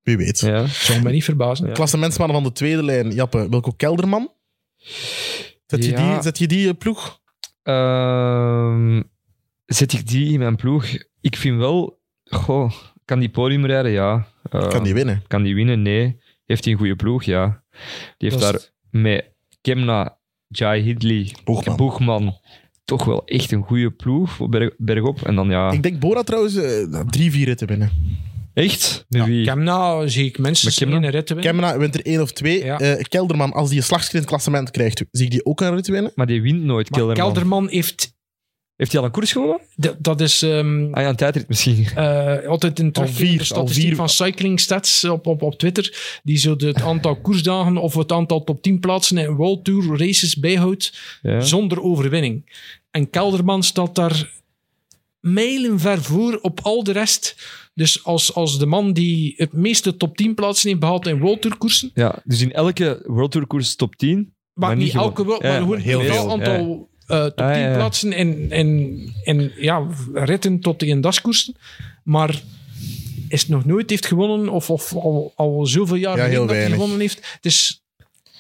Speaker 2: Wie weet.
Speaker 3: Ja.
Speaker 4: zou me niet verbazen.
Speaker 3: Ja.
Speaker 2: Klassementsman van de tweede lijn, Jappe, Wilco Kelderman. Zet je,
Speaker 3: Ja.
Speaker 2: die, zet je die eh, ploeg?
Speaker 3: Ehm, zet ik die in mijn ploeg? Ik vind wel... Goh, kan die podium rijden? Ja. Eh,
Speaker 2: Kan die winnen?
Speaker 3: kan die winnen? Nee. Heeft hij een goede ploeg? Ja. Die heeft
Speaker 4: Dat
Speaker 3: daar
Speaker 4: is-
Speaker 3: met Kemna, Jai Hidley,
Speaker 2: Boegman.
Speaker 3: Boegman toch wel echt een goede ploeg voor berg, bergop. En dan ja...
Speaker 2: Ik denk Bora trouwens eh, drie, vier ritten winnen.
Speaker 3: Echt? Met wie?
Speaker 4: Kemna zie ik mensen
Speaker 3: Met Kemna?
Speaker 4: in een rit te winnen.
Speaker 2: Kemna wint er één of twee.
Speaker 4: Ja.
Speaker 2: Eh, Kelderman, als die een slagschrift in het klassement krijgt, zie ik die ook een rit winnen.
Speaker 3: Maar die wint nooit,
Speaker 4: Maar
Speaker 3: Kelderman.
Speaker 4: Kelderman heeft...
Speaker 3: Heeft hij al een koers gewonnen?
Speaker 4: Dat, dat is... ehm,
Speaker 3: Ah ja, een tijdrit misschien.
Speaker 4: eh, altijd een terugkeer
Speaker 2: vier,
Speaker 4: in de statistiek
Speaker 2: al vier.
Speaker 4: van Cycling Stats op, op, op Twitter. Die zo de- het aantal koersdagen of het aantal top 10 plaatsen in World Tour races bijhoudt
Speaker 3: Ja.
Speaker 4: zonder overwinning. En Kelderman staat daar mijlenver voor op al de rest. Dus als, als de man die het meeste top 10 plaatsen heeft behaald in World Tour koersen,
Speaker 3: ja, dus in elke World Tour koers top 10.
Speaker 4: maar,
Speaker 3: Maar
Speaker 4: niet
Speaker 3: niet gewoon-
Speaker 4: elke wel,
Speaker 3: Ja,
Speaker 4: maar gewoon
Speaker 2: maar heel
Speaker 4: een
Speaker 2: veel,
Speaker 4: aantal eh, top 10
Speaker 3: Ah, ja, ja.
Speaker 4: plaatsen en, en, en ja, ritten tot de dasskoersen. Maar is het nog nooit heeft gewonnen, of, of al, al zoveel jaar
Speaker 2: Ja,
Speaker 4: geleden
Speaker 2: heel
Speaker 4: dat hij
Speaker 2: weinig.
Speaker 4: gewonnen heeft. Het is,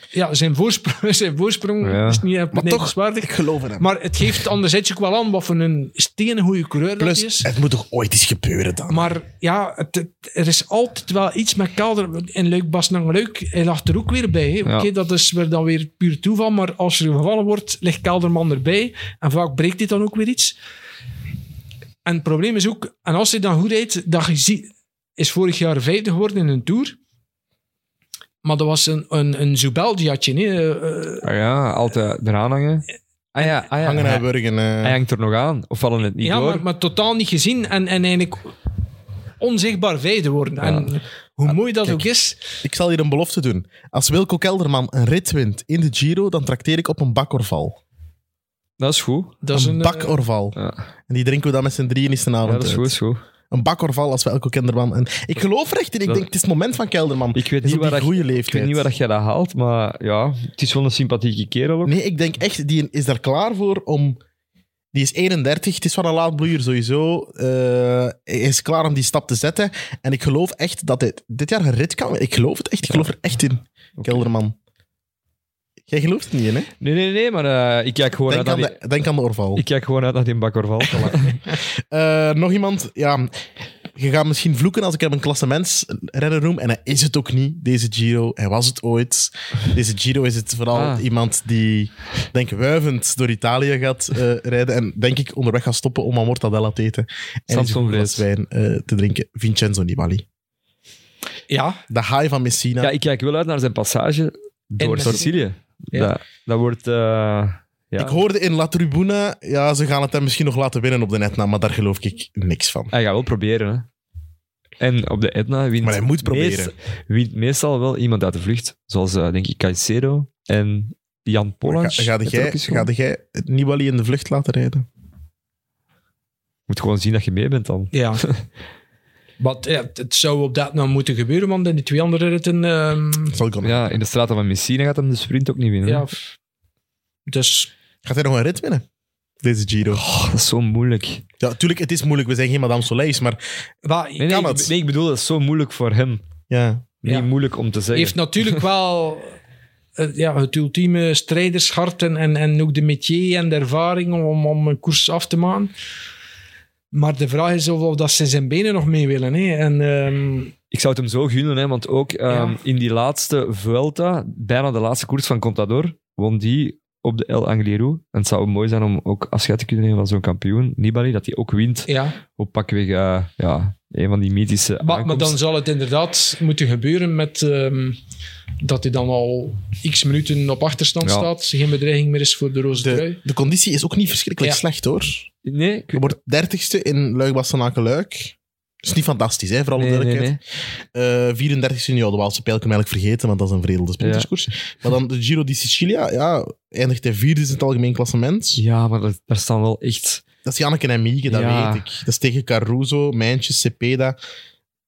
Speaker 4: ja, zijn voorsprong, (laughs) zijn voorsprong
Speaker 3: Ja.
Speaker 4: is niet opmerkingswaardig.
Speaker 2: Ik geloof in hem.
Speaker 4: Maar het geeft anderzijds ook wel aan wat voor een stenen goede coureur dat
Speaker 2: Plus,
Speaker 4: hij is.
Speaker 2: het moet toch ooit iets gebeuren dan?
Speaker 4: Maar ja, het, het- er is altijd wel iets met Kelder. En Luik Bas Nang Luik, hij lag er ook weer bij. hè. Oké,
Speaker 3: Ja.
Speaker 4: dat is weer dan weer puur toeval. Maar als er gevallen wordt, ligt Kelderman erbij. En vaak breekt dit dan ook weer iets. En het probleem is ook, en als hij dan goed rijdt, dat je ziet, is vorig jaar vijfde geworden in een Tour. Maar dat was een, een, een Zubeldiatje. hè. Eh,
Speaker 3: Ah ja, altijd eraan hangen. Ah ja, ah ja,
Speaker 2: Hangen
Speaker 3: hij,
Speaker 2: en wurgen. eh.
Speaker 3: hij hangt er nog aan. Of vallen het niet
Speaker 4: ja,
Speaker 3: door?
Speaker 4: maar, maar totaal niet gezien. En, en eigenlijk onzichtbaar vijfde worden. En hoe mooi dat ook is...
Speaker 2: Ik zal hier een belofte doen. Als Wilco Kelderman een rit wint in de Giro, dan trakteer ik op een bakorval.
Speaker 3: Dat is goed.
Speaker 4: Dat is
Speaker 2: een
Speaker 4: een, eh,
Speaker 2: bakorval.
Speaker 3: Ja.
Speaker 2: En die drinken we dan met z'n drieën eens een
Speaker 3: Ja,
Speaker 2: avond
Speaker 3: dat is
Speaker 2: uit.
Speaker 3: goed, is goed.
Speaker 2: Een bakorval als Wilco Kelderman. En ik geloof recht in. Ik
Speaker 3: Dat-
Speaker 2: denk, het is het moment van Kelderman.
Speaker 3: Ik weet
Speaker 2: Hij is
Speaker 3: niet
Speaker 2: op
Speaker 3: waar
Speaker 2: die
Speaker 3: dat-
Speaker 2: goede leeftijd.
Speaker 3: Ik weet niet waar dat jij dat haalt, maar ja, het is wel een sympathieke kerel ook.
Speaker 2: Nee, ik denk echt, die is daar klaar voor om... Die is 31, het is van een laadbloeier sowieso. Eh, hij is klaar om die stap te zetten. En ik geloof echt dat hij dit jaar een rit kan. Ik geloof het echt, ik geloof er echt in, Kelderman. Jij gelooft het niet in, hè?
Speaker 3: Nee, nee, nee, maar eh, ik, kijk gewoon uit
Speaker 2: Denk
Speaker 3: naar
Speaker 2: aan,
Speaker 3: die,
Speaker 2: de, denk aan de Orval.
Speaker 3: ik kijk gewoon uit naar die bakkerval.
Speaker 2: Eh, nog iemand, ja... Je gaat misschien vloeken als ik heb een klassementsrenner noem. En hij is het ook niet, deze Giro. Hij was het ooit. Deze Giro is het vooral
Speaker 3: Ah.
Speaker 2: iemand die, denk ik, wuivend door Italië gaat eh, rijden. En denk ik onderweg gaat stoppen om aan mortadella te eten. En een
Speaker 3: Samson
Speaker 2: goed glas
Speaker 3: Vlees.
Speaker 2: wijn eh, te drinken. Vincenzo Nibali.
Speaker 4: Ja,
Speaker 2: De haai van Messina.
Speaker 3: Ja, ik kijk wel uit naar zijn passage door
Speaker 4: met-
Speaker 3: Sicilië.
Speaker 4: Ja.
Speaker 3: Dat, dat wordt... eh, ja.
Speaker 2: Ik hoorde in La Tribuna, ja, ze gaan het hem misschien nog laten winnen op de netna, maar daar geloof ik niks van.
Speaker 3: Hij gaat wel proberen, hè. En op de Etna wint...
Speaker 2: Maar hij moet proberen.
Speaker 3: meest- wint meestal wel iemand uit de vlucht. Zoals, eh, denk ik, Caicedo en Jan
Speaker 2: Ga,
Speaker 3: Polans.
Speaker 2: ga,
Speaker 3: Heeft er
Speaker 2: jij,
Speaker 3: ook eens
Speaker 2: ga jij Nibali in de vlucht laten rijden?
Speaker 3: Moet gewoon zien dat je mee bent dan.
Speaker 4: ja. (laughs) Wat, ja, het- het zou op dat nou moeten gebeuren, want in die twee andere ritten... ehm,
Speaker 2: Zal ik dan-
Speaker 3: Ja, in de straten van Messina gaat hem de sprint ook niet winnen.
Speaker 4: ja.
Speaker 3: Ja.
Speaker 4: f- Dus
Speaker 2: Gaat hij nog een rit winnen? Deze Giro.
Speaker 3: Oh, dat is zo moeilijk.
Speaker 2: Ja, tuurlijk, het is moeilijk. We zijn geen Madame Soleils, maar
Speaker 4: wat,
Speaker 3: Nee, nee,
Speaker 2: Kan
Speaker 3: ik,
Speaker 2: het?
Speaker 3: nee, ik bedoel, dat is zo moeilijk voor hem.
Speaker 2: ja.
Speaker 3: Niet
Speaker 4: Ja.
Speaker 3: moeilijk om te zeggen.
Speaker 4: heeft natuurlijk wel eh, ja, het ultieme strijdershart en, en, en ook de métier en de ervaring om, om een koers af te maken. Maar de vraag is of, of dat ze zijn benen nog mee willen. Hè. En, ehm,
Speaker 3: Ik zou het hem zo gunnen, hè, want ook ehm, in die laatste Vuelta, bijna de laatste koers van Contador, won die op de El Angliru. En het zou mooi zijn om ook afscheid te kunnen nemen van zo'n kampioen, Nibali, dat hij ook wint
Speaker 4: ja.
Speaker 3: op pakweg eh, ja, een van die mythische
Speaker 4: Maar, maar
Speaker 3: aankomsten.
Speaker 4: dan zal het inderdaad moeten gebeuren met ehm, dat hij dan al x minuten op achterstand
Speaker 3: Ja.
Speaker 4: staat. Geen bedreiging meer is voor de roze
Speaker 2: De,
Speaker 4: trui.
Speaker 2: de conditie is ook niet verschrikkelijk
Speaker 4: Ja.
Speaker 2: slecht, hoor.
Speaker 3: Nee, ik-
Speaker 2: Je wordt dertigste in Luik-Bastenaken-Luik. Dat is niet fantastisch, hè, voor alle
Speaker 3: nee, nee,
Speaker 2: duidelijkheid.
Speaker 3: nee.
Speaker 2: Eh, 34e nu, ja, de Waalse pijl kan ik eigenlijk vergeten, want dat is een veredelde sprinterskoers. Maar dan de Giro di Sicilia, ja, eindigt hij vierde in het algemeen klassement.
Speaker 3: Ja, maar dat, daar staan wel echt...
Speaker 2: Dat is Janneke en Mieke, dat
Speaker 3: Ja.
Speaker 2: weet ik. Dat is tegen Caruso, Mijntjes, Cepeda,
Speaker 3: en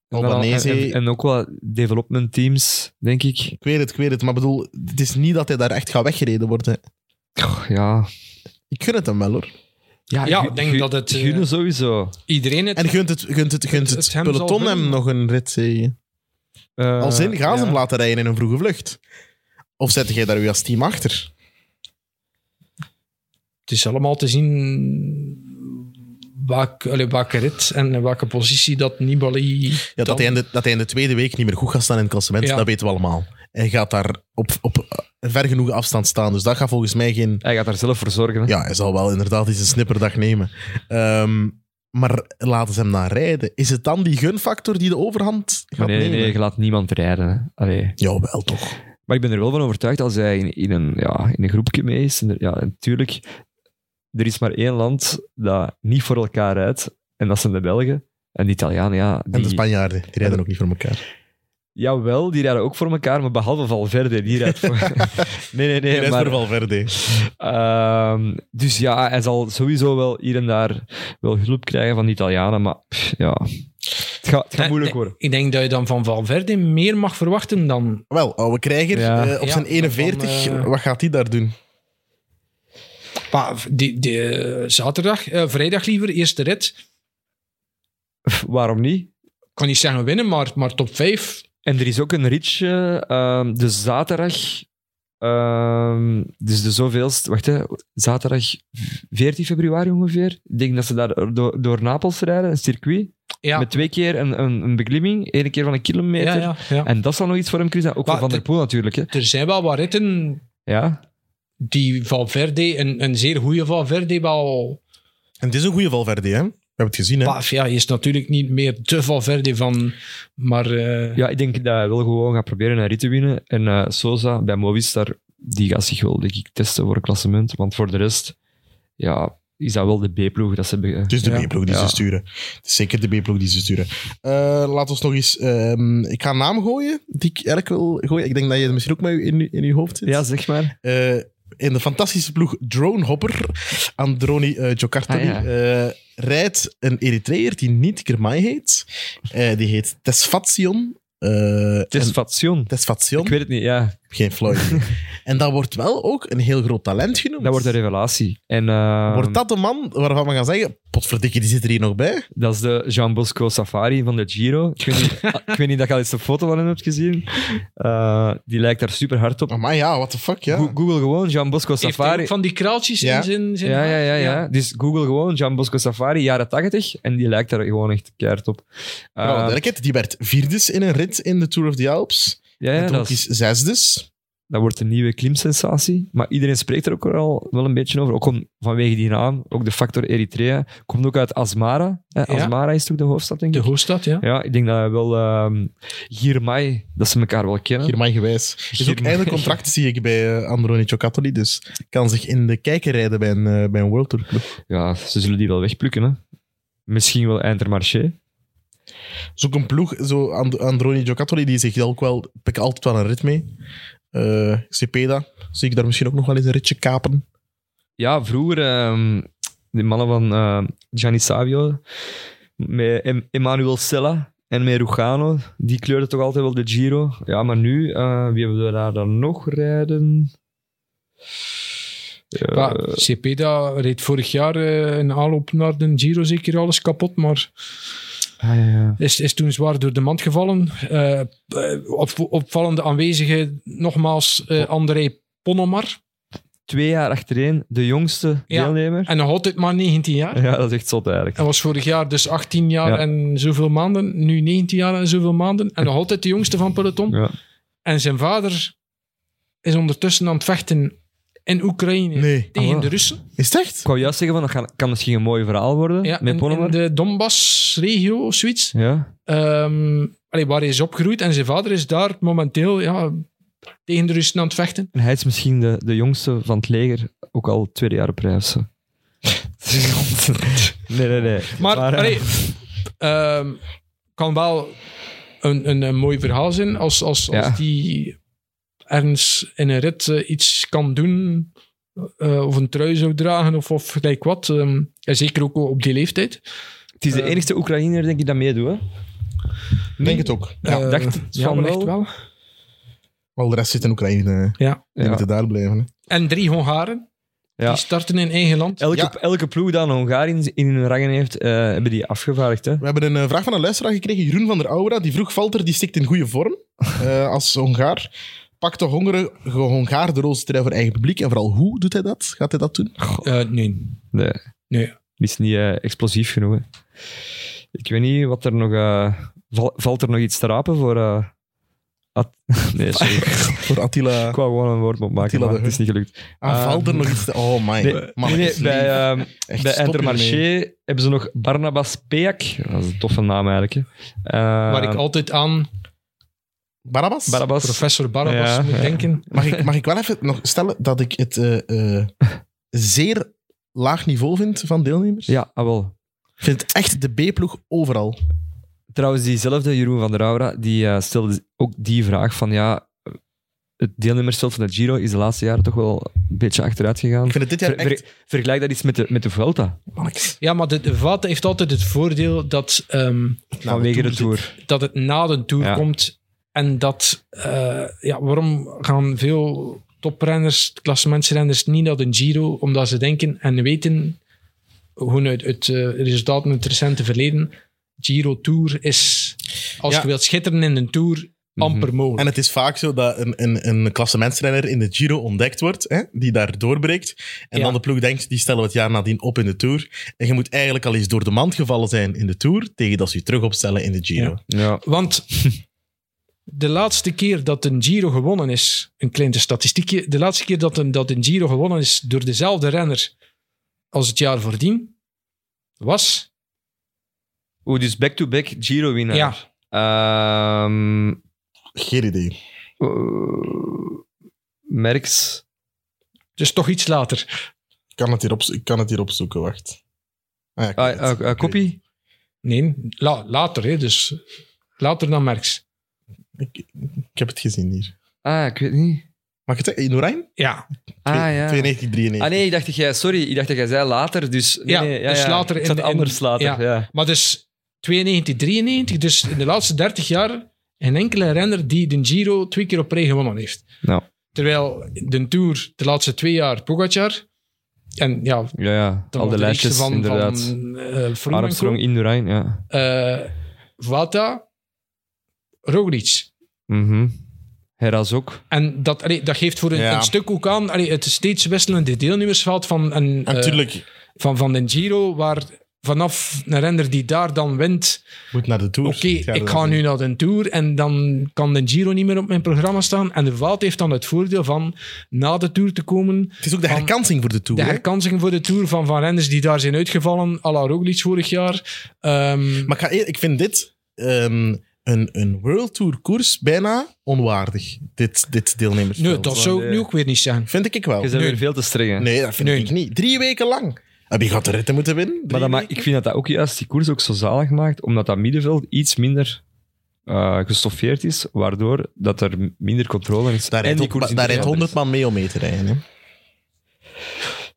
Speaker 3: dan-
Speaker 2: Albanese.
Speaker 3: En, en, en ook wel development teams, denk ik.
Speaker 2: Ik weet het, ik weet het. Maar bedoel, het is niet dat hij daar echt gaat weggereden worden.
Speaker 3: Goh, ja.
Speaker 2: Ik gun het hem wel, hoor.
Speaker 4: Ja,
Speaker 3: gu-
Speaker 4: ik denk
Speaker 3: gu-
Speaker 4: dat het, eh,
Speaker 3: Gunnen sowieso.
Speaker 4: Iedereen het.
Speaker 2: En gunt het, gunt het, gunt
Speaker 4: Het-
Speaker 2: het,
Speaker 4: het hem zal
Speaker 2: peloton
Speaker 4: gunnen,
Speaker 2: hem
Speaker 4: maar-
Speaker 2: nog een rit, zeg je?
Speaker 3: Eh,
Speaker 2: Als in, gaan ze
Speaker 3: ja.
Speaker 2: hem laten rijden in een vroege vlucht? Of zet jij daar u als team achter?
Speaker 4: Het is allemaal te zien welke, allee, welke rit en in welke positie dat Nibali...
Speaker 2: Ja,
Speaker 4: dan-
Speaker 2: dat, hij in de, dat hij in de tweede week niet meer goed gaat staan in het klassement,
Speaker 4: Ja.
Speaker 2: dat weten we allemaal. Hij gaat daar op, op eh, ver genoeg afstand staan, dus dat gaat volgens mij geen...
Speaker 3: Hij gaat daar zelf voor zorgen. hè.
Speaker 2: Ja, hij zal wel inderdaad eens een snipperdag nemen. Ehm, maar laten ze hem naar rijden. Is het dan die gunfactor die de overhand
Speaker 3: Maar
Speaker 2: gaat
Speaker 3: nee,
Speaker 2: nemen?
Speaker 3: nee, je laat niemand rijden. Hè. Allee.
Speaker 2: Jawel, toch.
Speaker 3: Maar ik ben er wel van overtuigd als hij in, in, een, ja, in een groepje mee is. en er- ja, natuurlijk, er is maar één land dat niet voor elkaar rijdt. En dat zijn de Belgen. En de Italianen, ja.
Speaker 2: En de
Speaker 3: Die,
Speaker 2: Spanjaarden, die rijden ook niet voor elkaar.
Speaker 3: jawel, die rijden ook voor elkaar, maar behalve Valverde, die rijdt
Speaker 2: (laughs)
Speaker 3: voor... nee,
Speaker 2: Die
Speaker 3: nee, nee.
Speaker 2: rijden
Speaker 3: Maar,
Speaker 2: voor Valverde.
Speaker 3: ehm, dus ja, hij zal sowieso wel hier en daar wel hulp krijgen van de Italianen. Maar pff, ja, het gaat, het gaat
Speaker 4: Eh,
Speaker 3: moeilijk
Speaker 4: eh,
Speaker 3: worden.
Speaker 4: Ik denk dat je dan van Valverde meer mag verwachten dan...
Speaker 2: Wel, oude krijger,
Speaker 3: Ja.
Speaker 2: eh, op
Speaker 4: Ja,
Speaker 2: zijn
Speaker 4: dan,
Speaker 2: 41,
Speaker 4: eh,
Speaker 2: wat gaat hij daar doen?
Speaker 4: Pa, die, die, eh, zaterdag, eh, vrijdag liever, eerste red.
Speaker 3: Pff, waarom niet?
Speaker 4: Ik kan niet zeggen winnen, maar, maar top 5.
Speaker 3: En er is ook een ritje, ehm, de zaterdag, ehm, dus de zoveelste, wacht hè, zaterdag 14 februari ongeveer. Ik denk dat ze daar door, door Napels rijden, een circuit,
Speaker 4: Ja,
Speaker 3: met twee keer een, een, een beklimming, één keer van een kilometer.
Speaker 4: ja, ja, ja.
Speaker 3: En dat zal nog iets voor hem kunnen zijn, ook
Speaker 4: Maar
Speaker 3: voor Van der
Speaker 4: de-
Speaker 3: Poel natuurlijk. Hè.
Speaker 4: Er zijn wel wat ritten
Speaker 3: Ja,
Speaker 4: die Valverde, een, een zeer goede Valverde, wel...
Speaker 2: En het is een goede Valverde, hè? We hebben het gezien, hè?
Speaker 4: Bah, ja, hij is natuurlijk niet meer de Valverde van... Maar eh,
Speaker 3: (laughs) ja, ik denk dat hij wel gewoon gaat proberen een rit te winnen. En eh, Sosa bij Movistar, die gaat zich wel denk ik testen voor een klassement, want voor de rest, ja, is dat wel de B-ploeg dat ze hebben.
Speaker 2: Het is de
Speaker 4: Ja.
Speaker 2: B-ploeg die
Speaker 3: Ja.
Speaker 2: ze sturen. Het is zeker de B-ploeg die ze sturen. Laten laat ons nog eens... ehm, ik ga een naam gooien, die ik eigenlijk wil gooien. Ik denk dat je het misschien ook met je in, in je hoofd zit.
Speaker 3: Ja, zeg maar.
Speaker 2: Eh, in de fantastische ploeg Dronehopper, Androni eh Giocartoli,
Speaker 3: Ah,
Speaker 2: eh, rijdt een Eritreër die niet Kermai heet. Eh, die heet Tesfatsion. Eh,
Speaker 3: Het is
Speaker 2: en-
Speaker 3: Fatsion.
Speaker 2: Tesfatsion.
Speaker 3: Ik weet het niet, ja.
Speaker 2: Geen flauw idee. en dat wordt wel ook een heel groot talent genoemd.
Speaker 3: Dat wordt een revelatie. En, eh,
Speaker 2: Wordt dat de man waarvan we gaan zeggen, potverdikke, die zit er hier nog bij?
Speaker 3: Dat is de Jean Bosco Safari van de Giro. Ik weet (laughs) niet, ik weet niet dat je al eens de foto van hem hebt gezien. Eh, die lijkt daar super hard op.
Speaker 2: Oh, Maar ja, what the fuck, ja.
Speaker 3: Go- Google gewoon Jean Bosco
Speaker 4: heeft hij
Speaker 3: Safari.
Speaker 4: ook van die kraaltjes
Speaker 2: Ja.
Speaker 4: in zijn... zijn
Speaker 3: Ja, ja,
Speaker 4: haar?
Speaker 3: ja, ja. Dus Google gewoon Jean Bosco Safari, jaren 80. En die lijkt daar gewoon echt keihard op. Eh,
Speaker 2: Rowan Derkert, die werd vierdes in een rit in de Tour of the Alps.
Speaker 3: ja,
Speaker 2: en
Speaker 3: ja,
Speaker 2: toen
Speaker 3: dat,
Speaker 2: ook
Speaker 3: is-
Speaker 2: eens zesdes.
Speaker 3: dat wordt een nieuwe klimsensatie. Maar iedereen spreekt er ook al wel een beetje over. Ook om- vanwege die naam. Ook de factor Eritrea. Komt ook uit Asmara. Eh,
Speaker 4: Ja.
Speaker 3: Asmara is toch de hoofdstad, denk ik?
Speaker 4: De hoofdstad, ja.
Speaker 3: Ja, ik denk dat we wel ehm Girmay, dat ze elkaar wel kennen.
Speaker 2: Germain gewijs. Is ook
Speaker 3: Germain.
Speaker 2: einde contract, zie ik, bij eh, Androni Giocattoli. Dus kan zich in de kijker rijden bij een, eh, bij een World Tour ploeg.
Speaker 3: Ja, ze zullen die wel wegplukken. Hè? Misschien wel Intermarché.
Speaker 2: Zoek een ploeg, zo And Androni Giocattoli, die zich ook wel... Pik altijd wel een rit mee. Eh, Cepeda, zie ik daar misschien ook nog wel eens een ritje kapen.
Speaker 3: Ja, vroeger ehm die mannen van ehm Gianni Savio, met em Emmanuel Sella en met Rugano, die kleurden toch altijd wel de Giro. Ja, maar nu, eh, wie hebben we daar dan nog rijden? Eh,
Speaker 4: Maar Cepeda reed vorig jaar eh, een aanloop naar de Giro zeker alles kapot, maar
Speaker 3: ah, ja, ja.
Speaker 4: is, is toen zwaar door de mand gevallen. Eh, eh, op, opvallende aanwezige, nogmaals, eh André Ponomar.
Speaker 3: Twee jaar achtereen, de jongste
Speaker 4: Ja.
Speaker 3: deelnemer.
Speaker 4: En nog altijd maar 19 jaar.
Speaker 3: Ja, dat is echt zot eigenlijk.
Speaker 4: Hij was vorig jaar dus 18 jaar
Speaker 3: Ja.
Speaker 4: en zoveel maanden. Nu 19 jaar en zoveel maanden. En nog altijd de jongste van peloton.
Speaker 3: Ja.
Speaker 4: En zijn vader is ondertussen aan het vechten in Oekraïne
Speaker 2: Nee.
Speaker 4: tegen
Speaker 3: Ah, wel.
Speaker 4: de Russen.
Speaker 2: Is het echt?
Speaker 3: Ik wou juist zeggen, van, dat kan, kan misschien een mooi verhaal worden
Speaker 4: Ja,
Speaker 3: met
Speaker 4: in, in
Speaker 3: Ponomer.
Speaker 4: de Donbass-regio of zoiets.
Speaker 3: Ja.
Speaker 4: Ehm, allee, waar hij is opgegroeid. En zijn vader is daar momenteel ja, tegen de Russen aan het vechten.
Speaker 3: En hij is misschien de, de jongste van het leger, ook al het tweede jaar op rij of zo. (laughs) nee, nee, nee.
Speaker 4: Maar,
Speaker 3: eh,
Speaker 4: allee, ehm, kan wel een, een, een mooi verhaal zijn als, als,
Speaker 3: Ja.
Speaker 4: als die ergens in een rit eh, iets kan doen. eh, of een trui zou dragen of, of gelijk wat. ehm, en zeker ook op die leeftijd.
Speaker 3: het is de
Speaker 4: eh,
Speaker 3: enige Oekraïner, denk ik, dat meedoet. hè.
Speaker 2: Ik denk het ook. Ja.
Speaker 4: Eh,
Speaker 3: dacht
Speaker 4: ja,
Speaker 3: van
Speaker 4: wellicht
Speaker 3: wel.
Speaker 4: wel.
Speaker 2: Al de rest zit in Oekraïne. hè.
Speaker 4: Ja.
Speaker 2: Die moeten daar blijven. hè.
Speaker 4: En drie Hongaren.
Speaker 3: Ja.
Speaker 4: Die starten in eigen land.
Speaker 3: Elke,
Speaker 2: Ja.
Speaker 3: elke ploeg die een Hongaar in, in hun rangen heeft, eh, hebben die afgevaardigd. Hè?
Speaker 2: We hebben een eh, vraag van een luisteraar gekregen, Jeroen van der Aura. Die vroeg, Valter, die stikt in goede
Speaker 3: (laughs)
Speaker 2: vorm eh, als Hongaar. Pakt de hongerige Hongaar de roze trui voor eigen publiek? En vooral, hoe doet hij dat? Gaat hij dat
Speaker 3: (laughs)
Speaker 2: doen?
Speaker 4: Eh, nee.
Speaker 3: Nee.
Speaker 4: Nee.
Speaker 3: Die is niet eh, explosief genoeg. hè. Ik weet niet wat er nog. eh, val- valt er nog iets te rapen voor. eh, At- (laughs) nee,
Speaker 2: (laughs)
Speaker 3: sorry.
Speaker 2: Voor Attila...
Speaker 3: Ik wou gewoon een woordmop maken,
Speaker 2: Attila
Speaker 3: maar
Speaker 2: de
Speaker 3: het is niet gelukt.
Speaker 2: Ah, Valter
Speaker 3: eh,
Speaker 2: nog iets te... Oh my.
Speaker 3: Nee,
Speaker 2: Man,
Speaker 3: nee, nee,
Speaker 2: echt
Speaker 3: bij,
Speaker 2: lief.
Speaker 3: ehm,
Speaker 2: Echt, stop
Speaker 3: bij
Speaker 2: hiermee.
Speaker 3: Intermarché hebben ze nog Barnabas Peak. Dat is een toffe naam eigenlijk. Hè. Eh,
Speaker 4: Waar ik altijd aan
Speaker 2: Barabbas?
Speaker 3: Barnabas.
Speaker 4: professor Barabas
Speaker 3: Ja,
Speaker 4: moet
Speaker 3: ja.
Speaker 4: denken.
Speaker 2: Mag ik, mag ik wel even nog stellen dat ik het eh,
Speaker 3: (laughs)
Speaker 2: eh, zeer laag niveau vind van deelnemers?
Speaker 3: Ja, ah, wel.
Speaker 2: Ik vind echt de B-ploeg overal.
Speaker 3: Trouwens, diezelfde Jeroen van der Aura, die eh, stelde ook die vraag van ja, het deelnemersveld van de Giro is de laatste jaren toch wel een beetje achteruit gegaan.
Speaker 2: Ik vind het dit jaar
Speaker 3: Ver- ver-
Speaker 2: echt...
Speaker 3: vergelijk dat iets met de, met de
Speaker 2: Nou,
Speaker 3: Vuelta,
Speaker 2: Max,
Speaker 4: Ja, maar de, de Vata heeft altijd het voordeel dat, ehm,
Speaker 3: vanwege de Tour.
Speaker 4: dat het na de Tour
Speaker 3: Ja.
Speaker 4: komt. En dat, eh, ja, waarom gaan veel toprenners, klassementsrenners niet naar de Giro? Omdat ze denken en weten, gewoon uit het eh, resultaat in het recente verleden, Giro Tour is Als
Speaker 2: Ja.
Speaker 4: je wilt schitteren in een tour, amper mogelijk.
Speaker 2: En het is vaak zo dat een, een, een klassementsrenner in de Giro ontdekt wordt, hè, die daar doorbreekt. En
Speaker 4: Ja.
Speaker 2: dan de ploeg denkt, die stellen we het jaar nadien op in de Tour. En je moet eigenlijk al eens door de mand gevallen zijn in de Tour, tegen dat ze je terug opstellen in de Giro.
Speaker 3: Ja.
Speaker 4: Want de laatste keer dat een Giro gewonnen is, een kleine statistiekje, de laatste keer dat een, dat een Giro gewonnen is door dezelfde renner als het jaar voordien, was...
Speaker 3: Oeh, dus back-to-back Giro-winnaar.
Speaker 4: Ja,
Speaker 3: Ehm,
Speaker 2: Geen idee.
Speaker 3: eh, Merks.
Speaker 4: dus toch iets later.
Speaker 2: Ik kan het hier, op, ik kan het hier opzoeken, wacht. Ah, ja, ik
Speaker 3: Ah,
Speaker 2: weet het.
Speaker 3: eh, eh, Koppie?
Speaker 4: Nee, la- later, hè, dus later dan Merckx.
Speaker 2: Ik, ik, ik heb het gezien hier.
Speaker 3: Ah, ik weet niet.
Speaker 2: Mag ik het zeggen? In Oranje?
Speaker 4: Ja,
Speaker 3: Ah, ja.
Speaker 2: 92, 93.
Speaker 3: Ah nee, ik dacht dat jij, sorry, ik dacht dat jij zei later. Dus, nee,
Speaker 4: Ja,
Speaker 3: nee,
Speaker 4: dus later
Speaker 3: Ik
Speaker 4: in-
Speaker 3: zat
Speaker 4: in-
Speaker 3: anders later. Ja.
Speaker 4: ja. maar dus 92, 93, dus in de laatste 30 jaar geen enkele renner die de Giro twee keer op rij gewonnen heeft.
Speaker 3: Nou.
Speaker 4: Terwijl de Tour de laatste twee jaar Pogacar en ja,
Speaker 3: Ja, ja,
Speaker 4: Dan
Speaker 3: al de
Speaker 4: de
Speaker 3: lijstjes,
Speaker 4: reeksen van,
Speaker 3: inderdaad.
Speaker 4: Van, eh, Froome en
Speaker 3: Armstrong,
Speaker 4: Co.
Speaker 3: Indurain, ja.
Speaker 4: Eh, Vuelta, Roglic.
Speaker 3: Mhm. Heras ook.
Speaker 4: En dat, allee, dat geeft voor een,
Speaker 2: Ja.
Speaker 4: een stuk ook aan allee, het steeds wisselende deelnemersveld van, een, eh,
Speaker 2: Natuurlijk,
Speaker 4: van, van de Giro, waar vanaf een renner die daar dan wint,
Speaker 2: moet naar de Tour.
Speaker 4: oké,
Speaker 2: Het gaat
Speaker 4: ik
Speaker 2: er
Speaker 4: ga
Speaker 2: dan
Speaker 4: nu naar de Tour en dan kan de Giro niet meer op mijn programma staan. En de Vuelta heeft dan het voordeel van na de Tour te komen,
Speaker 2: Het is ook de
Speaker 4: van-
Speaker 2: herkansing voor de Tour.
Speaker 4: de
Speaker 2: hè?
Speaker 4: herkansingen voor de Tour van, van renners die daar zijn uitgevallen, à la Roglic vorig jaar. Ehm,
Speaker 2: Maar ik, ga eer- ik vind dit ehm, een, een World Tour koers bijna onwaardig. Dit, dit deelnemersveld.
Speaker 4: Nee, dat zou ik
Speaker 3: nee.
Speaker 4: nu ook weer niet zijn.
Speaker 2: Vind ik ik wel.
Speaker 3: Je bent
Speaker 4: Nee.
Speaker 3: weer veel te streng, hè.
Speaker 2: Nee, dat vind
Speaker 4: Nee.
Speaker 2: ik niet. Drie weken lang. Heb je gaat de ritten moeten winnen? Drie
Speaker 3: Maar dat ma-
Speaker 2: weken?
Speaker 3: ik vind dat dat ook juist die koers ook zo zalig maakt, omdat dat middenveld iets minder eh gestoffeerd is, waardoor dat er minder controle is.
Speaker 2: Daar
Speaker 3: en
Speaker 2: rijdt,
Speaker 3: die
Speaker 2: ook-
Speaker 3: koers
Speaker 2: daar rijdt
Speaker 3: individueel
Speaker 2: 100
Speaker 3: is.
Speaker 2: man mee om mee te rijden. Hè?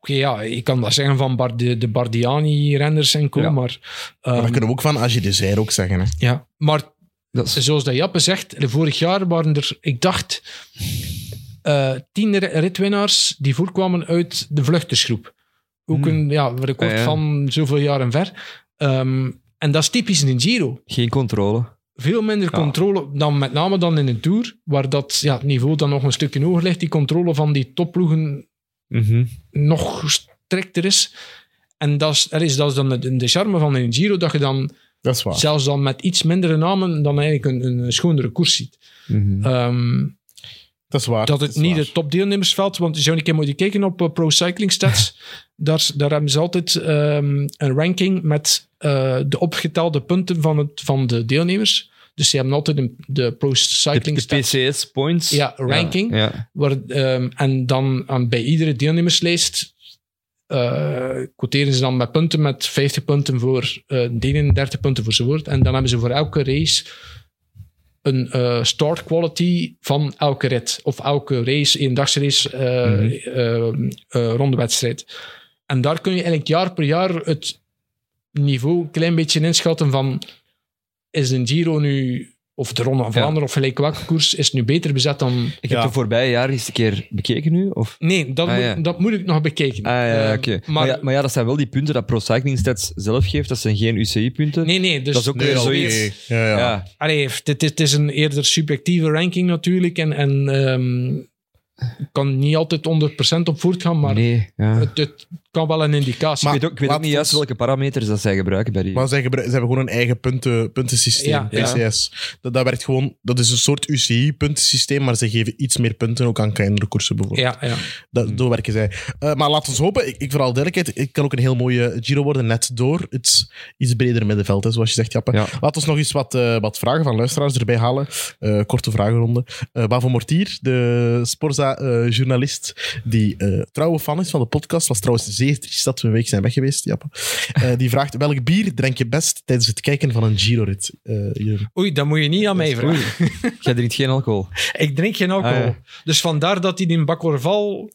Speaker 4: Oké, ja, ik kan dat zeggen van Bar- de, de Bardiani-renners en co,
Speaker 3: Ja.
Speaker 4: maar... ehm,
Speaker 2: Maar dat kunnen we ook van als je de zijde ook zeggen. Hè?
Speaker 4: ja. maar
Speaker 3: Dat is-
Speaker 4: zoals dat Jappe zegt, vorig jaar waren er, ik dacht, eh, tien ri- ritwinnaars die voorkwamen uit de vluchtersgroep. Ook een ja, record
Speaker 3: Ah, Hmm. ja.
Speaker 4: van zoveel jaren ver. Ehm, en dat is typisch in een Giro.
Speaker 3: Geen controle.
Speaker 4: Veel minder
Speaker 3: Ja.
Speaker 4: controle, dan, met name dan in een Tour, waar dat, ja, het niveau dan nog een stukje hoger ligt. Die controle van die topploegen
Speaker 3: Mhm.
Speaker 4: nog strikter is. En dat is, er is, dat is dan de, de charme van een Giro, dat je dan
Speaker 2: Dat is waar.
Speaker 4: zelfs dan met iets mindere namen dan eigenlijk een, een schonere koers ziet.
Speaker 3: Mhm.
Speaker 4: Ehm,
Speaker 2: dat is waar.
Speaker 4: dat het
Speaker 2: is
Speaker 4: niet
Speaker 2: waar.
Speaker 4: het topdeelnemersveld, want je zou een keer moeten kijken op eh, Pro Cycling Stats. daar, daar hebben ze altijd ehm, een ranking met eh, de opgetelde punten van, het, van de deelnemers. Dus ze hebben altijd een, de Pro
Speaker 3: De,
Speaker 4: Cycling
Speaker 3: de
Speaker 4: Stats.
Speaker 3: PCS points.
Speaker 4: Ja, ranking.
Speaker 3: Ja. ja.
Speaker 4: Waar, ehm, en dan aan, bij iedere deelnemerslijst eh quoteren ze dan met punten met 50 punten voor eh delen, 30 punten voor zijn woord. En dan hebben ze voor elke race een eh, start quality van elke rit. Of elke race, eendagsrace, eh
Speaker 3: Mhm.
Speaker 4: ehm, eh, rondewedstrijd. En daar kun je eigenlijk jaar per jaar het niveau een klein beetje inschatten van is een Giro nu, of de Ronde van Vlaanderen, of gelijk welke koers, is nu beter bezet dan
Speaker 3: Ik
Speaker 2: Ja.
Speaker 3: heb de voorbije jaren eens een keer bekeken nu, of...
Speaker 4: Nee, dat,
Speaker 3: Ah,
Speaker 4: moet,
Speaker 3: ja.
Speaker 4: dat moet ik nog bekijken.
Speaker 3: Ah ja,
Speaker 4: Eh,
Speaker 3: oké. Maar,
Speaker 4: maar
Speaker 3: ja, maar ja, dat zijn wel die punten dat Pro Cycling Stats zelf geeft. Dat zijn geen UCI-punten.
Speaker 4: nee, nee. Dus,
Speaker 3: Dat is ook
Speaker 2: Nee,
Speaker 3: weer
Speaker 2: oké.
Speaker 3: zoiets.
Speaker 2: Ja, ja.
Speaker 3: ja.
Speaker 4: Allee, dit, dit is een eerder subjectieve ranking natuurlijk. En, en ehm, kan niet altijd 100% op voortgaan, maar
Speaker 3: nee, ja.
Speaker 4: het, het kan wel een indicatie.
Speaker 2: Maar-
Speaker 3: ik weet ook, ik weet ook
Speaker 2: laat
Speaker 3: niet juist
Speaker 2: ons-
Speaker 3: welke parameters dat zij gebruiken bij die...
Speaker 2: Maar zij, gebru- ze hebben gewoon een eigen punten, puntensysteem,
Speaker 4: Ja,
Speaker 3: ja.
Speaker 2: PCS. Dat, dat, werkt gewoon, dat is een soort UCI-puntensysteem, maar ze geven iets meer punten ook aan kleinere koersen bijvoorbeeld.
Speaker 4: ja, ja.
Speaker 2: Dat, Zo werken zij. Eh, maar laten we hopen, ik, ik voor alle duidelijkheid, ik kan ook een heel mooie Giro worden, net door het iets breder middenveld, hè, zoals je zegt, Jappe.
Speaker 3: Ja.
Speaker 2: Laten we nog eens wat, eh, wat vragen van luisteraars erbij halen. Eh, korte vragenronde. Eh Bavo Mortier, de Sporza-journalist, die eh, trouwe fan is van de podcast, was trouwens zeer triest dat we een week zijn weg geweest, Jappe. (laughs) Eh, die vraagt, welk bier drink je best tijdens het kijken van een Giro-rit? Eh, Jeroen?
Speaker 4: Oei, dat moet je niet aan mij vragen.
Speaker 3: Oei, jij drinkt geen alcohol.
Speaker 4: (laughs) Ik drink geen alcohol.
Speaker 3: Ah, ja.
Speaker 4: Dus vandaar dat hij in Bakorval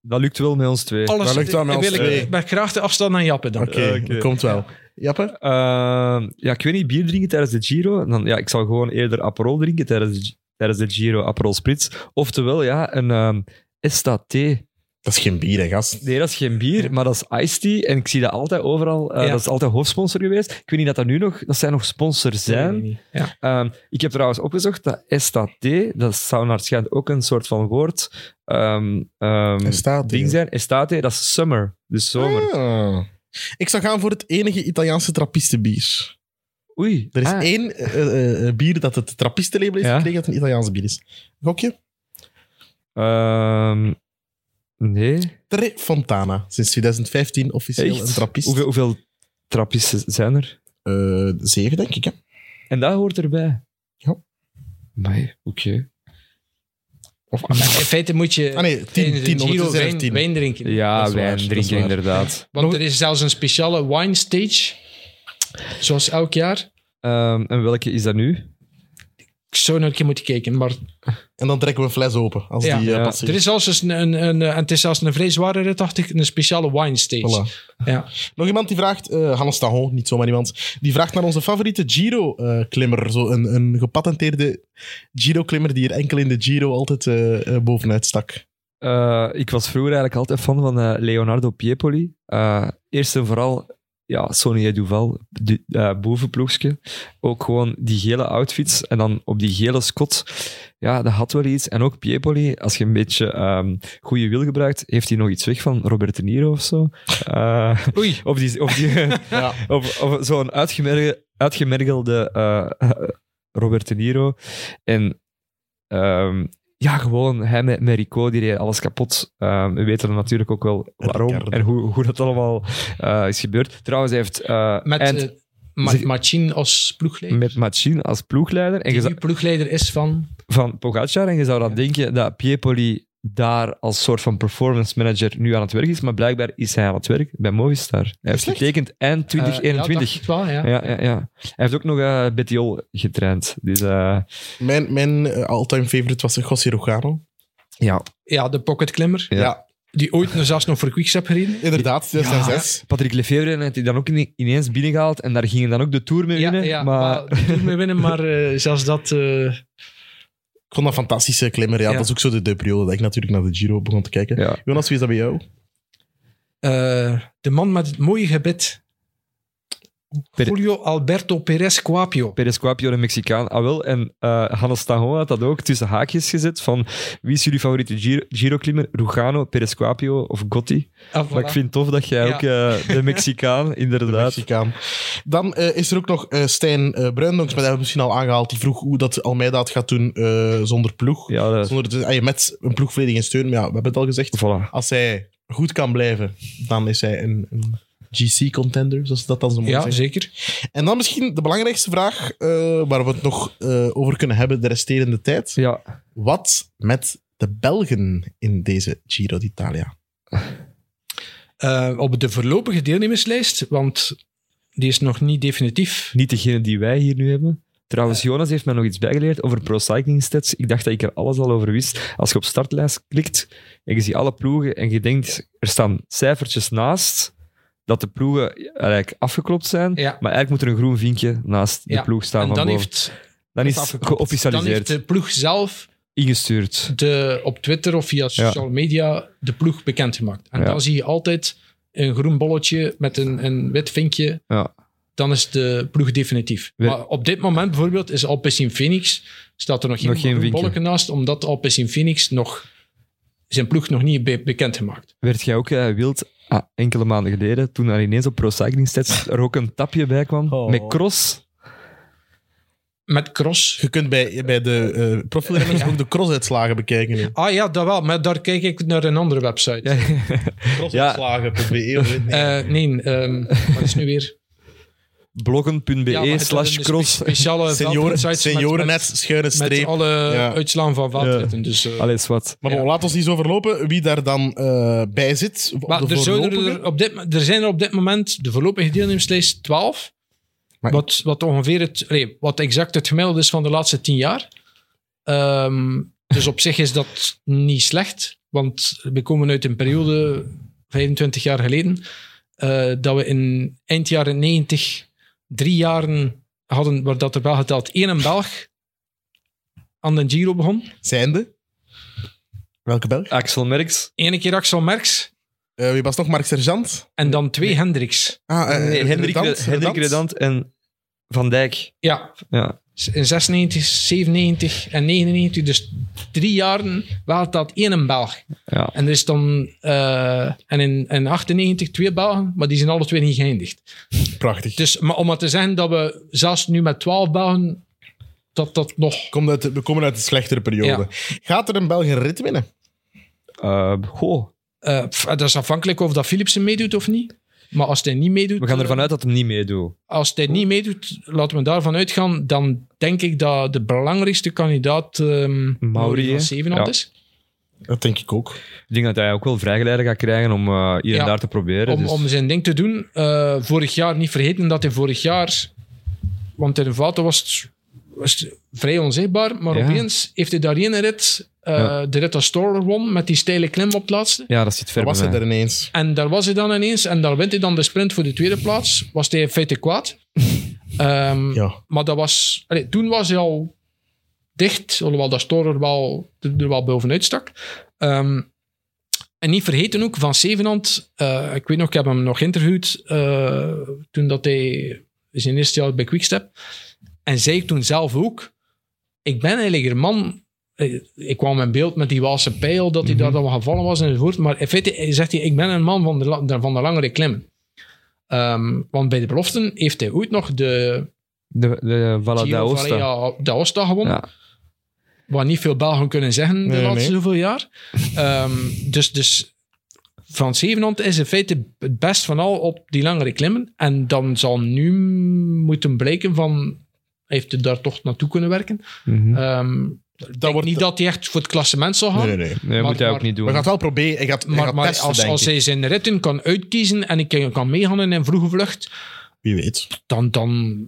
Speaker 3: Dat lukt wel met ons twee.
Speaker 4: alles...
Speaker 2: Dat lukt
Speaker 3: nou
Speaker 2: wel met
Speaker 4: wil
Speaker 2: ons
Speaker 4: ik-
Speaker 2: twee.
Speaker 4: Ik ben graag de afstand aan Jappe dan.
Speaker 2: Oké, dat komt wel. Jappe?
Speaker 3: Ehm, ja, ik weet niet, bier drinken tijdens de Giro. Dan, ja, ik zou gewoon eerder Aperol drinken tijdens de, Gi- tijdens de Giro, Aperol Spritz. Oftewel, ja, een ehm Estaté
Speaker 2: Dat is geen bier, hè, gast.
Speaker 3: Nee, dat is geen bier, maar dat is iced tea. En ik zie dat altijd overal. eh,
Speaker 4: Ja.
Speaker 3: Dat is altijd hoofdsponsor geweest. Ik weet niet dat dat nu nog, dat zij nog sponsor zijn.
Speaker 4: Ja.
Speaker 3: Ehm, ik heb trouwens opgezocht dat STT, dat zou naar het schijnt ook een soort van woord ehm, ehm,
Speaker 2: Estate.
Speaker 3: ding zijn. Estate, dat is summer, dus zomer.
Speaker 2: Ah. Ik zou gaan voor het enige Italiaanse trappistenbier.
Speaker 3: Oei,
Speaker 2: Er is
Speaker 3: ah,
Speaker 2: één eh, eh, eh, bier dat het trappistenlabel heeft
Speaker 3: Ja.
Speaker 2: gekregen dat een Italiaanse bier is. Gokje?
Speaker 3: ehm, nee,
Speaker 2: Tre Fontana. Sinds 2015 officieel
Speaker 3: echt?
Speaker 2: een trappist.
Speaker 3: Hoeveel, hoeveel trappisten zijn er?
Speaker 2: Eh, zeven, denk ik. Hè?
Speaker 3: En dat hoort erbij.
Speaker 2: Ja.
Speaker 3: Maar oké.
Speaker 2: Of
Speaker 4: Maar in feite moet je
Speaker 2: Ah nee,
Speaker 4: tijdens
Speaker 2: tien.
Speaker 4: de
Speaker 2: tien
Speaker 4: Giro
Speaker 2: ondertussen zijn er
Speaker 4: wijn,
Speaker 2: tien.
Speaker 4: wijn drinken.
Speaker 3: Ja,
Speaker 2: Dat is waar,
Speaker 3: wijn
Speaker 2: dat is
Speaker 3: drinken
Speaker 2: waar.
Speaker 3: inderdaad.
Speaker 4: Want
Speaker 2: Nog-
Speaker 4: er is zelfs een speciale wine stage, zoals elk jaar.
Speaker 3: Ehm, en welke is dat nu?
Speaker 4: Ik zou nog een keer moeten kijken, maar
Speaker 2: En dan trekken we een fles open. Als
Speaker 4: Ja.
Speaker 2: die eh,
Speaker 3: Ja.
Speaker 2: passeert.
Speaker 4: er is zelfs eens een, een, een, en het is zelfs een vrij zware rit, dacht ik, een speciale wine stage.
Speaker 2: Voilà.
Speaker 4: Ja.
Speaker 2: Nog iemand die vraagt, eh Hannes Tahon, niet zomaar iemand, die vraagt naar onze favoriete Giro-klimmer. Zo een, een gepatenteerde Giro-klimmer die er enkel in de Giro altijd eh, eh, bovenuit stak.
Speaker 3: Eh, ik was vroeger eigenlijk altijd fan van eh, Leonardo Piepoli. Eh, eerst en vooral ja, Sonia Duval, de, eh, boevenploegske. Ook gewoon die gele outfits en dan op die gele scot. Ja, dat had wel iets. En ook Piepoli, als je een beetje ehm goede wil gebruikt, heeft hij nog iets weg van Robert De Niro of zo. Eh,
Speaker 4: Oei.
Speaker 3: of die, of
Speaker 4: (laughs)
Speaker 3: die,
Speaker 2: Ja.
Speaker 3: of, of zo'n uitgemergelde, uitgemergelde eh, Robert De Niro. En ehm, ja, gewoon hij met, met Rico, die deed alles kapot. Ehm, we weten natuurlijk ook wel waarom
Speaker 2: Ricardo.
Speaker 3: en hoe, hoe dat allemaal eh, is gebeurd. Trouwens, hij heeft eh,
Speaker 4: Met
Speaker 3: eind-
Speaker 4: eh, Ma-
Speaker 3: Zeg-
Speaker 4: Machin als ploegleider.
Speaker 3: met Machine als ploegleider en je
Speaker 4: die
Speaker 3: zou-
Speaker 4: nu ploegleider is van... eh,
Speaker 3: van Pogacar. En je zou dan denken dat Piepoli daar als soort van performance manager nu aan het werk is. Maar blijkbaar is hij aan het werk bij Movistar. Hij heeft
Speaker 2: Slecht.
Speaker 3: getekend eind
Speaker 4: Eh, ja,
Speaker 3: 2021.
Speaker 4: dacht ik wel, ja.
Speaker 3: Ja, ja, ja. Hij heeft ook nog eh Bettiol getraind. Dus eh,
Speaker 2: Mijn, mijn eh, all-time favorite was José Rogano.
Speaker 3: ja,
Speaker 4: Ja, de pocketklimmer.
Speaker 3: Ja.
Speaker 4: Die ooit nog zelfs nog voor Quickstep gereden. is.
Speaker 2: inderdaad, 2006.
Speaker 3: Patrick Lefevre heeft hij dan ook ine- ineens binnengehaald en daar gingen dan ook de Tour mee
Speaker 4: Ja,
Speaker 3: winnen.
Speaker 4: ja,
Speaker 3: maar
Speaker 4: maar... die Tour mee winnen, maar eh, zelfs dat... eh,
Speaker 2: Ik vond dat een fantastische klimmer. Ja,
Speaker 4: Ja.
Speaker 2: Dat is ook zo de, de periode dat ik natuurlijk naar de Giro begon te kijken.
Speaker 3: ja.
Speaker 2: Jonas, wie is dat bij jou?
Speaker 4: eh, de man met het mooie gebit.
Speaker 3: Per-
Speaker 4: Julio Alberto Perez Quapio.
Speaker 3: Perez Quapio, de Mexicaan. Ah wel, en eh Hannes Tahon had dat ook tussen haakjes gezet van wie is jullie favoriete Giro- Giro-klimmer? Rugano, Perez Quapio of Gotti?
Speaker 4: Ah,
Speaker 3: Maar
Speaker 4: voilà.
Speaker 3: ik vind het tof dat jij
Speaker 4: Ja.
Speaker 3: ook eh,
Speaker 4: (laughs)
Speaker 3: de Mexicaan,
Speaker 2: De
Speaker 3: inderdaad.
Speaker 2: Mexicaan. Dan eh, is er ook nog eh, Stijn eh Bruindonks, maar dat hebben we misschien al aangehaald. Die vroeg hoe dat Almeida het gaat doen eh, zonder ploeg.
Speaker 3: Ja, dat-
Speaker 2: Zonder, te- ah, je met een ploeg volledig in steun. Maar ja, we hebben het al gezegd.
Speaker 3: voilà.
Speaker 2: Als hij goed kan blijven, dan is hij een, een GC-contender, zoals ze dat dan zo mooi
Speaker 4: Ja,
Speaker 2: zeggen.
Speaker 4: zeker.
Speaker 2: En dan misschien de belangrijkste vraag, eh, waar we het nog eh, over kunnen hebben de resterende tijd.
Speaker 3: Ja,
Speaker 2: Wat met de Belgen in deze Giro d'Italia?
Speaker 4: Eh, op de voorlopige deelnemerslijst, want die is nog niet definitief.
Speaker 3: Niet degene die wij hier nu hebben. Trouwens, Jonas heeft mij nog iets bijgeleerd over Pro Cycling Stats. Ik dacht dat ik er alles al over wist. Als je op startlijst klikt en je ziet alle ploegen en je denkt, er staan cijfertjes naast dat de ploegen eigenlijk afgeklopt zijn.
Speaker 4: Ja.
Speaker 3: Maar eigenlijk moet er een groen vinkje naast de
Speaker 4: Ja,
Speaker 3: ploeg staan.
Speaker 4: En
Speaker 3: van
Speaker 4: dan
Speaker 3: boven.
Speaker 4: heeft,
Speaker 3: dan is
Speaker 4: dat
Speaker 3: het
Speaker 4: afgeklopt. dan
Speaker 3: geofficialiseerd,
Speaker 4: heeft de ploeg zelf
Speaker 3: ingestuurd.
Speaker 4: de, op Twitter of via social media de ploeg bekendgemaakt. En
Speaker 3: Ja.
Speaker 4: dan zie je altijd een groen bolletje met een, een wit vinkje.
Speaker 3: Ja.
Speaker 4: Dan is de ploeg definitief.
Speaker 3: We-
Speaker 4: maar op dit moment bijvoorbeeld is Alpecin Phoenix, staat er nog geen,
Speaker 3: Nog geen
Speaker 4: groen
Speaker 3: vinkje.
Speaker 4: bolletje naast, omdat Alpecin Phoenix nog zijn ploeg nog niet be- bekendgemaakt.
Speaker 3: Werd jij ook eh, wild ah, enkele maanden geleden, toen er ineens op Pro
Speaker 4: (laughs)
Speaker 3: Cycling Stats er ook een tapje bij kwam
Speaker 2: Oh.
Speaker 3: met cross?
Speaker 4: Met Cross.
Speaker 2: Je kunt bij, bij de eh profielrenners ook de crossuitslagen bekijken. nu.
Speaker 4: Ah ja, dat wel, maar daar kijk ik naar een andere website.
Speaker 3: Ja.
Speaker 2: Crossuitslagen.be. of weet (laughs) ik niet.
Speaker 4: Eh, nee, ehm, wat is nu
Speaker 3: (laughs)
Speaker 4: weer?
Speaker 3: Bloggen.be
Speaker 4: Ja, maar het is
Speaker 3: E slash
Speaker 4: een
Speaker 3: cross.
Speaker 4: spe-
Speaker 3: (laughs)
Speaker 4: Speciale
Speaker 2: Senioren,
Speaker 4: veldwebsites met-
Speaker 2: seniorennet,
Speaker 4: met-
Speaker 2: schuine
Speaker 4: Met
Speaker 2: streep.
Speaker 4: alle
Speaker 2: Ja.
Speaker 4: uitslagen van veldritten. Dus, eh,
Speaker 3: Alles wat.
Speaker 2: Maar bon,
Speaker 4: Ja.
Speaker 2: laat ons niet zo verlopen wie daar dan eh, bij zit. op
Speaker 4: maar
Speaker 2: de
Speaker 4: er, zouden
Speaker 2: voorlopige.
Speaker 4: er, op dit, mo- er zijn er op dit moment de voorlopige deelnemerslijst 12.
Speaker 2: Maar-
Speaker 4: Wat, wat ongeveer het, nee, wat exact het gemiddelde is van de laatste 10 jaar. Ehm, dus op zich is dat niet slecht. Want we komen uit een periode, 25 jaar geleden, eh, dat we in eind jaren 90 drie jaren hadden, waar dat er wel geteld één een Belg aan de Giro begon.
Speaker 2: Zijnde? Welke Belg?
Speaker 3: Axel Merks.
Speaker 4: Eén keer Axel Merks
Speaker 2: Eh, wie was nog? Mark Sergeant?
Speaker 4: en dan twee Hendricks.
Speaker 2: Ah, eh,
Speaker 3: nee, Hendrik
Speaker 2: Redant,
Speaker 3: Redant, Hendrik Redant en Van Dijk.
Speaker 4: Ja,
Speaker 3: Ja.
Speaker 4: in 96, 97 en 99, dus drie jaren, waalt dat één Belg.
Speaker 3: Ja.
Speaker 4: En er is dan, eh, en in, in 98 twee Belgen, maar die zijn alle twee niet geëindigd.
Speaker 2: Prachtig.
Speaker 4: Dus maar om maar te zeggen dat we zelfs nu met 12 Belgen, dat dat nog...
Speaker 2: Komt uit, we komen uit een slechtere periode. Gaat er een Belg een rit winnen?
Speaker 3: Eh, goh.
Speaker 4: eh, pff, dat is afhankelijk of dat Philipsen meedoet of niet. Maar als hij niet meedoet...
Speaker 3: We gaan
Speaker 4: eh,
Speaker 3: ervan uit dat hem niet meedoet.
Speaker 4: Als hij niet meedoet, laten we daarvan uitgaan, dan denk ik dat de belangrijkste kandidaat ehm Mauri van
Speaker 3: hè?
Speaker 4: Zevenhand
Speaker 3: Ja.
Speaker 4: is.
Speaker 2: Dat denk ik ook.
Speaker 3: Ik denk dat hij ook wel vrijgeleide gaat krijgen om eh, hier en
Speaker 4: Ja.
Speaker 3: daar te proberen.
Speaker 4: Om,
Speaker 3: dus-
Speaker 4: om zijn ding te doen. Eh, vorig jaar, niet vergeten dat hij vorig jaar... Want in de vaten was het, was het vrij onzichtbaar, maar
Speaker 3: Ja.
Speaker 4: opeens heeft hij daar één rit, eh,
Speaker 3: Ja.
Speaker 4: de rit als Storer won, met die steile klim op het laatste.
Speaker 3: Ja, dat zit ver
Speaker 2: Daar was
Speaker 3: bij
Speaker 2: hij
Speaker 3: mij.
Speaker 2: er ineens.
Speaker 4: En daar was hij dan ineens. En daar wint hij dan de sprint voor de tweede plaats. Was hij in feite
Speaker 3: (laughs)
Speaker 4: kwaad. Ehm,
Speaker 2: Ja.
Speaker 4: Maar dat was... allee, toen was hij al dicht. Alhoewel dat Storer wel, er wel bovenuit stak. Ehm, en niet vergeten ook, Van Zevenhand... eh, ik weet nog, ik heb hem nog geïnterviewd eh, toen dat hij zijn eerste jaar bij Quickstep. En zei ik toen zelf ook... Ik ben eigenlijk een man... eh, Ik kwam in beeld met die Waalse pijl, dat hij daar dan wel gevallen was enzovoort. Maar in feite hij zegt hij, ik ben een man van de, la- van de langere klimmen. Ehm, want bij de beloften heeft hij ooit nog de
Speaker 3: De, de Valla
Speaker 4: Giro
Speaker 3: d'Aosta.
Speaker 4: Varia d'Aosta gewonnen.
Speaker 3: Ja.
Speaker 4: Wat niet veel Belgen kunnen zeggen de
Speaker 2: Nee,
Speaker 4: laatste
Speaker 2: nee.
Speaker 4: zoveel jaar. Ehm, dus, dus Frans Zevenhand is in feite het best van al op die langere klimmen. En dan zal nu moeten blijken van... Heeft hij daar toch naartoe kunnen werken?
Speaker 3: Mhm.
Speaker 4: Ehm ik denk
Speaker 2: wordt-
Speaker 4: niet dat hij echt voor het klassement zal gaan.
Speaker 2: Nee, nee, nee.
Speaker 3: Nee,
Speaker 4: maar-
Speaker 3: moet hij ook
Speaker 4: maar-
Speaker 3: niet doen.
Speaker 2: We gaan het wel proberen. Ik gaat, hij
Speaker 4: Maar,
Speaker 2: gaat
Speaker 4: maar
Speaker 2: testen,
Speaker 4: als,
Speaker 2: denk
Speaker 4: als
Speaker 2: ik.
Speaker 4: hij zijn ritten kan uitkiezen en ik kan- kan meegaan in een vroege vlucht,
Speaker 2: Wie weet.
Speaker 4: dan, dan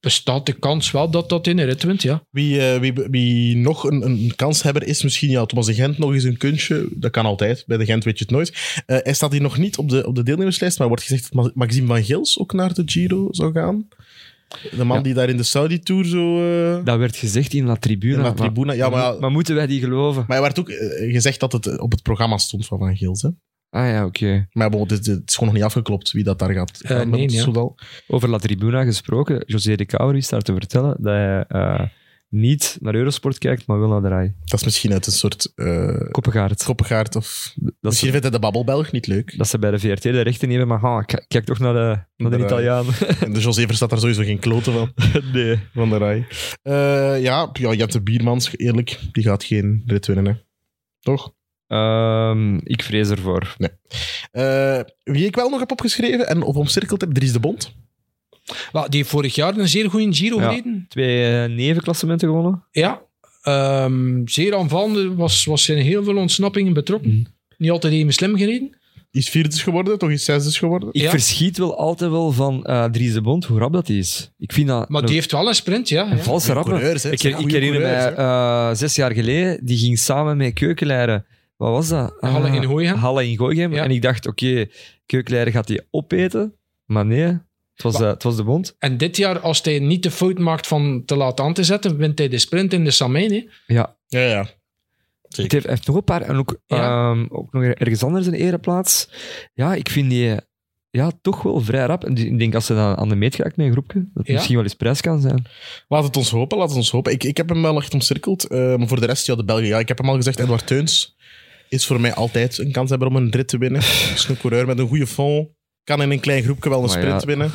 Speaker 4: bestaat de kans wel dat dat in een rit wint, ja.
Speaker 2: Wie, eh, wie, wie nog een, een kanshebber is, misschien ja, Thomas de Gent nog eens een kunstje. Dat kan altijd. Bij de Gent weet je het nooit. Eh, hij staat hier nog niet op de, op de deelnemerslijst, maar wordt gezegd dat Ma- Maxime van Gils ook naar de Giro zou gaan. De man
Speaker 3: Ja.
Speaker 2: die daar in de Saudi-tour zo... eh
Speaker 3: Dat werd gezegd in La Tribuna.
Speaker 2: naar
Speaker 3: maar-
Speaker 2: tribune... Ja, maar, ja,
Speaker 3: maar, moeten wij die geloven?
Speaker 2: maar er werd ook eh, gezegd dat het eh, op het programma stond van Van Gils. Hè?
Speaker 3: Ah ja, oké.
Speaker 2: Maar bon, dit, dit is gewoon nog niet afgeklopt wie dat daar gaat. gaan, maar
Speaker 4: nee,
Speaker 2: het is
Speaker 4: ja.
Speaker 2: zo wel-
Speaker 3: Over La Tribuna gesproken. José de Kouwer is daar te vertellen dat hij eh, niet naar Eurosport kijkt, maar wel naar de RAI.
Speaker 2: Dat is misschien uit een soort eh
Speaker 3: Koppengaard.
Speaker 2: koppengaard of...
Speaker 3: Dat
Speaker 2: misschien
Speaker 3: ze,
Speaker 2: vindt hij de babbelbelg niet
Speaker 3: (laughs)
Speaker 2: leuk.
Speaker 3: dat ze bij de VRT de rechten nemen, maar ha, k- kijk toch naar de, naar de
Speaker 2: RAI.
Speaker 4: (laughs)
Speaker 3: Italiaan.
Speaker 2: En de José verstaat daar sowieso geen kloten van.
Speaker 3: nee.
Speaker 2: Van de Rai. Eh, ja, ja, Jette Biermans, eerlijk, die gaat geen rit winnen, hè. Toch?
Speaker 3: Ehm, ik vrees ervoor.
Speaker 2: Eh, wie ik wel nog heb opgeschreven en of omcirkeld heb, Dries de Bond.
Speaker 4: Wel, die heeft vorig jaar een zeer goede Giro
Speaker 3: Ja.
Speaker 4: gereden.
Speaker 3: Twee eh, nevenklassementen gewonnen.
Speaker 4: Ja. Ehm, zeer aanvallend, was, was in heel veel ontsnappingen betrokken.
Speaker 3: Mm.
Speaker 4: Niet altijd even slim gereden.
Speaker 2: Is vierde dus geworden, toch is zesde geworden.
Speaker 3: Ik
Speaker 4: Ja.
Speaker 3: verschiet wel altijd wel van eh Dries de Bond, hoe rap dat hij is. Ik vind dat
Speaker 4: Maar
Speaker 3: een-
Speaker 4: die heeft wel een sprint, ja.
Speaker 3: een
Speaker 4: ja.
Speaker 3: valse rapper.
Speaker 2: coureurs, hè.
Speaker 3: Ik,
Speaker 2: Het zijn
Speaker 3: ik
Speaker 2: goede
Speaker 3: herinner mij,
Speaker 2: coureurs, hè.
Speaker 3: eh, zes jaar geleden, die ging samen met Keukenleider. Wat was dat? Ah,
Speaker 4: Halle in Gooien.
Speaker 3: Halle in Gooien.
Speaker 4: Ja.
Speaker 3: En ik dacht, oké, Keukenleider gaat die opeten. Maar nee, het was,
Speaker 4: Wa-
Speaker 3: eh, het was de bond.
Speaker 4: En dit jaar, als hij niet de fout maakt van te laat aan te zetten, wint hij de sprint in de Samijn. hè.
Speaker 3: Ja.
Speaker 2: Ja, ja.
Speaker 3: Het heeft, heeft nog een paar. En ook,
Speaker 4: Ja.
Speaker 3: ehm, ook nog ergens anders een ereplaats. Ja, ik vind die ja, toch wel vrij rap. En die- Ik denk als ze dan aan de meet geraakt met een groepje, dat het
Speaker 4: Ja.
Speaker 3: misschien wel eens prijs kan zijn.
Speaker 2: Laat het ons hopen, laat het ons hopen. Ik, ik heb hem wel echt omcirkeld, eh, maar voor de rest, ja, de Belgen. Ja, ik heb hem al gezegd, Edward Teuns is voor mij altijd een kans hebben om een rit te winnen.
Speaker 3: (laughs)
Speaker 2: Is een coureur met een goede fond. Kan in een klein groepje wel een
Speaker 3: Maar ja.
Speaker 2: sprint
Speaker 3: (laughs)
Speaker 2: winnen.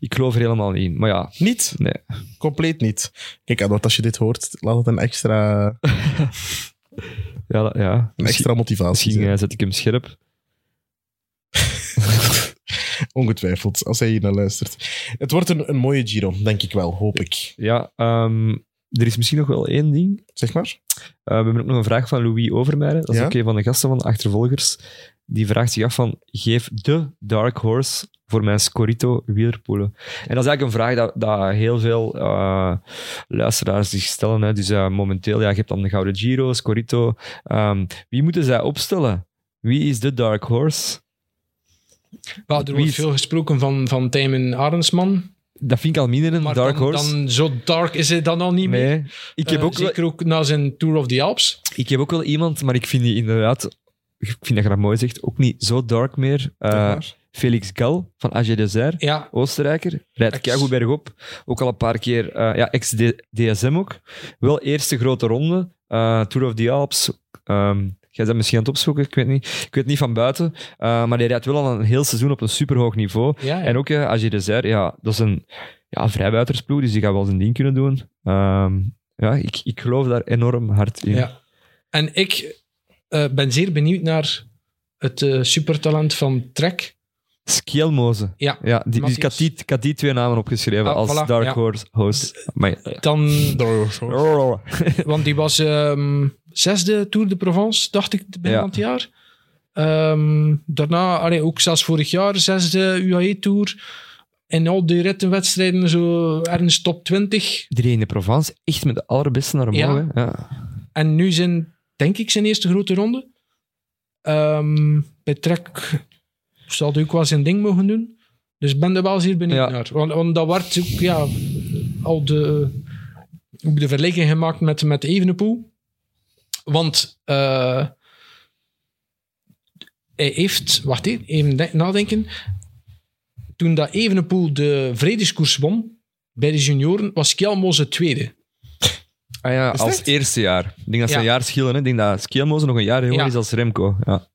Speaker 3: Ik geloof er helemaal niet in. Maar ja,
Speaker 2: Niet?
Speaker 3: Nee.
Speaker 2: Compleet niet. Kijk, Edward, als je dit hoort, laat het een extra,
Speaker 3: ja, dat- ja.
Speaker 2: een
Speaker 3: misschien,
Speaker 2: extra motivatie
Speaker 3: misschien
Speaker 2: zijn.
Speaker 3: eh, zet ik hem scherp.
Speaker 2: (laughs) Ongetwijfeld, als hij hier naar luistert. Het wordt een, een mooie Giro, denk ik wel, hoop ik.
Speaker 3: Ja, ehm, er is misschien nog wel één ding.
Speaker 2: Zeg maar.
Speaker 3: Uh, we hebben ook nog een vraag van Louis Overmeijer. Dat is
Speaker 2: Ja?
Speaker 3: ook een van de gasten van de achtervolgers. Die vraagt zich af van, geef de Dark Horse voor mijn Scorito wielerpoelen. En dat is eigenlijk een vraag dat, dat heel veel eh, luisteraars zich stellen. Hè. Dus eh, momenteel, ja, je hebt dan de Gouden Giro, Scorito. Ehm, wie moeten zij opstellen? Wie is de Dark Horse?
Speaker 4: Wel, er
Speaker 3: Wie
Speaker 4: wordt
Speaker 3: is-
Speaker 4: veel gesproken van, van Tijmen Arendsman.
Speaker 3: dat vind ik al minder een
Speaker 4: Maar
Speaker 3: Dark
Speaker 4: dan,
Speaker 3: Horse.
Speaker 4: dan, zo dark is het dan al niet meer.
Speaker 3: nee. Ik heb,
Speaker 4: Eh,
Speaker 3: ook wel,
Speaker 4: Zeker ook na zijn Tour of the Alps.
Speaker 3: ik heb ook wel iemand, maar ik vind die inderdaad, ik vind dat je dat mooi zegt, ook niet zo dark meer. Eh, Felix Gal van AG Desert,
Speaker 4: Ja,
Speaker 3: Oostenrijker, rijdt
Speaker 4: Ex.
Speaker 3: keigoed bergop. Ook al een paar keer, eh, ja, ex-DSM ook. Wel eerste grote ronde, eh, Tour of the Alps. Ehm Jij bent misschien aan het opzoeken, ik weet niet. Ik weet niet van buiten. Eh, maar die rijdt wel al een heel seizoen op een superhoog niveau.
Speaker 4: ja, ja.
Speaker 3: En ook eh, als je dus zei, ja, dat is een ja, vrijbuitersploeg, dus die gaat wel zijn ding kunnen doen. Ehm, ja, ik, ik geloof daar enorm hard in.
Speaker 4: Ja. En ik eh, ben zeer benieuwd naar het eh, supertalent van Trek.
Speaker 3: Skelmoze.
Speaker 4: Ja,
Speaker 3: ja die, dus ik, had
Speaker 4: Matthias.
Speaker 3: die, ik had die twee namen opgeschreven
Speaker 4: Ah,
Speaker 3: als
Speaker 4: voilà,
Speaker 3: Dark
Speaker 4: ja.
Speaker 3: Horse host. Maar,
Speaker 4: Dan,
Speaker 2: Door-
Speaker 4: want die was ehm, zesde Tour de Provence, dacht ik, begin
Speaker 3: Ja.
Speaker 4: van het jaar. Ehm, daarna, allee, ook zelfs vorig jaar, zesde UAE Tour. In al die rittenwedstrijden zo ergens top 20.
Speaker 3: die reed in de Provence echt met de allerbeste naar omhoog. hè. Ja.
Speaker 4: En nu zijn, denk ik, zijn eerste grote ronde. Ehm, bij Trek zal hij ook wel zijn ding mogen doen. Dus ik ben er wel zeer benieuwd
Speaker 3: Ja.
Speaker 4: naar. Want, want dat wordt ook ja, al de, ook de vergelijking gemaakt met, met Evenepoel. Want eh, hij heeft... Wacht even, even de- nadenken. Toen dat Evenepoel de vredeskoers won, bij de junioren, was Kjelmoze tweede.
Speaker 3: Ah ja,
Speaker 2: Is
Speaker 3: als
Speaker 2: het?
Speaker 3: eerste jaar. Ik denk dat ze
Speaker 4: Ja.
Speaker 3: een jaar schillen. hè. Ik denk dat Skelmoze nog een jaar jonger
Speaker 4: Ja.
Speaker 3: is als Remco. Ja.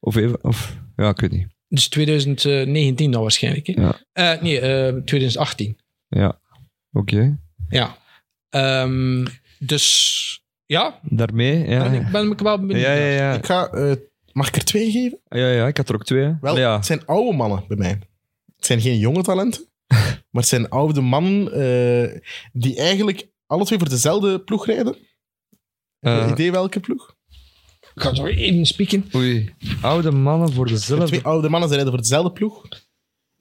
Speaker 3: Of even, of, ja, ik weet niet.
Speaker 4: Dus 2019 dan waarschijnlijk. Hè?
Speaker 3: Ja.
Speaker 4: Eh, nee, eh, 2018.
Speaker 3: Ja, oké.
Speaker 4: Ja. Ehm, dus ja,
Speaker 3: Daarmee, Ah, ja.
Speaker 4: ben ik ben ik wel benieuwd.
Speaker 3: ja, ja, ja.
Speaker 2: Ik ga, eh, mag ik er twee geven?
Speaker 3: Ja, ja, ik had er ook twee. hè.
Speaker 2: Wel,
Speaker 3: ja.
Speaker 2: het zijn oude mannen bij mij. Het zijn geen jonge
Speaker 3: (laughs)
Speaker 2: talenten, maar het zijn oude mannen eh, die eigenlijk alle twee voor dezelfde ploeg rijden. Heb je
Speaker 3: Eh,
Speaker 2: een idee welke ploeg?
Speaker 4: Ik ga zo even spieken.
Speaker 3: Oei. Oude mannen voor
Speaker 2: De
Speaker 3: dezelfde...
Speaker 2: twee oude mannen ze rijden voor dezelfde ploeg.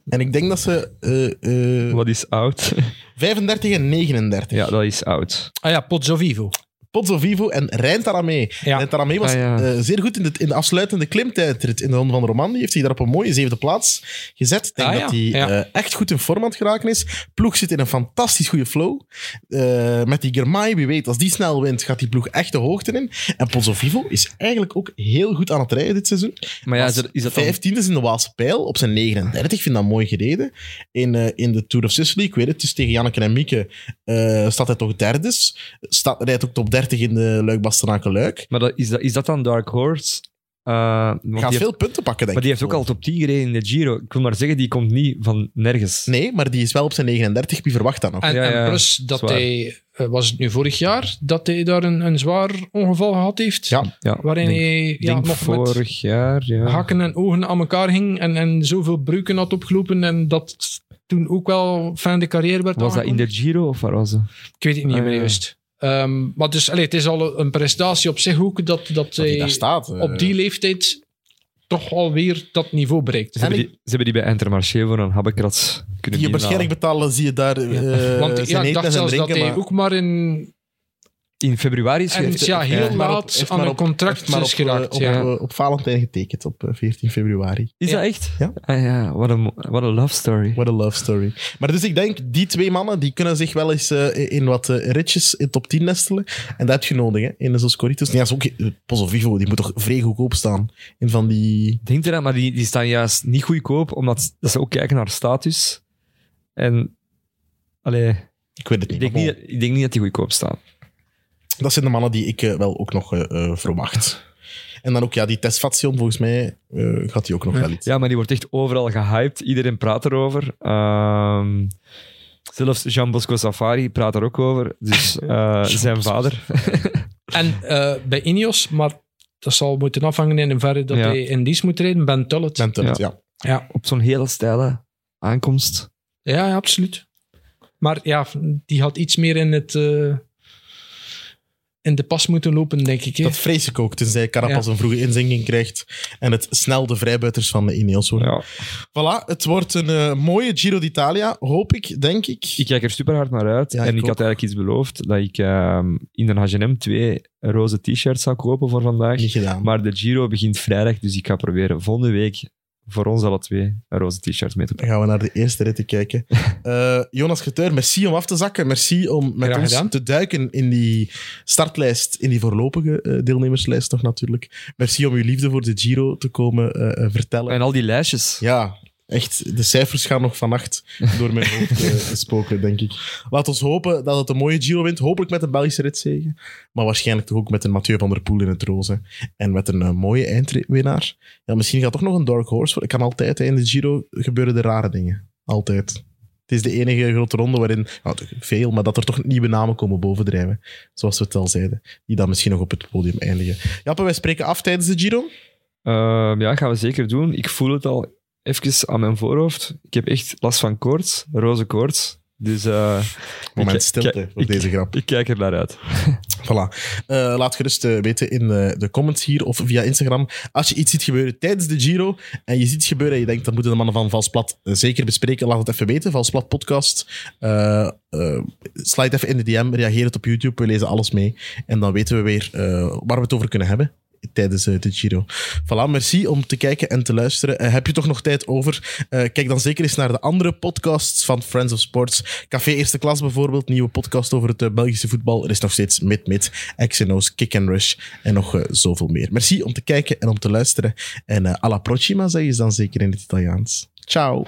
Speaker 2: En ik denk dat ze eh, eh,
Speaker 3: Wat is oud? (laughs)
Speaker 2: 35 en 39.
Speaker 3: ja, dat is oud.
Speaker 4: Ah ja, Pozzo Vivo.
Speaker 2: Pozzo Vivo en Rijn Taramé.
Speaker 4: Ja.
Speaker 2: Rijn Taramé was
Speaker 3: Ah, ja.
Speaker 2: eh, zeer goed in de, in de afsluitende klimtijdrit in de Ronde van de Romandie. Heeft hij daar op een mooie zevende plaats gezet. Ik denk
Speaker 4: Ah,
Speaker 2: dat hij
Speaker 4: ja. Ja.
Speaker 2: eh, echt goed in vorm aan het geraken is. Ploeg zit in een fantastisch goede flow. Eh, met die Germay, wie weet, als die snel wint, gaat die ploeg echt de hoogte in. En Pozzo Vivo is eigenlijk ook heel goed aan het rijden dit seizoen.
Speaker 3: Maar ja, is, er- is dat dan...
Speaker 2: 15 is in de Waalse Pijl op zijn 39. Ik vind dat mooi gereden. In, eh, in de Tour of Sicily, ik weet het, dus tegen Janneke en Mieke eh, staat hij toch derdes. Staat, rijdt ook top 30 in de Luik-Bastenaken-Luik.
Speaker 3: Maar dat, is, dat, is dat dan Dark Horse? Eh, want die
Speaker 2: Gaat
Speaker 3: heeft-
Speaker 2: veel punten pakken, denk
Speaker 3: maar die
Speaker 2: ik.
Speaker 3: heeft ook al top 10 gereden in de Giro. Ik wil maar zeggen, die komt niet van nergens.
Speaker 2: Nee, maar die is wel op zijn 39. Wie verwacht dat nog?
Speaker 4: En,
Speaker 3: Ja, ja,
Speaker 4: en plus dat
Speaker 3: zwaar.
Speaker 4: hij, eh, was het nu vorig jaar, dat hij daar een, een zwaar ongeval gehad heeft.
Speaker 2: Ja.
Speaker 3: Ja,
Speaker 4: Waarin
Speaker 3: denk,
Speaker 4: hij ja,
Speaker 3: denk
Speaker 4: nog
Speaker 3: vorig jaar, ja.
Speaker 4: met hakken en ogen aan elkaar hing en, en zoveel breuken had opgelopen en dat toen ook wel fijn de carrière werd
Speaker 3: Was dat in
Speaker 4: aangekondigd.
Speaker 3: de Giro of waar was dat?
Speaker 4: Ik weet het niet
Speaker 3: Ah,
Speaker 4: meer
Speaker 3: ja.
Speaker 4: juist. Ehm, maar dus, allee, het is al een prestatie op zich ook dat, dat
Speaker 2: Dat hij
Speaker 4: hij
Speaker 2: daar staat. eh.
Speaker 4: op die leeftijd toch alweer dat niveau bereikt.
Speaker 3: Ze, hebben
Speaker 2: ik-
Speaker 3: die, ze hebben die bij Intermarché voor een habbekrats kunnen
Speaker 2: die je
Speaker 3: binnenhalen.
Speaker 2: bescherming betalen, zie je daar eh
Speaker 4: (laughs) Want ja,
Speaker 2: zijn
Speaker 4: ik
Speaker 2: eten en zijn
Speaker 4: dacht zelfs dat
Speaker 2: drinken.
Speaker 4: hij
Speaker 2: maar-
Speaker 4: ook maar in
Speaker 3: In februari is
Speaker 4: ergens, ja,
Speaker 2: heeft
Speaker 4: heel
Speaker 2: maar op-
Speaker 4: laat
Speaker 2: heeft
Speaker 4: aan
Speaker 2: maar
Speaker 4: een
Speaker 2: op-
Speaker 4: contract
Speaker 2: heeft maar op,
Speaker 4: is
Speaker 2: eh,
Speaker 4: geraakt.
Speaker 2: op,
Speaker 4: ja.
Speaker 2: eh, op Valentijn getekend, op eh, 14 februari.
Speaker 3: Is
Speaker 4: Ja.
Speaker 3: dat echt?
Speaker 2: Ja.
Speaker 3: Ah, ja, wat een, wat een love story.
Speaker 2: What a love story. Maar dus ik denk, die twee mannen die kunnen zich wel eens eh, in wat eh, ritjes in top 10 nestelen. En dat heb je nodig, hè, in zo'n Coritos. Ja, zo ook, eh, Pozzo Vivo, die moet toch vrij goedkoop staan. In van die...
Speaker 3: Denk je dat? Maar die, die staan juist niet goedkoop, omdat dat ze ook kijken naar status. En, allee,
Speaker 2: Ik weet het
Speaker 3: ik
Speaker 2: niet.
Speaker 3: denk
Speaker 2: maar
Speaker 3: niet,
Speaker 2: bon,
Speaker 3: dat- ik denk niet dat die goedkoop staan.
Speaker 2: Dat zijn de mannen die ik eh, wel ook nog eh, eh, verwacht. En dan ook, ja, die Testfation, volgens mij eh, gaat die ook nog wel iets.
Speaker 3: Ja, maar die wordt echt overal gehyped. Iedereen praat erover. Ehm, zelfs Jean Bosco Safari praat er ook over.
Speaker 4: (laughs)
Speaker 3: Dus eh, zijn vader.
Speaker 4: En eh, bij Ineos, maar dat zal moeten afhangen in hoeverre dat
Speaker 3: Ja.
Speaker 4: hij in dienst moet treden, Ben Tullet.
Speaker 2: Ben Tullet, ja.
Speaker 4: Ja.
Speaker 3: Op zo'n hele stijle aankomst.
Speaker 4: Ja, ja, absoluut. Maar ja, die had iets meer in het... eh, in de pas moeten lopen, denk ik. hè.
Speaker 2: Dat vrees ik ook, tenzij Carapaz
Speaker 4: Ja.
Speaker 2: een vroege inzinking krijgt en het snel de vrijbuiters van de Ineos worden.
Speaker 3: Ja.
Speaker 2: Voilà, het wordt een eh, mooie Giro d'Italia, hoop ik, denk ik.
Speaker 3: Ik kijk er super hard naar uit.
Speaker 2: Ja,
Speaker 3: en
Speaker 2: ik
Speaker 3: ik,
Speaker 2: ook.
Speaker 3: had eigenlijk iets beloofd dat ik ehm, in de H&M twee roze t-shirts zou kopen voor vandaag.
Speaker 2: Niet gedaan.
Speaker 3: Maar de Giro begint vrijdag, dus ik ga proberen volgende week voor ons alle twee een roze t-shirt mee te
Speaker 2: Dan
Speaker 3: pakken.
Speaker 2: gaan we naar de eerste ritten
Speaker 4: (laughs)
Speaker 2: kijken. Eh, Jonas Geteur, merci om af te zakken. Merci om met
Speaker 4: Graag
Speaker 2: ons
Speaker 4: gedaan.
Speaker 2: te duiken in die startlijst, in die voorlopige eh, deelnemerslijst toch natuurlijk. Merci om uw liefde voor de Giro te komen eh, eh, vertellen.
Speaker 3: En al die lijstjes.
Speaker 2: Ja, echt. De cijfers gaan nog vannacht door mijn hoofd eh,
Speaker 3: (laughs)
Speaker 2: spoken, denk ik. Laat ons hopen dat het een mooie Giro wint. Hopelijk met een Belgische ritzege. Maar waarschijnlijk toch ook met een Mathieu van der Poel in het roze. En met een eh, mooie eindwinnaar. Ja, misschien gaat toch nog een Dark Horse. worden. Ik kan altijd, hè, in de Giro gebeuren de rare dingen. Altijd. Het is de enige grote ronde waarin, nou, toch veel, maar dat er toch nieuwe namen komen bovendrijven. Zoals we het al zeiden. Die dan misschien nog op het podium eindigen. Jappe, wij spreken af tijdens de Giro.
Speaker 3: Ehm, ja, gaan we zeker doen. Ik voel het al even aan mijn voorhoofd. Ik heb echt last van koorts, roze koorts. Dus eh,
Speaker 2: Moment
Speaker 3: Ik-
Speaker 2: stilte
Speaker 3: ik-
Speaker 2: voor deze grap.
Speaker 3: ik kijk er naar uit.
Speaker 2: Voilà. Eh, laat gerust eh, weten in eh, de comments hier of via Instagram. Als je iets ziet gebeuren tijdens de Giro en je ziet iets gebeuren en je denkt dat moeten de mannen van Valsplat eh, zeker bespreken, laat het even weten. Valsplat podcast. Eh, eh, slide even in de DM, reageer het op YouTube. We lezen alles mee. En dan weten we weer eh, waar we het over kunnen hebben tijdens eh, de Giro. Voilà, merci om te kijken en te luisteren. Eh, heb je toch nog tijd over? Eh, kijk dan zeker eens naar de andere podcasts van Friends of Sports. Café Eerste Klas bijvoorbeeld, nieuwe podcast over het eh, Belgische voetbal. Er is nog steeds mid-mid, X&O's, Kick and Rush en nog eh, zoveel meer. Merci om te kijken en om te luisteren. En eh alla prossima, zeg je dan zeker in het Italiaans. Ciao!